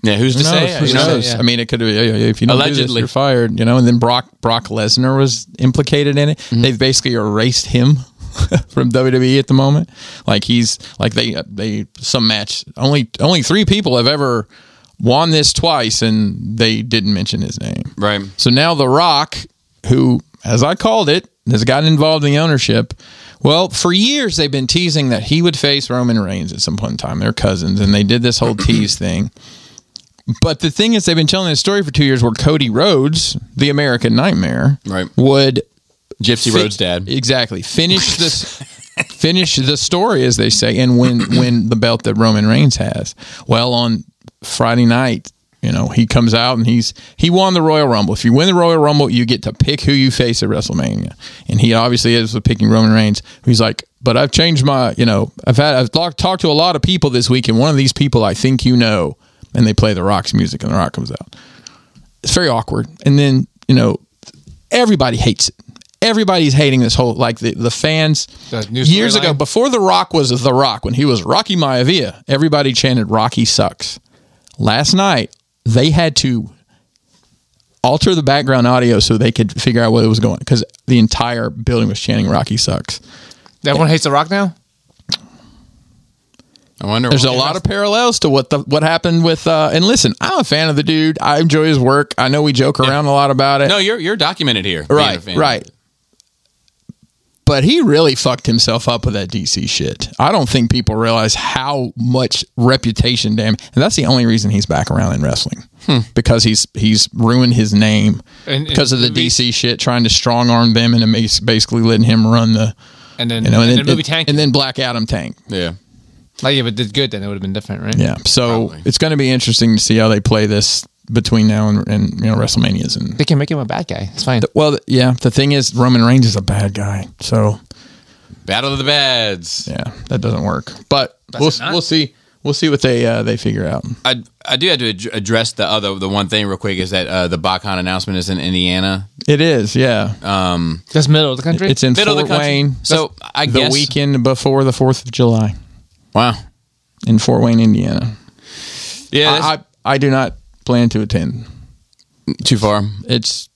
[SPEAKER 2] yeah, who's
[SPEAKER 1] Who knows?
[SPEAKER 2] to say?
[SPEAKER 1] Who
[SPEAKER 2] You know,
[SPEAKER 1] knows?
[SPEAKER 3] yeah.
[SPEAKER 1] I mean, it could have. yeah, yeah, If you don't do this,
[SPEAKER 2] Allegedly.
[SPEAKER 1] you're fired. You know, and then Brock Brock Lesnar was implicated in it. They've basically erased him from WWE at the moment. Like he's like they they some match only only three people have ever won this twice, and they didn't mention his name.
[SPEAKER 2] Right.
[SPEAKER 1] So now The Rock, who, as I called it, has gotten involved in the ownership. Well, for years they've been teasing that he would face Roman Reigns at some point in time. They're cousins, and they did this whole tease thing. But the thing is, they've been telling this story for two years where Cody Rhodes, the American Nightmare,
[SPEAKER 2] Right.
[SPEAKER 1] would
[SPEAKER 2] Gypsy
[SPEAKER 1] Fi-
[SPEAKER 2] Rhodes' dad.
[SPEAKER 1] Exactly. Finish this. finish the story, as they say, and win win the belt that Roman Reigns has. Well, on Friday night, you know, he comes out and he's he won the Royal Rumble. If you win the Royal Rumble, you get to pick who you face at WrestleMania, and he obviously is picking Roman Reigns. He's like, but I've changed my, you know, I've had I've talked talked to a lot of people this week, and one of these people I think you know, and they play the Rock's music, and the Rock comes out it's very awkward. And then, you know, everybody hates it. Everybody's hating this whole like the, the fans
[SPEAKER 3] The new
[SPEAKER 1] years ago
[SPEAKER 3] storyline?
[SPEAKER 1] before The Rock was The Rock when he was Rocky Maivia, everybody chanted Rocky sucks. Last night they had to alter the background audio so they could figure out what it was going because the entire building was chanting Rocky sucks.
[SPEAKER 3] Everyone hates The Rock now.
[SPEAKER 2] I wonder.
[SPEAKER 1] There's a
[SPEAKER 2] why.
[SPEAKER 1] lot of parallels to what the what happened with. Uh, and listen, I'm a fan of the dude. I enjoy his work. I know we joke around a lot about it.
[SPEAKER 2] No, you're you're documented here. being a
[SPEAKER 1] right,
[SPEAKER 2] fan.
[SPEAKER 1] right. But he really fucked himself up with that DC shit. I don't think people realize how much reputation damage. And that's the only reason he's back around in wrestling because he's he's ruined his name
[SPEAKER 3] And-
[SPEAKER 1] because
[SPEAKER 3] and
[SPEAKER 1] of the
[SPEAKER 3] movies-
[SPEAKER 1] DC shit, trying to strong arm them and bas- basically letting him run the
[SPEAKER 3] and then
[SPEAKER 1] you know and,
[SPEAKER 3] and
[SPEAKER 1] then,
[SPEAKER 3] then movie tank.
[SPEAKER 1] and then Black Adam tank.
[SPEAKER 2] Yeah.
[SPEAKER 3] like if it did good, then it would have been different, right?
[SPEAKER 1] Yeah. So
[SPEAKER 2] Probably.
[SPEAKER 1] it's going to be interesting to see how they play this between now and, and you know WrestleManias and
[SPEAKER 3] They can make him a bad guy. It's fine.
[SPEAKER 1] well th- yeah the thing is Roman Reigns is a bad guy so
[SPEAKER 2] Battle of the Bads.
[SPEAKER 1] yeah that doesn't work but we'll
[SPEAKER 3] it not?
[SPEAKER 1] we'll see we'll see what they uh, they figure out
[SPEAKER 2] I I do have to ad- address the other the one thing real quick is that uh, the BotCon announcement is in Indiana.
[SPEAKER 1] it is yeah
[SPEAKER 3] That's middle of the country.
[SPEAKER 1] it's in
[SPEAKER 2] Uh, middle of the
[SPEAKER 1] Fort
[SPEAKER 2] country.
[SPEAKER 1] Wayne
[SPEAKER 2] So, I
[SPEAKER 1] the
[SPEAKER 2] guess-
[SPEAKER 1] weekend before the Fourth of July
[SPEAKER 2] Wow.
[SPEAKER 1] in Fort Wayne Indiana
[SPEAKER 2] Yeah. that's
[SPEAKER 1] I, I I do not plan to attend
[SPEAKER 2] too far.
[SPEAKER 1] it's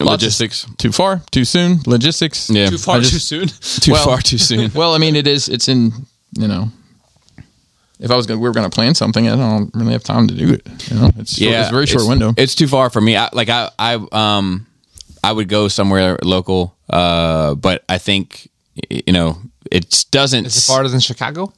[SPEAKER 2] Logistics.
[SPEAKER 1] too far too soon logistics
[SPEAKER 2] Yeah.
[SPEAKER 3] too far
[SPEAKER 1] I just-
[SPEAKER 3] too soon.
[SPEAKER 2] Too
[SPEAKER 1] Well-
[SPEAKER 2] far too soon.
[SPEAKER 1] well, I mean, it is. It's in. You know, if I was going, we were going to plan something. I don't really have time to do it. You know, it's short- it's a very short window.
[SPEAKER 2] It's too far for me. I, like I, I, um, I would go somewhere local, uh, but I think y- you know it doesn't.
[SPEAKER 3] Is it farther than Chicago?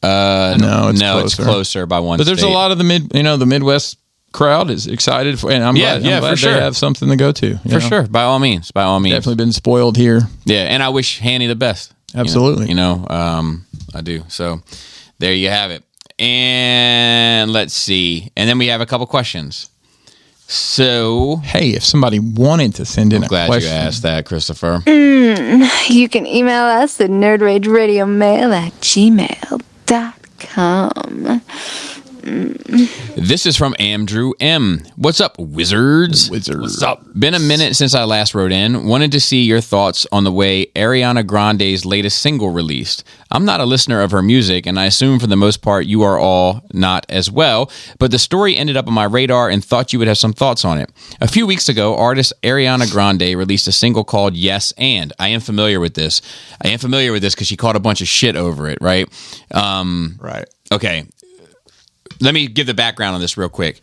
[SPEAKER 2] Uh,
[SPEAKER 1] No, it's
[SPEAKER 2] no, it's
[SPEAKER 1] closer.
[SPEAKER 2] closer by one.
[SPEAKER 1] but there's a
[SPEAKER 2] state.
[SPEAKER 1] lot of the mid. You know, the Midwest crowd is excited for, and I'm
[SPEAKER 2] Yeah,
[SPEAKER 1] glad.
[SPEAKER 2] yeah,
[SPEAKER 1] I'm glad
[SPEAKER 2] for sure.
[SPEAKER 1] They have something to go to you
[SPEAKER 2] for
[SPEAKER 1] know?
[SPEAKER 2] sure. By all means, by all means,
[SPEAKER 1] Definitely been spoiled here.
[SPEAKER 2] Yeah, and I wish Hanny the best. You know-
[SPEAKER 1] Absolutely.
[SPEAKER 2] You know, um, I do. So there you have it. And let's see. And then we have a couple questions. So
[SPEAKER 1] Hey, if somebody wanted to send in a
[SPEAKER 2] glad
[SPEAKER 1] question,
[SPEAKER 2] you asked that, Christopher.
[SPEAKER 4] You can email us at nerdrageradiomail at gmail.com.
[SPEAKER 2] This is from Andrew M. What's up, wizards?
[SPEAKER 1] Wizard.
[SPEAKER 2] Been a minute since I last wrote in. Wanted to see your thoughts on the way Ariana Grande's latest single released. I'm not a listener of her music, and I assume for the most part you are all not as well, but the story ended up on my radar and thought you would have some thoughts on it. A few weeks ago, artist Ariana Grande released a single called Yes and. I am familiar with this. I am familiar with this because she caught a bunch of shit over it, right? Um,
[SPEAKER 1] Right.
[SPEAKER 2] okay let me give the background on this real quick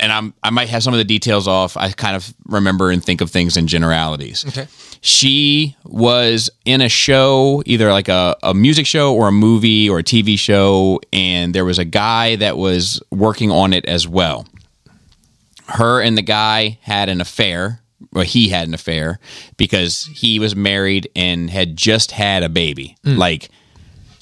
[SPEAKER 2] and i'm i might have some of the details off i kind of remember and think of things in generalities okay she was in a show either like a, a music show or a movie or a tv show and there was a guy that was working on it as well her and the guy had an affair well he had an affair because he was married and had just had a baby like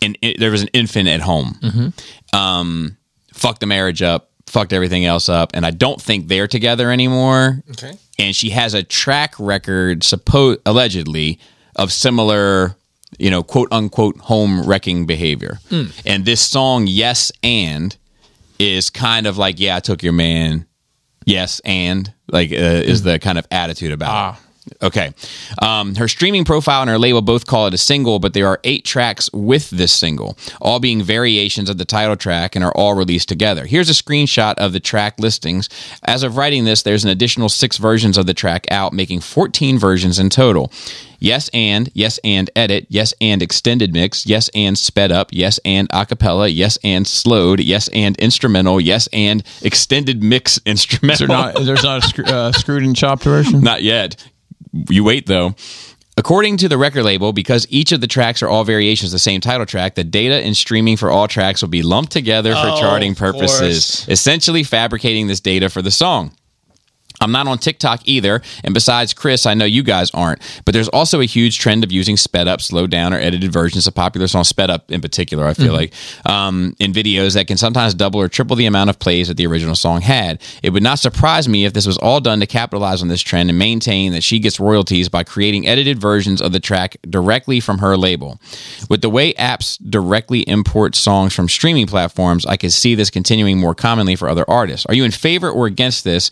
[SPEAKER 2] and it, there was an infant at home um, fucked the marriage up, fucked everything else up, and I don't think they're together anymore.
[SPEAKER 3] Okay.
[SPEAKER 2] And she has a track record, supposed allegedly, of similar, you know, quote unquote home wrecking behavior. And this song, yes and, is kind of like, yeah, I took your man. Yes and like uh, is the kind of attitude about. it. Okay. Um, her streaming profile and her label both call it a single, but there are eight tracks with this single, all being variations of the title track and are all released together. Here's a screenshot of the track listings. As of writing this, there's an additional six versions of the track out, making 14 versions in total. Yes and, yes and edit, yes and extended mix, yes and sped up, yes and acapella, yes and slowed, yes and instrumental, yes and extended mix instrumental.
[SPEAKER 1] There's not, there's not a screw, uh, screwed and chopped version.
[SPEAKER 2] Not yet. You wait though. According to the record label, because each of the tracks are all variations of the same title track, the data and streaming for all tracks will be lumped together for charting purposes, essentially fabricating this data for the song. I'm not on TikTok either, and besides Chris, I know you guys aren't, but there's also a huge trend of using sped up, slowed down, or edited versions of popular songs, sped up in particular, I feel like, um, in videos that can sometimes double or triple the amount of plays that the original song had. It would not surprise me if this was all done to capitalize on this trend and maintain that she gets royalties by creating edited versions of the track directly from her label. With the way apps directly import songs from streaming platforms, I could see this continuing more commonly for other artists. Are you in favor or against this?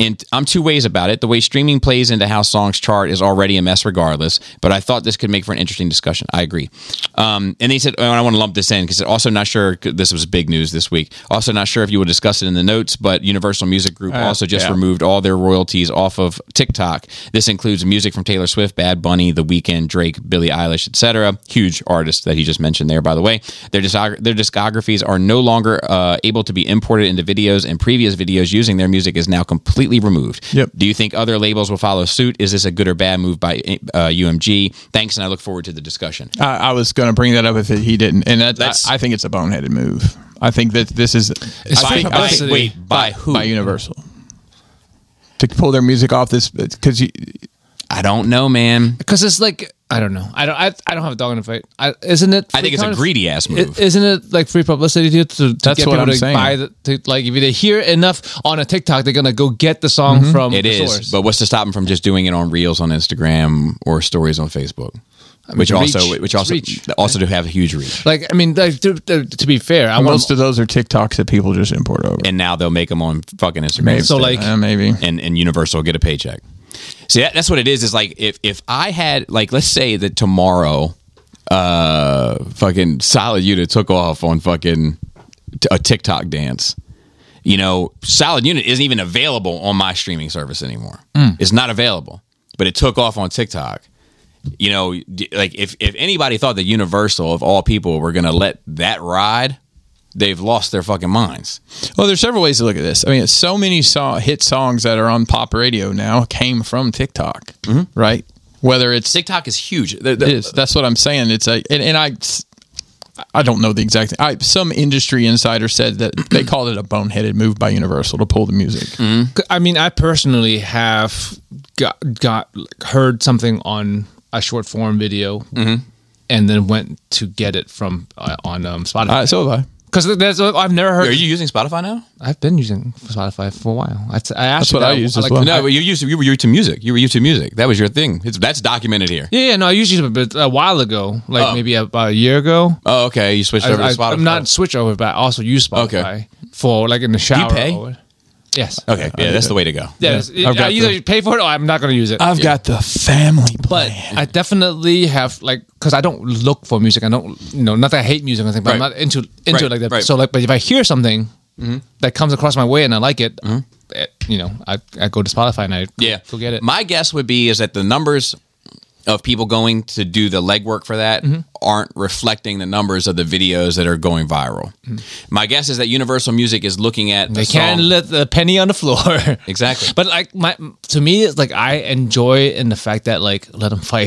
[SPEAKER 2] And I'm two ways about it. The way streaming plays into how songs chart is already a mess, regardless. But I thought this could make for an interesting discussion. I agree. Um, and they said, oh, and I want to lump this in because also not sure. This was big news this week. Also not sure if you will discuss it in the notes, but Universal Music Group also just
[SPEAKER 1] yeah.
[SPEAKER 2] removed all their royalties off of TikTok. This includes music from Taylor Swift, Bad Bunny, The Weeknd, Drake, Billie Eilish, etc. Huge artists that he just mentioned there, by the way. Their, discog- their discographies are no longer uh, able to be imported into videos, and previous videos using their music is now completely removed.
[SPEAKER 1] Yep.
[SPEAKER 2] Do you think other labels will follow suit? Is this a good or bad move by uh, UMG? Thanks, and I look forward to the discussion.
[SPEAKER 1] I, I was going to bring that up if he didn't, and that,
[SPEAKER 2] That's-
[SPEAKER 1] I, I think it's a boneheaded move. I think that this is I
[SPEAKER 2] by-
[SPEAKER 1] think-
[SPEAKER 2] by-
[SPEAKER 1] I think-
[SPEAKER 2] wait, by who?
[SPEAKER 1] By Universal to pull their music off this because you.
[SPEAKER 2] I don't know, man.
[SPEAKER 3] because it's like I don't know. I don't. I, I don't have a dog in the fight. I, isn't it?
[SPEAKER 2] I think
[SPEAKER 3] free
[SPEAKER 2] it's a
[SPEAKER 3] kind of-
[SPEAKER 2] greedy ass
[SPEAKER 3] I-
[SPEAKER 2] move.
[SPEAKER 3] Isn't it like free publicity dude, to, to
[SPEAKER 1] That's
[SPEAKER 3] get
[SPEAKER 1] what
[SPEAKER 3] people
[SPEAKER 1] I'm
[SPEAKER 3] to
[SPEAKER 1] saying.
[SPEAKER 3] buy the to, like if they hear enough on a TikTok, they're gonna go get the song from
[SPEAKER 2] It
[SPEAKER 3] the
[SPEAKER 2] is,
[SPEAKER 3] source.
[SPEAKER 2] but what's to stop them from just doing it on Reels on Instagram or Stories on Facebook, which
[SPEAKER 3] reach.
[SPEAKER 2] also which
[SPEAKER 3] It's
[SPEAKER 2] also
[SPEAKER 3] reach.
[SPEAKER 2] also do have a huge reach.
[SPEAKER 3] like I mean, like, to, to, to be fair, I want
[SPEAKER 1] Most of those are TikToks that people just import over.
[SPEAKER 2] And now they'll make them on fucking Instagram.
[SPEAKER 3] So,
[SPEAKER 2] instead.
[SPEAKER 3] like-
[SPEAKER 1] Uh, maybe
[SPEAKER 2] and and Universal will get a paycheck. See, that, that's what it is. Is like if if I had like let's say that tomorrow, uh, fucking Solid Unit took off on fucking t- a TikTok dance. You know, Solid Unit isn't even available on my streaming service anymore.
[SPEAKER 3] Mm.
[SPEAKER 2] It's not available, but it took off on TikTok. You know, d- like if if anybody thought that Universal of all people were gonna let that ride, they've lost their fucking minds.
[SPEAKER 1] Well, there's several ways to look at this. I mean, so many so- hit songs that are on pop radio now came from TikTok, right? Whether it's
[SPEAKER 2] TikTok is huge. The-
[SPEAKER 1] it
[SPEAKER 2] the-
[SPEAKER 1] is. That's what I'm saying. It's a and, and I, I don't know the exact. I some industry insider said that they called it a boneheaded move by Universal to pull the music.
[SPEAKER 3] I mean, I personally have got got heard something on a short form video, and then went to get it from uh, on um,
[SPEAKER 1] Uh,
[SPEAKER 3] Spotify
[SPEAKER 1] so have I.
[SPEAKER 3] because that's I've never heard.
[SPEAKER 2] Are you using Spotify now? Oh,
[SPEAKER 3] eh,
[SPEAKER 1] Mm-hmm. Mm.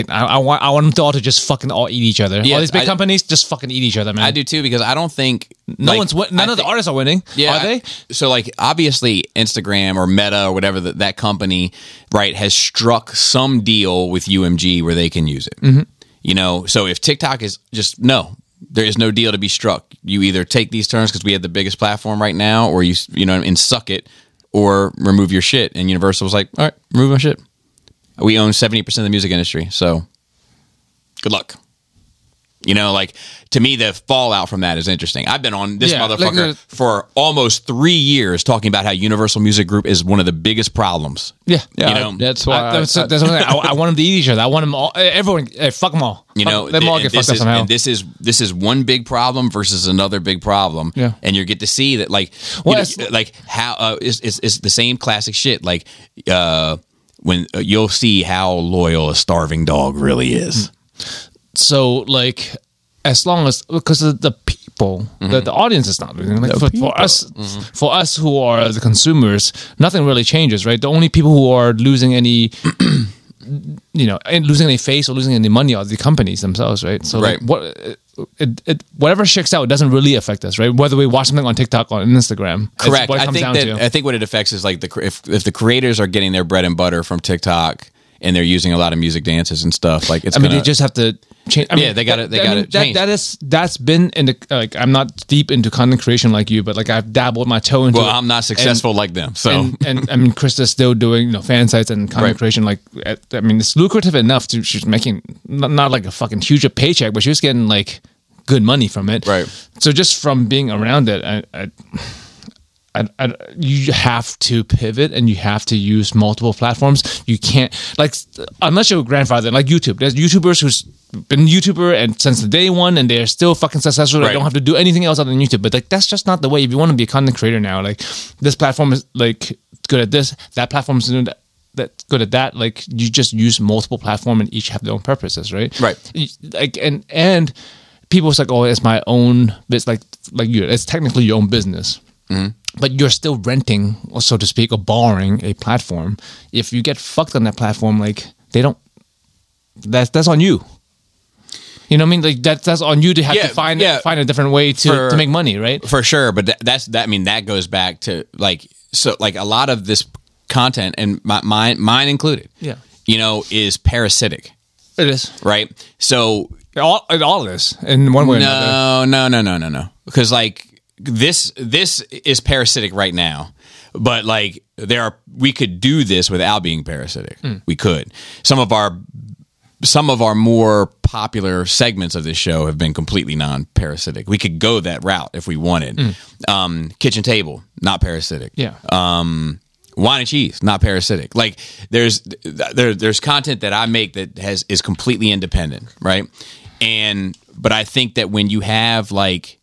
[SPEAKER 1] uh,
[SPEAKER 2] uh, uh,
[SPEAKER 3] eh, eh, eh, I, I, you have to pivot and you have to use multiple platforms. You can't like unless you're grandfathered like YouTube. There's YouTubers who's been YouTuber and since the day one and they're still fucking successful. They
[SPEAKER 2] Right.
[SPEAKER 3] don't have to do anything else other than YouTube. But like that's just not the way. If you want to be a content creator now, like this platform is like good at this, that platform is doing that. That's good at that. Like you just use multiple platform and each have their own purposes, right?
[SPEAKER 2] Right.
[SPEAKER 3] You- Like and and people's like, oh, it's my own. It's like like you. It's technically your own business,
[SPEAKER 2] Mm-hmm.
[SPEAKER 3] but you're still renting, or so to speak, or borrowing a platform. If you get fucked on that platform, like they don't. That's that's on you. You know what I mean? Like that's that's on you to have
[SPEAKER 2] Yeah,
[SPEAKER 3] to find
[SPEAKER 2] yeah.
[SPEAKER 3] find a different way to,
[SPEAKER 2] For-
[SPEAKER 3] to make money, right?
[SPEAKER 2] for sure but that, that's that I mean that goes back to like so like a lot of this content and my, mine mine included
[SPEAKER 3] Yeah.
[SPEAKER 2] you know is parasitic
[SPEAKER 3] It is
[SPEAKER 2] right so
[SPEAKER 3] all it all is in one way. or another.
[SPEAKER 2] no no no no no no because like this this is parasitic right now but like there are we could do this without being parasitic
[SPEAKER 3] Hmm.
[SPEAKER 2] we could some of our some of our more popular segments of this show have been completely non-parasitic. We could go that route if we wanted. Um, kitchen table, not parasitic
[SPEAKER 3] Hmm. Yeah.
[SPEAKER 2] wine and cheese, not parasitic. Like there's th- there, there's content that I make that has is completely independent, right? And but I think that when you have like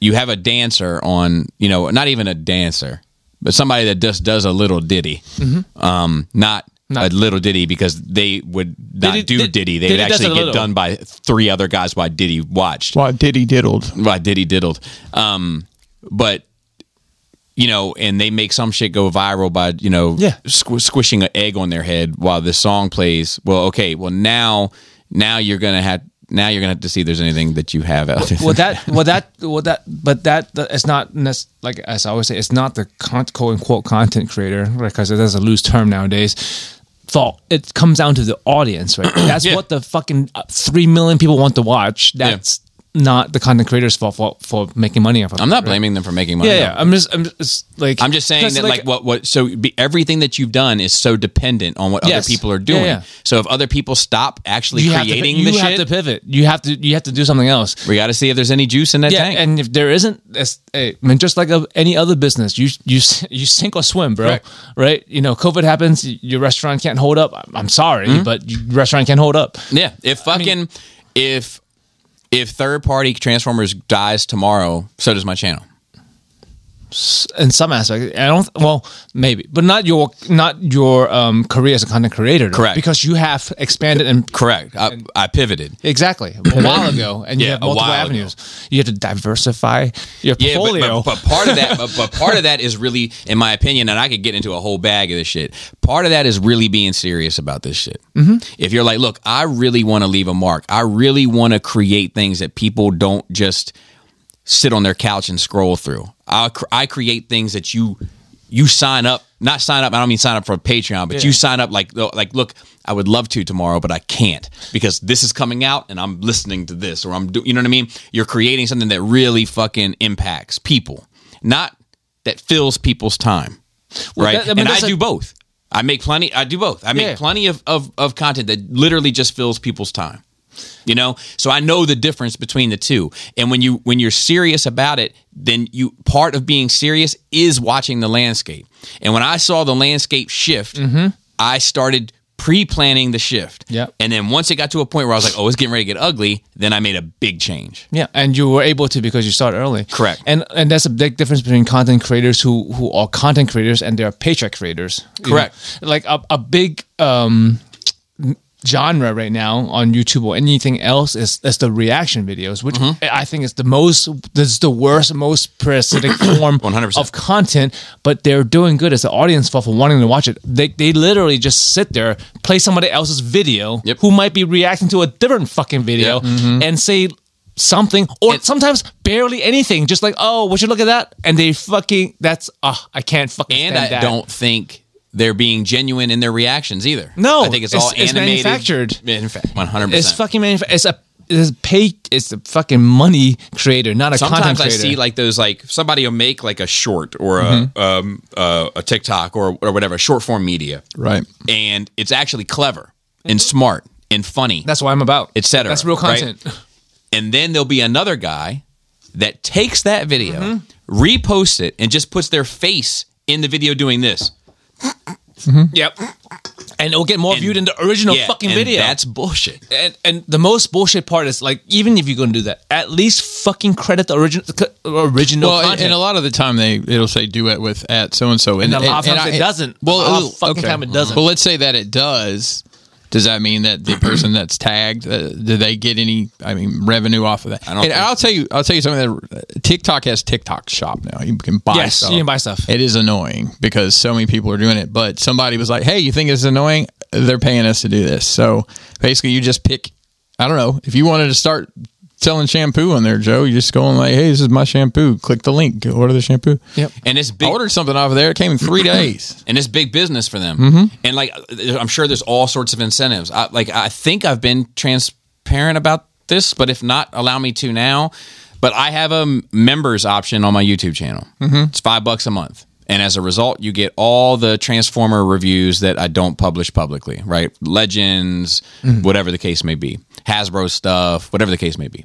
[SPEAKER 2] you have a dancer on, you know, not even a dancer, but somebody that just does a little ditty, um, not.
[SPEAKER 3] Mm-hmm. Not-
[SPEAKER 2] a little ditty because they would not
[SPEAKER 3] Diddy-
[SPEAKER 2] do
[SPEAKER 3] did-
[SPEAKER 2] ditty. They
[SPEAKER 3] Diddy
[SPEAKER 2] would
[SPEAKER 3] does a
[SPEAKER 2] actually get
[SPEAKER 3] little.
[SPEAKER 2] done by three other guys while Diddy watched
[SPEAKER 1] Why diddy diddled?
[SPEAKER 2] by Diddy Diddled. Um, but you know, and they make some shit go viral by you know,
[SPEAKER 3] Yeah.
[SPEAKER 2] squ- squishing an egg on their head while this song plays. Well, okay, well now, now you're gonna have now you're gonna have to see if there's anything that you have out there.
[SPEAKER 3] well that well that well that but that, that it's not nec- like as i always say it's not the con- quote unquote content creator because that's a loose term nowadays fault it comes down to the audience right that's
[SPEAKER 2] Yeah.
[SPEAKER 3] what the fucking uh, 3 million people want to watch that's not the content creator's fault for, for making money off of
[SPEAKER 2] I'm
[SPEAKER 3] it,
[SPEAKER 2] not
[SPEAKER 3] right?
[SPEAKER 2] blaming them for making money.
[SPEAKER 3] yeah,
[SPEAKER 2] though.
[SPEAKER 3] yeah i'm just i'm just like
[SPEAKER 2] I'm just saying
[SPEAKER 3] 'cause,
[SPEAKER 2] that like, what what so be, everything that you've done is so dependent on what
[SPEAKER 3] Yes.
[SPEAKER 2] other people are
[SPEAKER 3] Yeah,
[SPEAKER 2] doing.
[SPEAKER 3] yeah.
[SPEAKER 2] So if other people stop actually
[SPEAKER 3] have to-
[SPEAKER 2] creating the
[SPEAKER 3] you have
[SPEAKER 2] shit,
[SPEAKER 3] to pivot you have to you have to do something else
[SPEAKER 2] we got to see if there's any juice in that
[SPEAKER 3] Yeah,
[SPEAKER 2] tank.
[SPEAKER 3] and if there isn't, it's, hey, I mean, just like a, any other business, you you you sink or swim, bro.
[SPEAKER 2] Right.
[SPEAKER 3] Right? You know, COVID happens, your restaurant can't hold up. I'm- I'm sorry, but your restaurant can't hold up.
[SPEAKER 2] Mm-hmm. Yeah, if fucking if if third party Transformers dies tomorrow, so does my channel.
[SPEAKER 3] In some aspect, I don't. Well, maybe, but not your not your um, career as a content creator, though,
[SPEAKER 2] Correct.
[SPEAKER 3] Because you have expanded and
[SPEAKER 2] Correct. I, I pivoted.
[SPEAKER 3] exactly a while ago, and you
[SPEAKER 2] Yeah,
[SPEAKER 3] have
[SPEAKER 2] a
[SPEAKER 3] multiple
[SPEAKER 2] while ago.
[SPEAKER 3] avenues. You have to diversify your
[SPEAKER 2] Yeah, but,
[SPEAKER 3] portfolio.
[SPEAKER 2] but, but part of that, but, but part of that is really, in my opinion, and I could get into a whole bag of this shit. Part of that is really being serious about this shit. Mm-hmm. If you're like, look, I really want to leave a mark. I really want to create things that people don't just sit on their couch and scroll through. I cr- I create things that you you sign up, not sign up. I don't mean sign up for Patreon, but you sign up like lo- like look, I would love to tomorrow, but I can't because this is coming out and I'm listening to this or I'm doing. You know what I mean? You're creating something that really fucking impacts people, not that fills people's time, right?
[SPEAKER 3] that- I mean,
[SPEAKER 2] and I
[SPEAKER 3] that's like-
[SPEAKER 2] do both. I make plenty. I do both. I make
[SPEAKER 3] Yeah.
[SPEAKER 2] plenty of, of of content that literally just fills people's time you know so i know the difference between the two and when you when you're serious about it then you part of being serious is watching the landscape and when i saw the landscape shift
[SPEAKER 3] Mm-hmm.
[SPEAKER 2] i started pre-planning the shift
[SPEAKER 3] Yeah.
[SPEAKER 2] and then once it got to a point where i was like oh it's getting ready to get ugly then i made a big change
[SPEAKER 3] Yeah, and you were able to because you started early.
[SPEAKER 2] Correct.
[SPEAKER 3] And and that's a big difference between content creators who who are content creators and they are paycheck creators. You
[SPEAKER 2] Correct.
[SPEAKER 3] know, Like a a big um genre right now on YouTube or anything else is is the reaction videos, which
[SPEAKER 2] Mm-hmm.
[SPEAKER 3] I think is the most this is the worst, most parasitic form
[SPEAKER 2] 100%.
[SPEAKER 3] of content, but they're doing good as the audience for, for wanting to watch it. They they literally just sit there, play somebody else's video
[SPEAKER 2] Yep.
[SPEAKER 3] who might be reacting to a different fucking video
[SPEAKER 2] Yeah. Mm-hmm.
[SPEAKER 3] and say something or
[SPEAKER 2] And-
[SPEAKER 3] sometimes barely anything just like oh would you look at that and they fucking that's uh i can't fucking
[SPEAKER 2] and
[SPEAKER 3] stand
[SPEAKER 2] i
[SPEAKER 3] that.
[SPEAKER 2] don't think they're being genuine in their reactions either
[SPEAKER 3] No,
[SPEAKER 2] i think it's,
[SPEAKER 3] it's-
[SPEAKER 2] all
[SPEAKER 3] it's
[SPEAKER 2] animated
[SPEAKER 3] manufactured.
[SPEAKER 2] in fact 100%
[SPEAKER 3] it's fucking manuf- it's a it's a pay it's a fucking money creator not a content
[SPEAKER 2] sometimes I
[SPEAKER 3] creator Mm-hmm.
[SPEAKER 2] see like those like somebody will make like a short or a um, uh, a TikTok or or whatever short form media,
[SPEAKER 1] Right.
[SPEAKER 2] and it's actually clever and smart and funny,
[SPEAKER 3] that's what i'm about
[SPEAKER 2] et cetera,
[SPEAKER 3] that's real
[SPEAKER 2] right?
[SPEAKER 3] content
[SPEAKER 2] And then there'll be another guy that takes that video, reposts it, and just puts their face in the video doing this.
[SPEAKER 3] Yep. And it'll get more
[SPEAKER 2] And-
[SPEAKER 3] viewed than the original
[SPEAKER 2] Yeah,
[SPEAKER 3] fucking
[SPEAKER 2] and
[SPEAKER 3] video.
[SPEAKER 2] That's bullshit.
[SPEAKER 3] and, and the most bullshit part is like, even if you're gonna do that, at least fucking credit the original original
[SPEAKER 1] well, and-
[SPEAKER 3] content.
[SPEAKER 1] and a lot of the time they it'll say duet with at so and so, and
[SPEAKER 3] a lot of times it doesn't.
[SPEAKER 1] Well,
[SPEAKER 3] A lot of
[SPEAKER 1] it'll-
[SPEAKER 3] fucking time it doesn't.
[SPEAKER 1] Well, let's say that it does. Does that mean that the person that's tagged, uh, do they get any? I mean, revenue off of that? I
[SPEAKER 2] don't
[SPEAKER 1] and
[SPEAKER 2] think
[SPEAKER 1] I'll tell you, I'll tell you something. That uh, TikTok has TikTok Shop now. You can buy
[SPEAKER 3] Yes,
[SPEAKER 1] stuff.
[SPEAKER 3] you can buy stuff.
[SPEAKER 1] It is annoying because so many people are doing it. But somebody was like, "Hey, you think it's annoying? They're paying us to do this." So basically, you just pick. I don't know if you wanted to start selling shampoo on there, Joe. You just go and like, "Hey, this is my shampoo. Click the link. Go order the shampoo."
[SPEAKER 3] Yep.
[SPEAKER 2] And it's
[SPEAKER 1] I
[SPEAKER 2] big
[SPEAKER 1] ordered something off of there. It came in three days.
[SPEAKER 2] and it's big business for them. And like, I'm sure there's all sorts of incentives. I, like, I think I've been transparent about this, but if not, allow me to now. But I have a members option on my YouTube channel. It's five bucks a month. And as a result, you get all the Transformer reviews that I don't publish publicly, right? Legends, whatever the case may be, Hasbro stuff, whatever the case may be.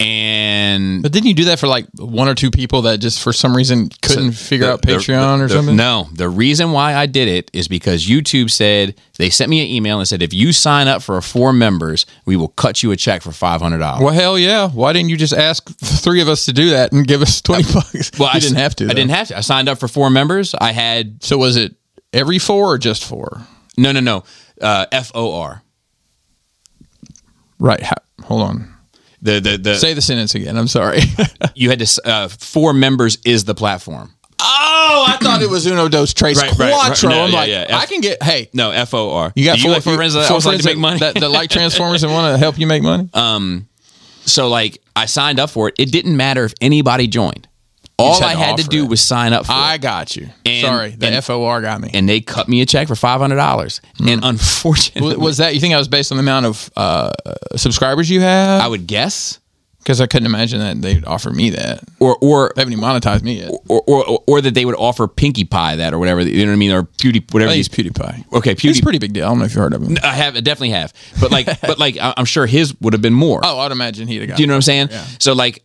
[SPEAKER 2] And
[SPEAKER 1] But didn't you do that for like one or two people that just for some reason couldn't figure out
[SPEAKER 2] the-
[SPEAKER 1] Patreon
[SPEAKER 2] the-
[SPEAKER 1] or
[SPEAKER 2] the-
[SPEAKER 1] something?
[SPEAKER 2] No, the reason why I did it is because YouTube said they sent me an email and said if you sign up for four members, we will cut you a check for five hundred dollars.
[SPEAKER 1] Well, hell yeah. Why didn't you just ask the three of us to do that and give us 20 bucks? you
[SPEAKER 2] Well, I
[SPEAKER 1] didn't
[SPEAKER 2] s-
[SPEAKER 1] have to.
[SPEAKER 2] I
[SPEAKER 1] though.
[SPEAKER 2] didn't have to. I signed up for four members. I had
[SPEAKER 1] So was it every four or just four?
[SPEAKER 2] no, no, no. Uh, F O R.
[SPEAKER 1] Right. Ha- hold on.
[SPEAKER 2] The the the
[SPEAKER 1] Say the sentence again. I'm sorry.
[SPEAKER 2] you had to s- uh, four members is the platform.
[SPEAKER 1] oh, I thought it was Uno Dos Tres
[SPEAKER 2] Right, right, right.
[SPEAKER 1] Quattro.
[SPEAKER 2] No,
[SPEAKER 1] I'm
[SPEAKER 2] yeah,
[SPEAKER 1] like,
[SPEAKER 2] yeah.
[SPEAKER 1] I can get, hey,
[SPEAKER 2] No, F O R.
[SPEAKER 1] you got
[SPEAKER 2] Do
[SPEAKER 1] four,
[SPEAKER 2] like friends that
[SPEAKER 1] four
[SPEAKER 2] also like
[SPEAKER 1] friends
[SPEAKER 2] to make money. Uh,
[SPEAKER 1] that, that like Transformers and want to help you make money?
[SPEAKER 2] so like I signed up for it. It didn't matter if anybody joined. All
[SPEAKER 1] just had
[SPEAKER 2] I
[SPEAKER 1] to
[SPEAKER 2] had to
[SPEAKER 1] offer
[SPEAKER 2] do
[SPEAKER 1] it.
[SPEAKER 2] was sign up. for it.
[SPEAKER 1] I got you.
[SPEAKER 2] And-
[SPEAKER 1] sorry. The
[SPEAKER 2] and-
[SPEAKER 1] FOR got me.
[SPEAKER 2] and they cut me a check for five hundred dollars. And unfortunately,
[SPEAKER 1] W- was that you think I was based on the amount of uh, subscribers you
[SPEAKER 2] I
[SPEAKER 1] have?
[SPEAKER 2] would guess,
[SPEAKER 1] Because I couldn't imagine that they'd offer me that.
[SPEAKER 2] or or,
[SPEAKER 1] They haven't even monetized me yet.
[SPEAKER 2] or or or that they would offer Pinkie Pie that or whatever. You know what I mean? Or Pewdie, whatever.
[SPEAKER 1] I
[SPEAKER 2] these
[SPEAKER 1] use PewDiePie.
[SPEAKER 2] Okay,
[SPEAKER 1] He's
[SPEAKER 2] Pewdie.
[SPEAKER 1] a pretty big deal. I don't know if you heard of him.
[SPEAKER 2] I have I definitely have, but like but like I- I'm sure his would have been more.
[SPEAKER 1] Oh, I'd imagine he'd have got.
[SPEAKER 2] Do you know what I'm saying?
[SPEAKER 1] Yeah.
[SPEAKER 2] So like,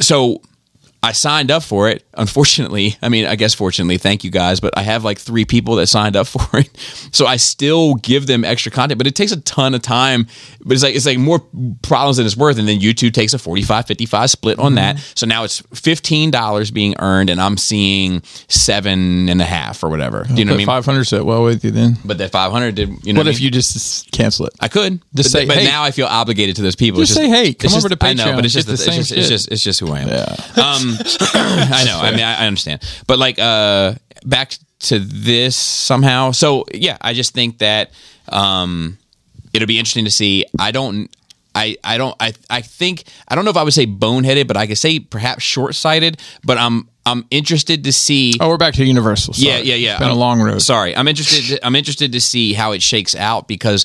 [SPEAKER 2] so I signed up for it. Unfortunately, I mean, I guess fortunately, thank you guys, but I have like three people that signed up for it. So I still give them extra content, but it takes a ton of time. But it's like it's like more problems than it's worth. And then YouTube takes a 45 55 split
[SPEAKER 1] Mm-hmm.
[SPEAKER 2] on that. So now it's fifteen dollars being earned, and I'm seeing seven and a half or whatever. Do you know what I mean?
[SPEAKER 1] Five hundred set well with you then.
[SPEAKER 2] but that five hundred did you know
[SPEAKER 1] what
[SPEAKER 2] what I
[SPEAKER 1] if
[SPEAKER 2] mean?
[SPEAKER 1] you just s- cancel it?
[SPEAKER 2] I could
[SPEAKER 1] Just
[SPEAKER 2] but,
[SPEAKER 1] say,
[SPEAKER 2] but
[SPEAKER 1] "Hey."
[SPEAKER 2] now I feel obligated to those people.
[SPEAKER 1] Just
[SPEAKER 2] It's
[SPEAKER 1] say, "Hey,
[SPEAKER 2] it's
[SPEAKER 1] come
[SPEAKER 2] just-
[SPEAKER 1] over to
[SPEAKER 2] I know,
[SPEAKER 1] Patreon,
[SPEAKER 2] but it's just
[SPEAKER 1] get the
[SPEAKER 2] it's
[SPEAKER 1] same
[SPEAKER 2] just, it's
[SPEAKER 1] shit.
[SPEAKER 2] just it's just who I am.
[SPEAKER 1] Yeah.
[SPEAKER 2] Um, I know. I mean, I, I understand. But like, uh, back to this somehow. So yeah, I just think that um, it'll be interesting to see. I don't. I, I don't I, I think I don't know if I would say boneheaded, but I could say perhaps short sighted. But I'm I'm interested to see.
[SPEAKER 1] Oh, we're back to Universal. Sorry.
[SPEAKER 2] Yeah, yeah, yeah.
[SPEAKER 1] It's been a
[SPEAKER 2] I'm-
[SPEAKER 1] long road.
[SPEAKER 2] Sorry, I'm interested. I'm interested to see how it shakes out because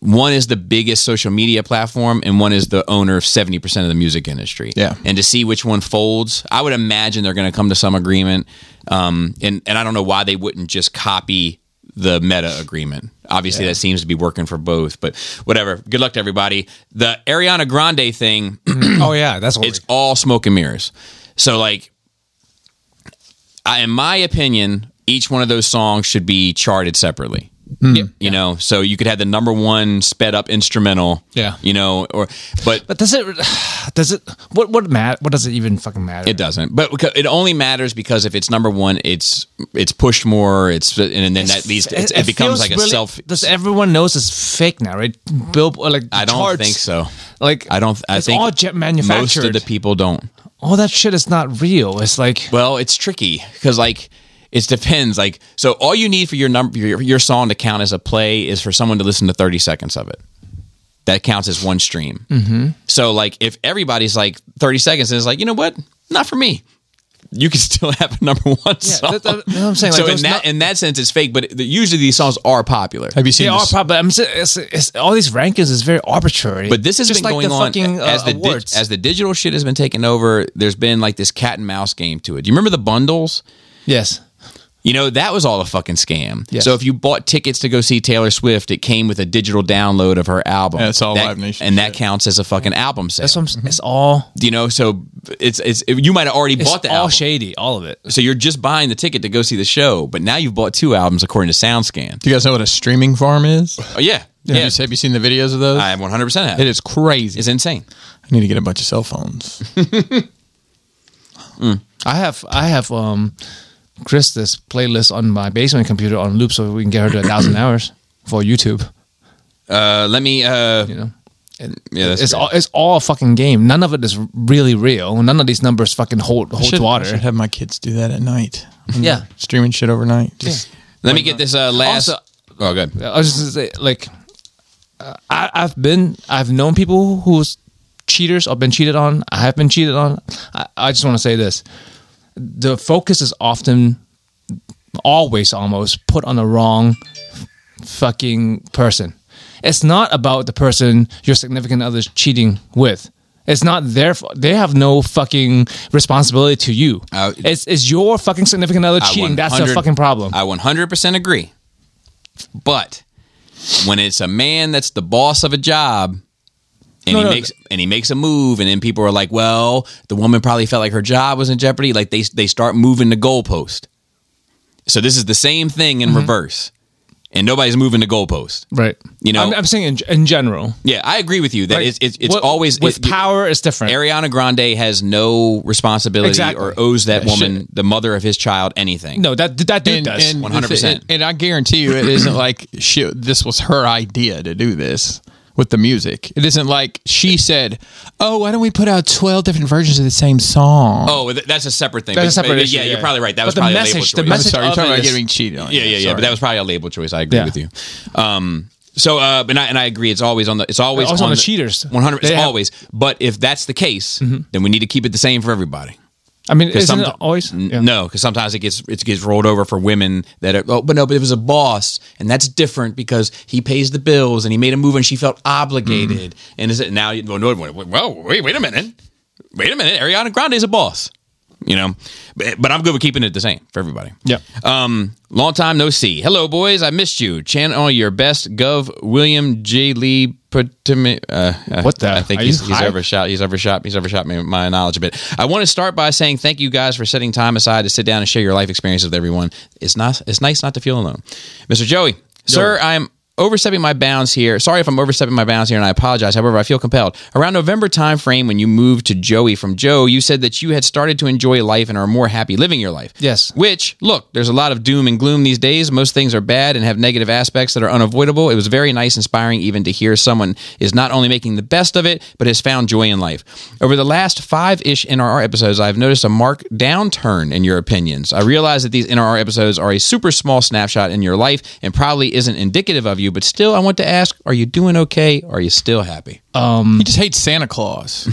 [SPEAKER 2] one is the biggest social media platform, and one is the owner of seventy percent of the music industry.
[SPEAKER 1] Yeah.
[SPEAKER 2] and to see which one folds, I would imagine they're going to come to some agreement. Um, and and I don't know why they wouldn't just copy the meta agreement. Obviously, that seems to be working for both. But whatever. Good luck to everybody. The Ariana Grande thing
[SPEAKER 3] oh yeah, that's what
[SPEAKER 2] it's all smoke and mirrors. So like, I, in my opinion, each one of those songs should be charted separately.
[SPEAKER 3] Hmm.
[SPEAKER 2] You know, so you could have the number one sped up instrumental.
[SPEAKER 3] Yeah.
[SPEAKER 2] You know, or but
[SPEAKER 3] But does it? Does it? What? What matter? What does it even fucking matter?
[SPEAKER 2] it doesn't. But beca- it only matters because if it's number one, it's it's pushed more. It's and then that leads to, it, it becomes
[SPEAKER 3] feels
[SPEAKER 2] like a
[SPEAKER 3] really-
[SPEAKER 2] self.
[SPEAKER 3] Does everyone knows it's fake now, right? Bill, or like
[SPEAKER 2] I don't
[SPEAKER 3] charts,
[SPEAKER 2] think so.
[SPEAKER 3] Like
[SPEAKER 2] I don't. I
[SPEAKER 3] it's
[SPEAKER 2] think
[SPEAKER 3] all
[SPEAKER 2] Most
[SPEAKER 3] jet
[SPEAKER 2] of
[SPEAKER 3] manufactured.
[SPEAKER 2] the people don't.
[SPEAKER 3] all that shit is not real. It's like
[SPEAKER 2] Well, it's tricky because like it depends. Like so, all you need for your number your, your song to count as a play is for someone to listen to thirty seconds of it. That counts as one stream. Mm-hmm. So like if everybody's like thirty seconds and it's like you know what, not for me. You can still have a number one song.
[SPEAKER 3] that- that- that's what I'm saying, like,
[SPEAKER 2] so in
[SPEAKER 3] those
[SPEAKER 2] that
[SPEAKER 3] not-
[SPEAKER 2] in that sense, it's fake. But it- usually these songs are popular.
[SPEAKER 1] Have you seen?
[SPEAKER 3] they are
[SPEAKER 1] this-
[SPEAKER 3] prob- but I'm saying it's, it's, all these rankings is very arbitrary.
[SPEAKER 2] But this has
[SPEAKER 3] Just
[SPEAKER 2] been
[SPEAKER 3] like
[SPEAKER 2] going
[SPEAKER 3] the
[SPEAKER 2] on
[SPEAKER 3] fucking,
[SPEAKER 2] as
[SPEAKER 3] uh,
[SPEAKER 2] the dig-
[SPEAKER 3] awards.
[SPEAKER 2] as the digital shit has been taken over. There's been like this cat and mouse game to it. Do you remember the bundles?
[SPEAKER 3] yes.
[SPEAKER 2] You know, that was all a fucking scam.
[SPEAKER 3] Yes.
[SPEAKER 2] So if you bought tickets to go see Taylor Swift, it came with a digital download of her album.
[SPEAKER 1] Yeah, it's all
[SPEAKER 2] that,
[SPEAKER 1] Live Nation
[SPEAKER 2] And that
[SPEAKER 1] shit.
[SPEAKER 2] counts as a fucking album sale.
[SPEAKER 3] That's what I'm. s- It's all.
[SPEAKER 2] you know, so it's it's Mm-hmm. you might have already
[SPEAKER 3] It's
[SPEAKER 2] bought the
[SPEAKER 3] all
[SPEAKER 2] album.
[SPEAKER 3] shady. All of it.
[SPEAKER 2] so you're just buying the ticket to go see the show, but now you've bought two albums according to SoundScan.
[SPEAKER 1] Do you guys know what a streaming farm is?
[SPEAKER 2] Oh yeah.
[SPEAKER 1] Have,
[SPEAKER 2] Yeah.
[SPEAKER 1] you, have you seen the videos of those?
[SPEAKER 2] I 100% have.
[SPEAKER 1] it is crazy.
[SPEAKER 2] It's insane.
[SPEAKER 1] I need to get a bunch of cell phones.
[SPEAKER 3] I have. I have. Um, Chris, this playlist on my basement computer on loop, so we can get her to a thousand hours for YouTube.
[SPEAKER 2] Uh, let me uh,
[SPEAKER 3] You know. And
[SPEAKER 2] Yeah, that's
[SPEAKER 3] it's
[SPEAKER 2] great.
[SPEAKER 3] all it's all a fucking game. None of it is really real. None of these numbers fucking hold hold
[SPEAKER 1] should, I
[SPEAKER 3] water.
[SPEAKER 1] should have my kids do that at night.
[SPEAKER 3] Yeah.
[SPEAKER 1] Streaming shit overnight. Just
[SPEAKER 2] let me get this uh, last
[SPEAKER 3] Also-
[SPEAKER 2] Oh good.
[SPEAKER 3] I was just gonna say, like, uh, I, I've been, I've known people who's cheaters or been cheated on. I have been cheated on. I, I just want to say this: the focus is often, always, almost put on the wrong fucking person. It's not about the person your significant other's cheating with. It's not their. fa- They have no fucking responsibility to you.
[SPEAKER 2] Uh,
[SPEAKER 3] it's it's your fucking significant other
[SPEAKER 2] I
[SPEAKER 3] cheating. That's the
[SPEAKER 2] 100
[SPEAKER 3] fucking problem.
[SPEAKER 2] I 100% agree. But when it's a man that's the boss of a job and
[SPEAKER 3] No,
[SPEAKER 2] he
[SPEAKER 3] no,
[SPEAKER 2] makes and he makes a move and then people are like, "Well, the woman probably felt like her job was in jeopardy." Like they they start moving the goalpost. So this is the same thing
[SPEAKER 3] Mm-hmm.
[SPEAKER 2] in reverse. And nobody's moving the goalpost.
[SPEAKER 3] right.
[SPEAKER 2] You know-
[SPEAKER 3] I'm, I'm saying in, in general.
[SPEAKER 2] Yeah, I agree with you that
[SPEAKER 3] Like,
[SPEAKER 2] it's it's, it's
[SPEAKER 3] what-
[SPEAKER 2] always
[SPEAKER 3] with
[SPEAKER 2] it- you-
[SPEAKER 3] power is different.
[SPEAKER 2] Ariana Grande has no responsibility
[SPEAKER 3] Exactly.
[SPEAKER 2] or owes that
[SPEAKER 3] Yeah,
[SPEAKER 2] woman, the mother of his child, anything.
[SPEAKER 3] no, that that dude
[SPEAKER 1] and,
[SPEAKER 3] does.
[SPEAKER 1] and
[SPEAKER 2] 100%.
[SPEAKER 1] And, I guarantee you, it isn't like she, this was her idea to do this with the music. It isn't like she said, "Oh, why don't we put out twelve different versions of the same song?"
[SPEAKER 2] Oh, th- that's a separate thing.
[SPEAKER 3] That's a
[SPEAKER 2] But-
[SPEAKER 3] separate
[SPEAKER 2] but
[SPEAKER 3] issue,
[SPEAKER 2] Yeah,
[SPEAKER 3] yeah.
[SPEAKER 2] you're probably right. That was
[SPEAKER 3] But the
[SPEAKER 2] probably
[SPEAKER 3] message-
[SPEAKER 2] a label
[SPEAKER 3] the
[SPEAKER 2] choice.
[SPEAKER 1] I'm
[SPEAKER 3] message-
[SPEAKER 1] Oh, sorry, you're
[SPEAKER 3] of
[SPEAKER 1] talking
[SPEAKER 3] it
[SPEAKER 1] about
[SPEAKER 3] is-
[SPEAKER 1] getting cheated on.
[SPEAKER 2] yeah, yeah, yeah.
[SPEAKER 1] sorry.
[SPEAKER 2] But that was probably a label choice. I agree
[SPEAKER 3] Yeah.
[SPEAKER 2] with you. Um, so, uh, but I, and I agree. It's always on the. It's always
[SPEAKER 3] Always on the cheaters.
[SPEAKER 2] One hundred. It's
[SPEAKER 3] They have- Mm-hmm.
[SPEAKER 2] always. But if that's the case, then we need to keep it the same for everybody.
[SPEAKER 3] I mean, isn't it
[SPEAKER 2] somet-
[SPEAKER 3] always?
[SPEAKER 2] N-
[SPEAKER 3] Yeah.
[SPEAKER 2] No, because sometimes it gets it gets rolled over for women that are, oh, but no, but it was a boss, and that's different because he pays the bills and he made a move and she felt obligated.
[SPEAKER 3] Mm-hmm.
[SPEAKER 2] And is it now? you- Well, no, wait, well, wait, wait a minute, wait a minute. Ariana Grande is a boss, you know. But, but I'm good with keeping it the same for everybody.
[SPEAKER 3] Yeah.
[SPEAKER 2] Um, long time no see. Hello, boys. I missed you. Channel your best Gov William J Lee. Put to me, uh, uh,
[SPEAKER 3] What the-
[SPEAKER 2] I think
[SPEAKER 3] are
[SPEAKER 2] he's,
[SPEAKER 3] you
[SPEAKER 2] he's
[SPEAKER 3] high?
[SPEAKER 2] over overshot. He's overshot. He's overshot my, my knowledge a bit. I want to start by saying thank you guys for setting time aside to sit down and share your life experiences with everyone. It's not. It's nice not to feel alone, Mr. Joey. Sir, I am overstepping my bounds here. Sorry if I'm overstepping my bounds here, and I apologize. However, I feel compelled. Around November time frame, when you moved to Joey from Joe, you said that you had started to enjoy life and are more happy living your life.
[SPEAKER 3] Yes.
[SPEAKER 2] Which, look, there's a lot of doom and gloom these days. Most things are bad and have negative aspects that are unavoidable. It was very nice, inspiring even to hear someone is not only making the best of it, but has found joy in life. Over the last five ish NRR episodes, I've noticed a marked downturn in your opinions. I realize that these NRR episodes are a super small snapshot in your life and probably isn't indicative of you, but still, I want to ask are you doing okay? Are you still happy?
[SPEAKER 1] He just hates Santa Claus.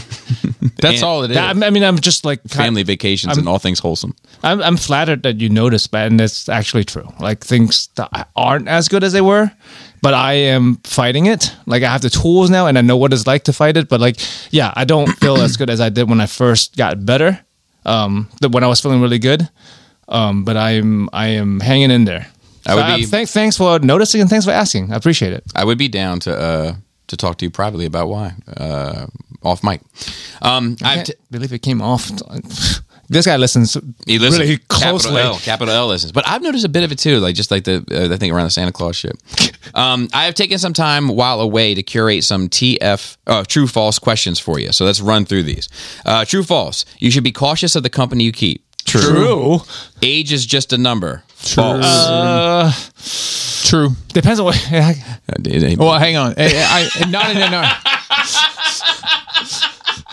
[SPEAKER 1] That's
[SPEAKER 2] And
[SPEAKER 1] all it is.
[SPEAKER 3] Um, That- I mean, I'm just like kind-
[SPEAKER 2] Family vacations and all things wholesome.
[SPEAKER 3] I'm, I'm flattered that you noticed, man. That's actually true. Like things that aren't as good as they were, but I am fighting it. Like I have the tools now, and I know what it's like to fight it. But like, yeah, I don't feel as good as I did when I first got better. Um, the, when I was feeling really good. Um, but I'm I am hanging in there.
[SPEAKER 2] I would
[SPEAKER 3] So, uh,
[SPEAKER 2] be-
[SPEAKER 3] thank- thanks for noticing and thanks for asking. I appreciate it.
[SPEAKER 2] I would be down to uh, to talk to you privately about why uh, off mic. Um,
[SPEAKER 3] I
[SPEAKER 2] I've
[SPEAKER 3] can't
[SPEAKER 2] t-
[SPEAKER 3] believe it came off. this guy listens.
[SPEAKER 2] he listens
[SPEAKER 3] really
[SPEAKER 2] capital
[SPEAKER 3] closely.
[SPEAKER 2] L, capital L listens, but I've noticed a bit of it too, like just like the uh, I think around the Santa Claus shit. um, I have taken some time while away to curate some TF uh, true false questions for you. So let's run through these. Uh, true false. You should be cautious of the company you keep.
[SPEAKER 3] True.
[SPEAKER 2] Age is just a number. False.
[SPEAKER 3] Uh,
[SPEAKER 1] True.
[SPEAKER 3] depends on what.
[SPEAKER 2] Uh,
[SPEAKER 1] Well, hang on. Eh, I, I, not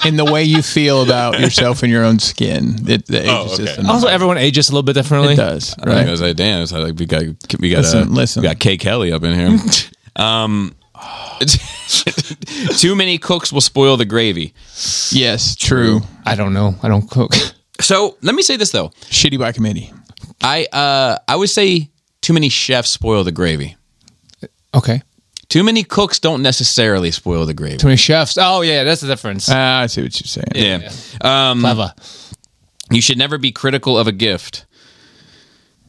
[SPEAKER 1] in, no. in the way you feel about yourself and your own skin. It, the age
[SPEAKER 2] Oh,
[SPEAKER 1] is
[SPEAKER 2] okay.
[SPEAKER 1] just a number.
[SPEAKER 3] Also, everyone ages a little bit differently.
[SPEAKER 1] it does.
[SPEAKER 2] I think
[SPEAKER 1] Right?
[SPEAKER 2] I was like, damn, it's like we got we got
[SPEAKER 1] Listen,
[SPEAKER 2] uh,
[SPEAKER 1] listen.
[SPEAKER 2] we got K Kelly up in here. um, too many cooks will spoil the gravy.
[SPEAKER 1] Yes, true.
[SPEAKER 3] I don't know. I don't cook.
[SPEAKER 2] So let me say this though,
[SPEAKER 1] Shitty by committee.
[SPEAKER 2] I uh I would say too many chefs spoil the gravy.
[SPEAKER 3] Okay.
[SPEAKER 2] Too many cooks don't necessarily spoil the gravy.
[SPEAKER 3] Too many chefs. Oh yeah, that's the difference.
[SPEAKER 1] Uh, I see what you're saying.
[SPEAKER 2] Yeah,
[SPEAKER 3] Clever.
[SPEAKER 2] you should never be critical of a gift.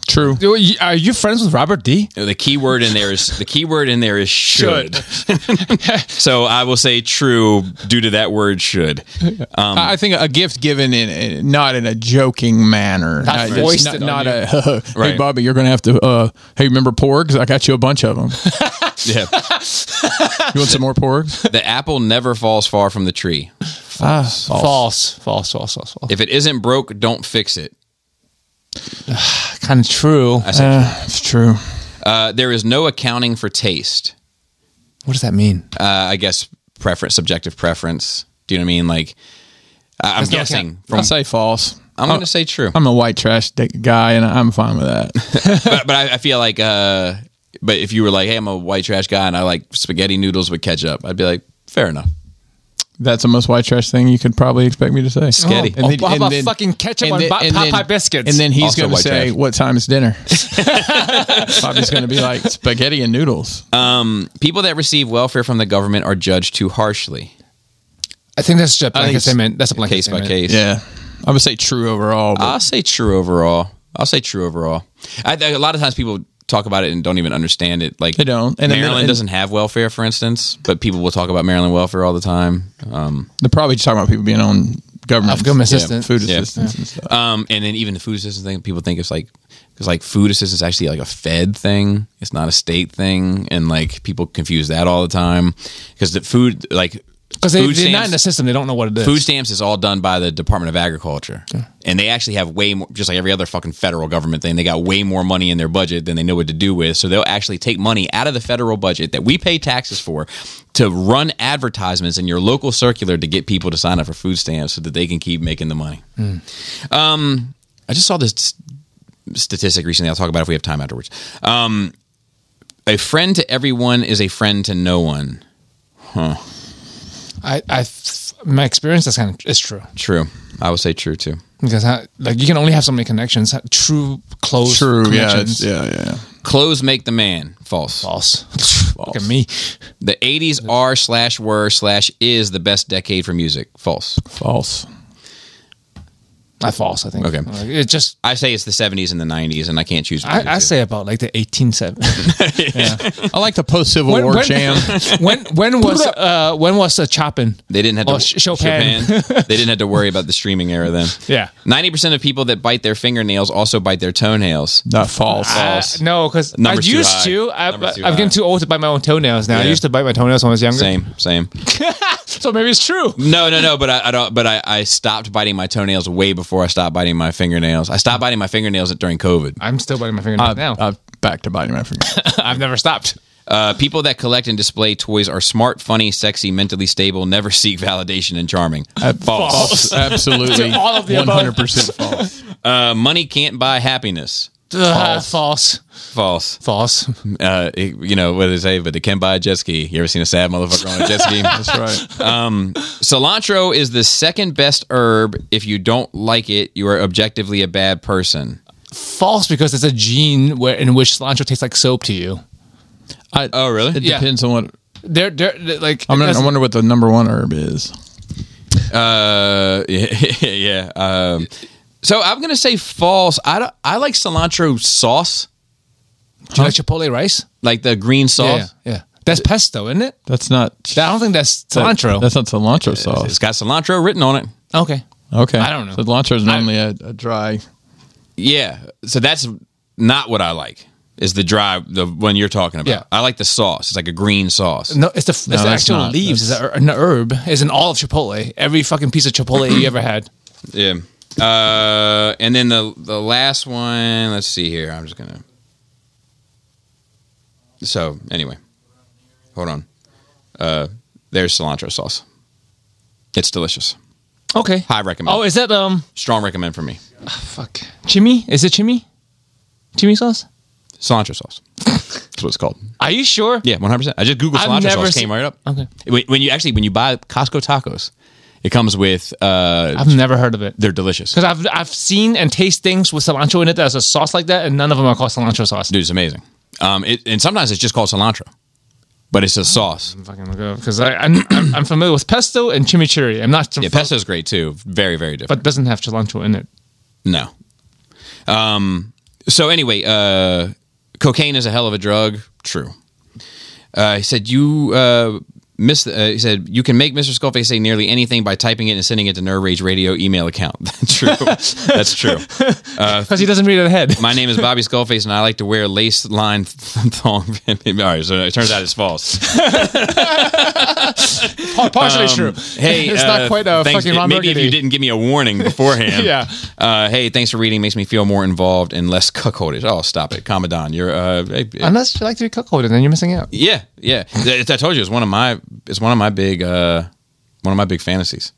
[SPEAKER 1] True.
[SPEAKER 3] Yo, you- Are you friends with Robert D?
[SPEAKER 2] The key word in there is the key word in there is should. so I will say true due to that word should.
[SPEAKER 1] I I think a gift given in, in not in a joking manner,
[SPEAKER 3] Not
[SPEAKER 1] just
[SPEAKER 3] foisted
[SPEAKER 1] not, not
[SPEAKER 3] on you.
[SPEAKER 1] a hey
[SPEAKER 2] Right.
[SPEAKER 1] Bobby, you're gonna have to. Uh, hey, remember porgs? I got you a bunch of them.
[SPEAKER 2] Yeah.
[SPEAKER 1] You want some more porgs?
[SPEAKER 2] the apple never falls far from the tree.
[SPEAKER 3] False. False, false, false, false.
[SPEAKER 2] If it isn't broke, don't fix it.
[SPEAKER 3] Kind of true.
[SPEAKER 1] Uh, it's true.
[SPEAKER 2] Uh, there is no accounting for taste.
[SPEAKER 3] What does that mean?
[SPEAKER 2] Uh, I guess preference, subjective preference. Do you know what I mean? Like, I- I'm
[SPEAKER 3] There's no
[SPEAKER 2] guessing.
[SPEAKER 1] I
[SPEAKER 2] from,
[SPEAKER 1] say false.
[SPEAKER 2] I'm going to say true.
[SPEAKER 1] I'm a white trash dick guy, and I'm fine with that.
[SPEAKER 2] but, but I, I feel like uh but if you were like hey i'm a white trash guy and i like spaghetti noodles with ketchup i'd be like fair enough
[SPEAKER 1] That's the most white trash thing you could probably expect me to say.
[SPEAKER 2] Spaghetti.
[SPEAKER 1] And
[SPEAKER 3] Oh,
[SPEAKER 1] then-
[SPEAKER 3] how
[SPEAKER 1] and
[SPEAKER 3] about
[SPEAKER 1] then-
[SPEAKER 3] fucking ketchup
[SPEAKER 1] and
[SPEAKER 3] on
[SPEAKER 1] then-
[SPEAKER 3] Pop-
[SPEAKER 1] and then-
[SPEAKER 3] Popeye biscuits?
[SPEAKER 1] And then he's
[SPEAKER 2] Also
[SPEAKER 1] going to
[SPEAKER 2] white
[SPEAKER 1] say,
[SPEAKER 2] trash.
[SPEAKER 1] "What time is dinner?" Bobby's going to be like spaghetti and noodles.
[SPEAKER 2] people that receive welfare from the government are judged too harshly
[SPEAKER 3] I think that's just a blanket
[SPEAKER 2] think so.
[SPEAKER 3] statement. That's a blanket
[SPEAKER 2] case by
[SPEAKER 3] statement.
[SPEAKER 2] case
[SPEAKER 1] yeah, I would say true overall. But
[SPEAKER 2] i'll say true overall i'll say true overall I, I- a lot of times people talk about it and don't even understand it like
[SPEAKER 1] They don't. And then-
[SPEAKER 2] maryland
[SPEAKER 1] and-
[SPEAKER 2] doesn't have welfare for instance but people will talk about maryland welfare all the time um,
[SPEAKER 1] they're probably just talking about people being on government,
[SPEAKER 3] Of government
[SPEAKER 1] yeah,
[SPEAKER 3] assistance.
[SPEAKER 1] food
[SPEAKER 2] Yeah.
[SPEAKER 1] assistance, and stuff.
[SPEAKER 2] um and then even the food assistance thing people think it's like because like food assistance is actually like a fed thing it's not a state thing and like people confuse that all the time because the food like
[SPEAKER 3] Because they,
[SPEAKER 2] food
[SPEAKER 3] they're not
[SPEAKER 2] stamps-
[SPEAKER 3] in the system. They don't know what it is.
[SPEAKER 2] food stamps is all done by the Department of Agriculture, and they actually have way more, just like every other fucking federal government thing. They got way more money in their budget than they know what to do with, so they'll actually take money out of the federal budget that we pay taxes for to run advertisements in your local circular to get people to sign up for food stamps so that they can keep making the money. Um, I just saw this st- statistic recently. I'll talk about it if we have time afterwards. Um, a friend to everyone is a friend to no one.
[SPEAKER 3] I, I, my experience is kind of is true
[SPEAKER 2] True, I would say true too.
[SPEAKER 3] because I, like you can only have so many connections. True, close,
[SPEAKER 1] True. Yeah.
[SPEAKER 3] connections.
[SPEAKER 1] it's- Yeah. Yeah.
[SPEAKER 2] Clothes make the man. False.
[SPEAKER 3] False. Look at me.
[SPEAKER 2] The 80s are slash were slash is the best decade for music. False.
[SPEAKER 1] False.
[SPEAKER 3] I false. I think.
[SPEAKER 2] Okay.
[SPEAKER 3] Like, it just.
[SPEAKER 2] I say it's the 70s and the 90s, and I can't choose. between the
[SPEAKER 3] I, I
[SPEAKER 2] two.
[SPEAKER 3] say about like the eighteen seven.
[SPEAKER 1] I like the post Civil
[SPEAKER 3] When-
[SPEAKER 1] War
[SPEAKER 3] when-
[SPEAKER 1] jam.
[SPEAKER 3] when when was uh when was the chopping?
[SPEAKER 2] they didn't have to
[SPEAKER 3] Oh, Ch- Chopin.
[SPEAKER 2] they didn't have to worry about the streaming era then.
[SPEAKER 3] Yeah.
[SPEAKER 2] 90% of people that bite their fingernails also bite their toenails.
[SPEAKER 1] Not false.
[SPEAKER 3] Uh,
[SPEAKER 2] False.
[SPEAKER 3] no, because I
[SPEAKER 2] Number's too
[SPEAKER 3] used
[SPEAKER 2] high.
[SPEAKER 3] to. I,
[SPEAKER 2] Number's too
[SPEAKER 3] I'm
[SPEAKER 2] high.
[SPEAKER 3] getting too old to bite my own toenails now. I
[SPEAKER 2] Yeah.
[SPEAKER 3] used to bite my toenails when I was younger.
[SPEAKER 2] Same, same.
[SPEAKER 3] So maybe it's true.
[SPEAKER 2] No, no, no. But I, I don't. But I, I stopped biting my toenails way before I stopped biting my fingernails. I stopped biting my fingernails during COVID.
[SPEAKER 3] I'm still biting my fingernails now.
[SPEAKER 1] I'm back to biting my finger.
[SPEAKER 3] I've never stopped.
[SPEAKER 2] Uh, people that collect and display toys are smart, funny, sexy, mentally stable, never seek validation, and charming.
[SPEAKER 3] Uh,
[SPEAKER 1] False. Absolutely.
[SPEAKER 3] To all of the above.
[SPEAKER 1] 100% false.
[SPEAKER 2] Uh, money can't buy happiness.
[SPEAKER 3] Ugh, false.
[SPEAKER 2] False.
[SPEAKER 3] False.
[SPEAKER 2] Uh, it- you know what they say, but they can buy a jet ski. You ever seen a sad motherfucker on a jet ski? Um,
[SPEAKER 1] That's right.
[SPEAKER 2] Cilantro is the second best herb. If you don't like it, you are objectively a bad person.
[SPEAKER 3] False because it's a gene where in which cilantro tastes like soap to you.
[SPEAKER 1] I,
[SPEAKER 2] Oh, really?
[SPEAKER 1] It
[SPEAKER 3] Yeah.
[SPEAKER 1] depends on what.
[SPEAKER 3] They're, they're, they're, like
[SPEAKER 1] I'm gonna,
[SPEAKER 3] that's-
[SPEAKER 1] I wonder what the number one herb is.
[SPEAKER 2] Uh, yeah. Um, so I'm gonna say false. I don't, I like cilantro sauce,
[SPEAKER 3] do you like chipotle rice?
[SPEAKER 2] like the green
[SPEAKER 3] Yeah,
[SPEAKER 2] sauce.
[SPEAKER 3] yeah, yeah. That's pesto, isn't it?
[SPEAKER 1] That's not
[SPEAKER 3] I don't think that's cilantro.
[SPEAKER 1] That's not cilantro sauce.
[SPEAKER 2] Oh, It's got cilantro written on it.
[SPEAKER 3] okay.
[SPEAKER 1] Okay.
[SPEAKER 3] I don't know.
[SPEAKER 1] Cilantro is normally a a dry.
[SPEAKER 2] Yeah. So that's not what I like. Is the dry the one you're talking about?
[SPEAKER 3] Yeah.
[SPEAKER 2] I like the sauce. It's like a green sauce.
[SPEAKER 3] No, it's the, it's the
[SPEAKER 1] that's
[SPEAKER 3] actual
[SPEAKER 1] not.
[SPEAKER 3] leaves. It's a- an herb. It's an all of chipotle. Every fucking piece of chipotle you ever had.
[SPEAKER 2] Yeah. Uh, and then the the last one. Let's see here. I'm just gonna. So anyway, hold on. Uh, there's cilantro sauce. It's delicious.
[SPEAKER 3] Okay.
[SPEAKER 2] High recommend.
[SPEAKER 3] Oh, is that um?
[SPEAKER 2] Strong recommend for me.
[SPEAKER 3] Fuck. Chimmy? Is it chimmy? Chimmy sauce?
[SPEAKER 2] Cilantro sauce. That's what it's called.
[SPEAKER 3] Are you sure?
[SPEAKER 2] Yeah, 100. percent I just googled
[SPEAKER 3] I've
[SPEAKER 2] cilantro
[SPEAKER 3] never
[SPEAKER 2] sauce.
[SPEAKER 3] seen-
[SPEAKER 2] Came right up.
[SPEAKER 3] Okay.
[SPEAKER 2] When, when you actually when you buy Costco tacos, it comes with. Uh,
[SPEAKER 3] I've never heard of it.
[SPEAKER 2] they're delicious.
[SPEAKER 3] Because I've I've seen and taste things with cilantro in it that's a sauce like that, and none of them are called cilantro sauce.
[SPEAKER 2] Dude, it's amazing. Um, it, and sometimes it's just called cilantro, but it's a sauce.
[SPEAKER 3] Mm-hmm. Because I'm, I'm I'm familiar with pesto and chimichurri. I'm not,
[SPEAKER 2] Yeah, pesto's great too. Very, very different.
[SPEAKER 3] but doesn't have cilantro in it.
[SPEAKER 2] No. Um, So anyway, uh, cocaine is a hell of a drug. True. Uh, he said you uh, miss. Uh, he said you can make Mr. Skullface say nearly anything by typing it and sending it to Nerd Rage Radio email account. true. That's true.
[SPEAKER 3] because he doesn't read it ahead.
[SPEAKER 2] My name is Bobby Skullface, and I like to wear lace lined thong. All right, so it turns out it's false.
[SPEAKER 3] Oh, partially true.
[SPEAKER 2] Um, Hey,
[SPEAKER 3] it's
[SPEAKER 2] uh,
[SPEAKER 3] not quite a
[SPEAKER 2] thanks-
[SPEAKER 3] fucking Ron
[SPEAKER 2] Maybe if you
[SPEAKER 3] Burgundy.
[SPEAKER 2] didn't give me a warning beforehand.
[SPEAKER 3] Yeah.
[SPEAKER 2] Uh, hey, thanks for reading. Makes me feel more involved and less cuckolded. Oh, stop it, Commandant. You're uh, hey,
[SPEAKER 3] Unless you like to be cuckolded, then you're missing out.
[SPEAKER 2] Yeah, yeah. I I told you it's one of my it's one of my big uh one of my big fantasies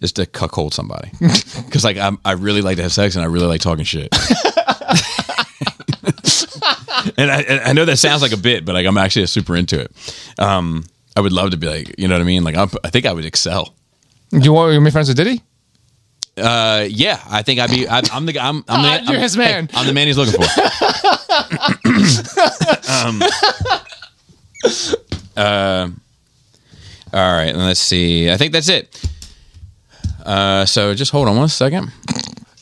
[SPEAKER 2] is to cuckold somebody because like I I really like to have sex and I really like talking shit. and I and I know that sounds like a bit, but like I'm actually super into it. Um, I would love to be like you know what I mean. Like I'm, I think I would excel.
[SPEAKER 3] You want to make friends with Diddy?
[SPEAKER 2] Uh, yeah, I think I'd be. I, I'm the guy. I'm, I'm the
[SPEAKER 3] Ah, you're his man.
[SPEAKER 2] I'm the man he's looking for. um, Um, uh, all right, and let's see. I think that's it. Uh, so just hold on one second.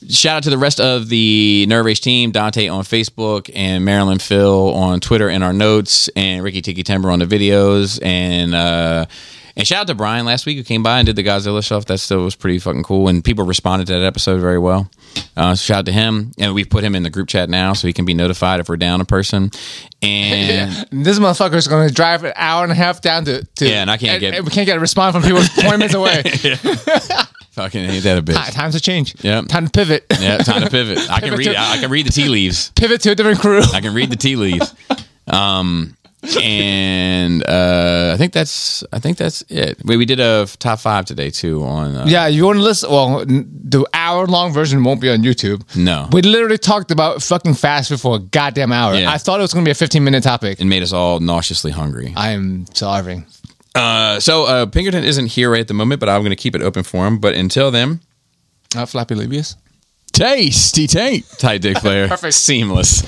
[SPEAKER 2] Shout out to the rest of the Nerve Rage team, Dante on Facebook and Marilyn Phil on Twitter and our notes and Ricky Tiki Timber on the videos and uh and shout out to Brian last week who came by and did the Godzilla stuff. That still was pretty fucking cool and people responded to that episode very well. Uh, so shout out to him and we put him in the group chat now so he can be notified if we're down a person. And
[SPEAKER 3] This motherfucker is going to drive an hour and a half down to. to
[SPEAKER 2] Yeah, and I can't get-
[SPEAKER 3] we can't get a response from people appointments away.
[SPEAKER 2] fucking ain't that a
[SPEAKER 3] Ah,
[SPEAKER 2] bitch?
[SPEAKER 3] Times have changed.
[SPEAKER 2] Yep.
[SPEAKER 3] Time to pivot.
[SPEAKER 2] Yeah, time to pivot. I can read. I can read the tea leaves.
[SPEAKER 3] pivot to a different crew.
[SPEAKER 2] I can read the tea leaves. Um, and uh, I think that's I think that's it. We, we did a f- top five today too on uh,
[SPEAKER 3] Yeah, you want to listen? Well, n- the hour long version won't be on YouTube.
[SPEAKER 2] No.
[SPEAKER 3] We literally talked about fucking fast food for a goddamn hour.
[SPEAKER 2] Yeah.
[SPEAKER 3] I thought it was going to be a 15 minute topic.
[SPEAKER 2] and made us all nauseously hungry.
[SPEAKER 3] I am starving.
[SPEAKER 2] Uh, so uh, Pinkerton isn't here right at the moment, but I'm going to keep it open for him. But until then,
[SPEAKER 3] Not flappy labius.
[SPEAKER 1] Tasty taint.
[SPEAKER 2] tight dick player,
[SPEAKER 3] Perfect.
[SPEAKER 2] seamless.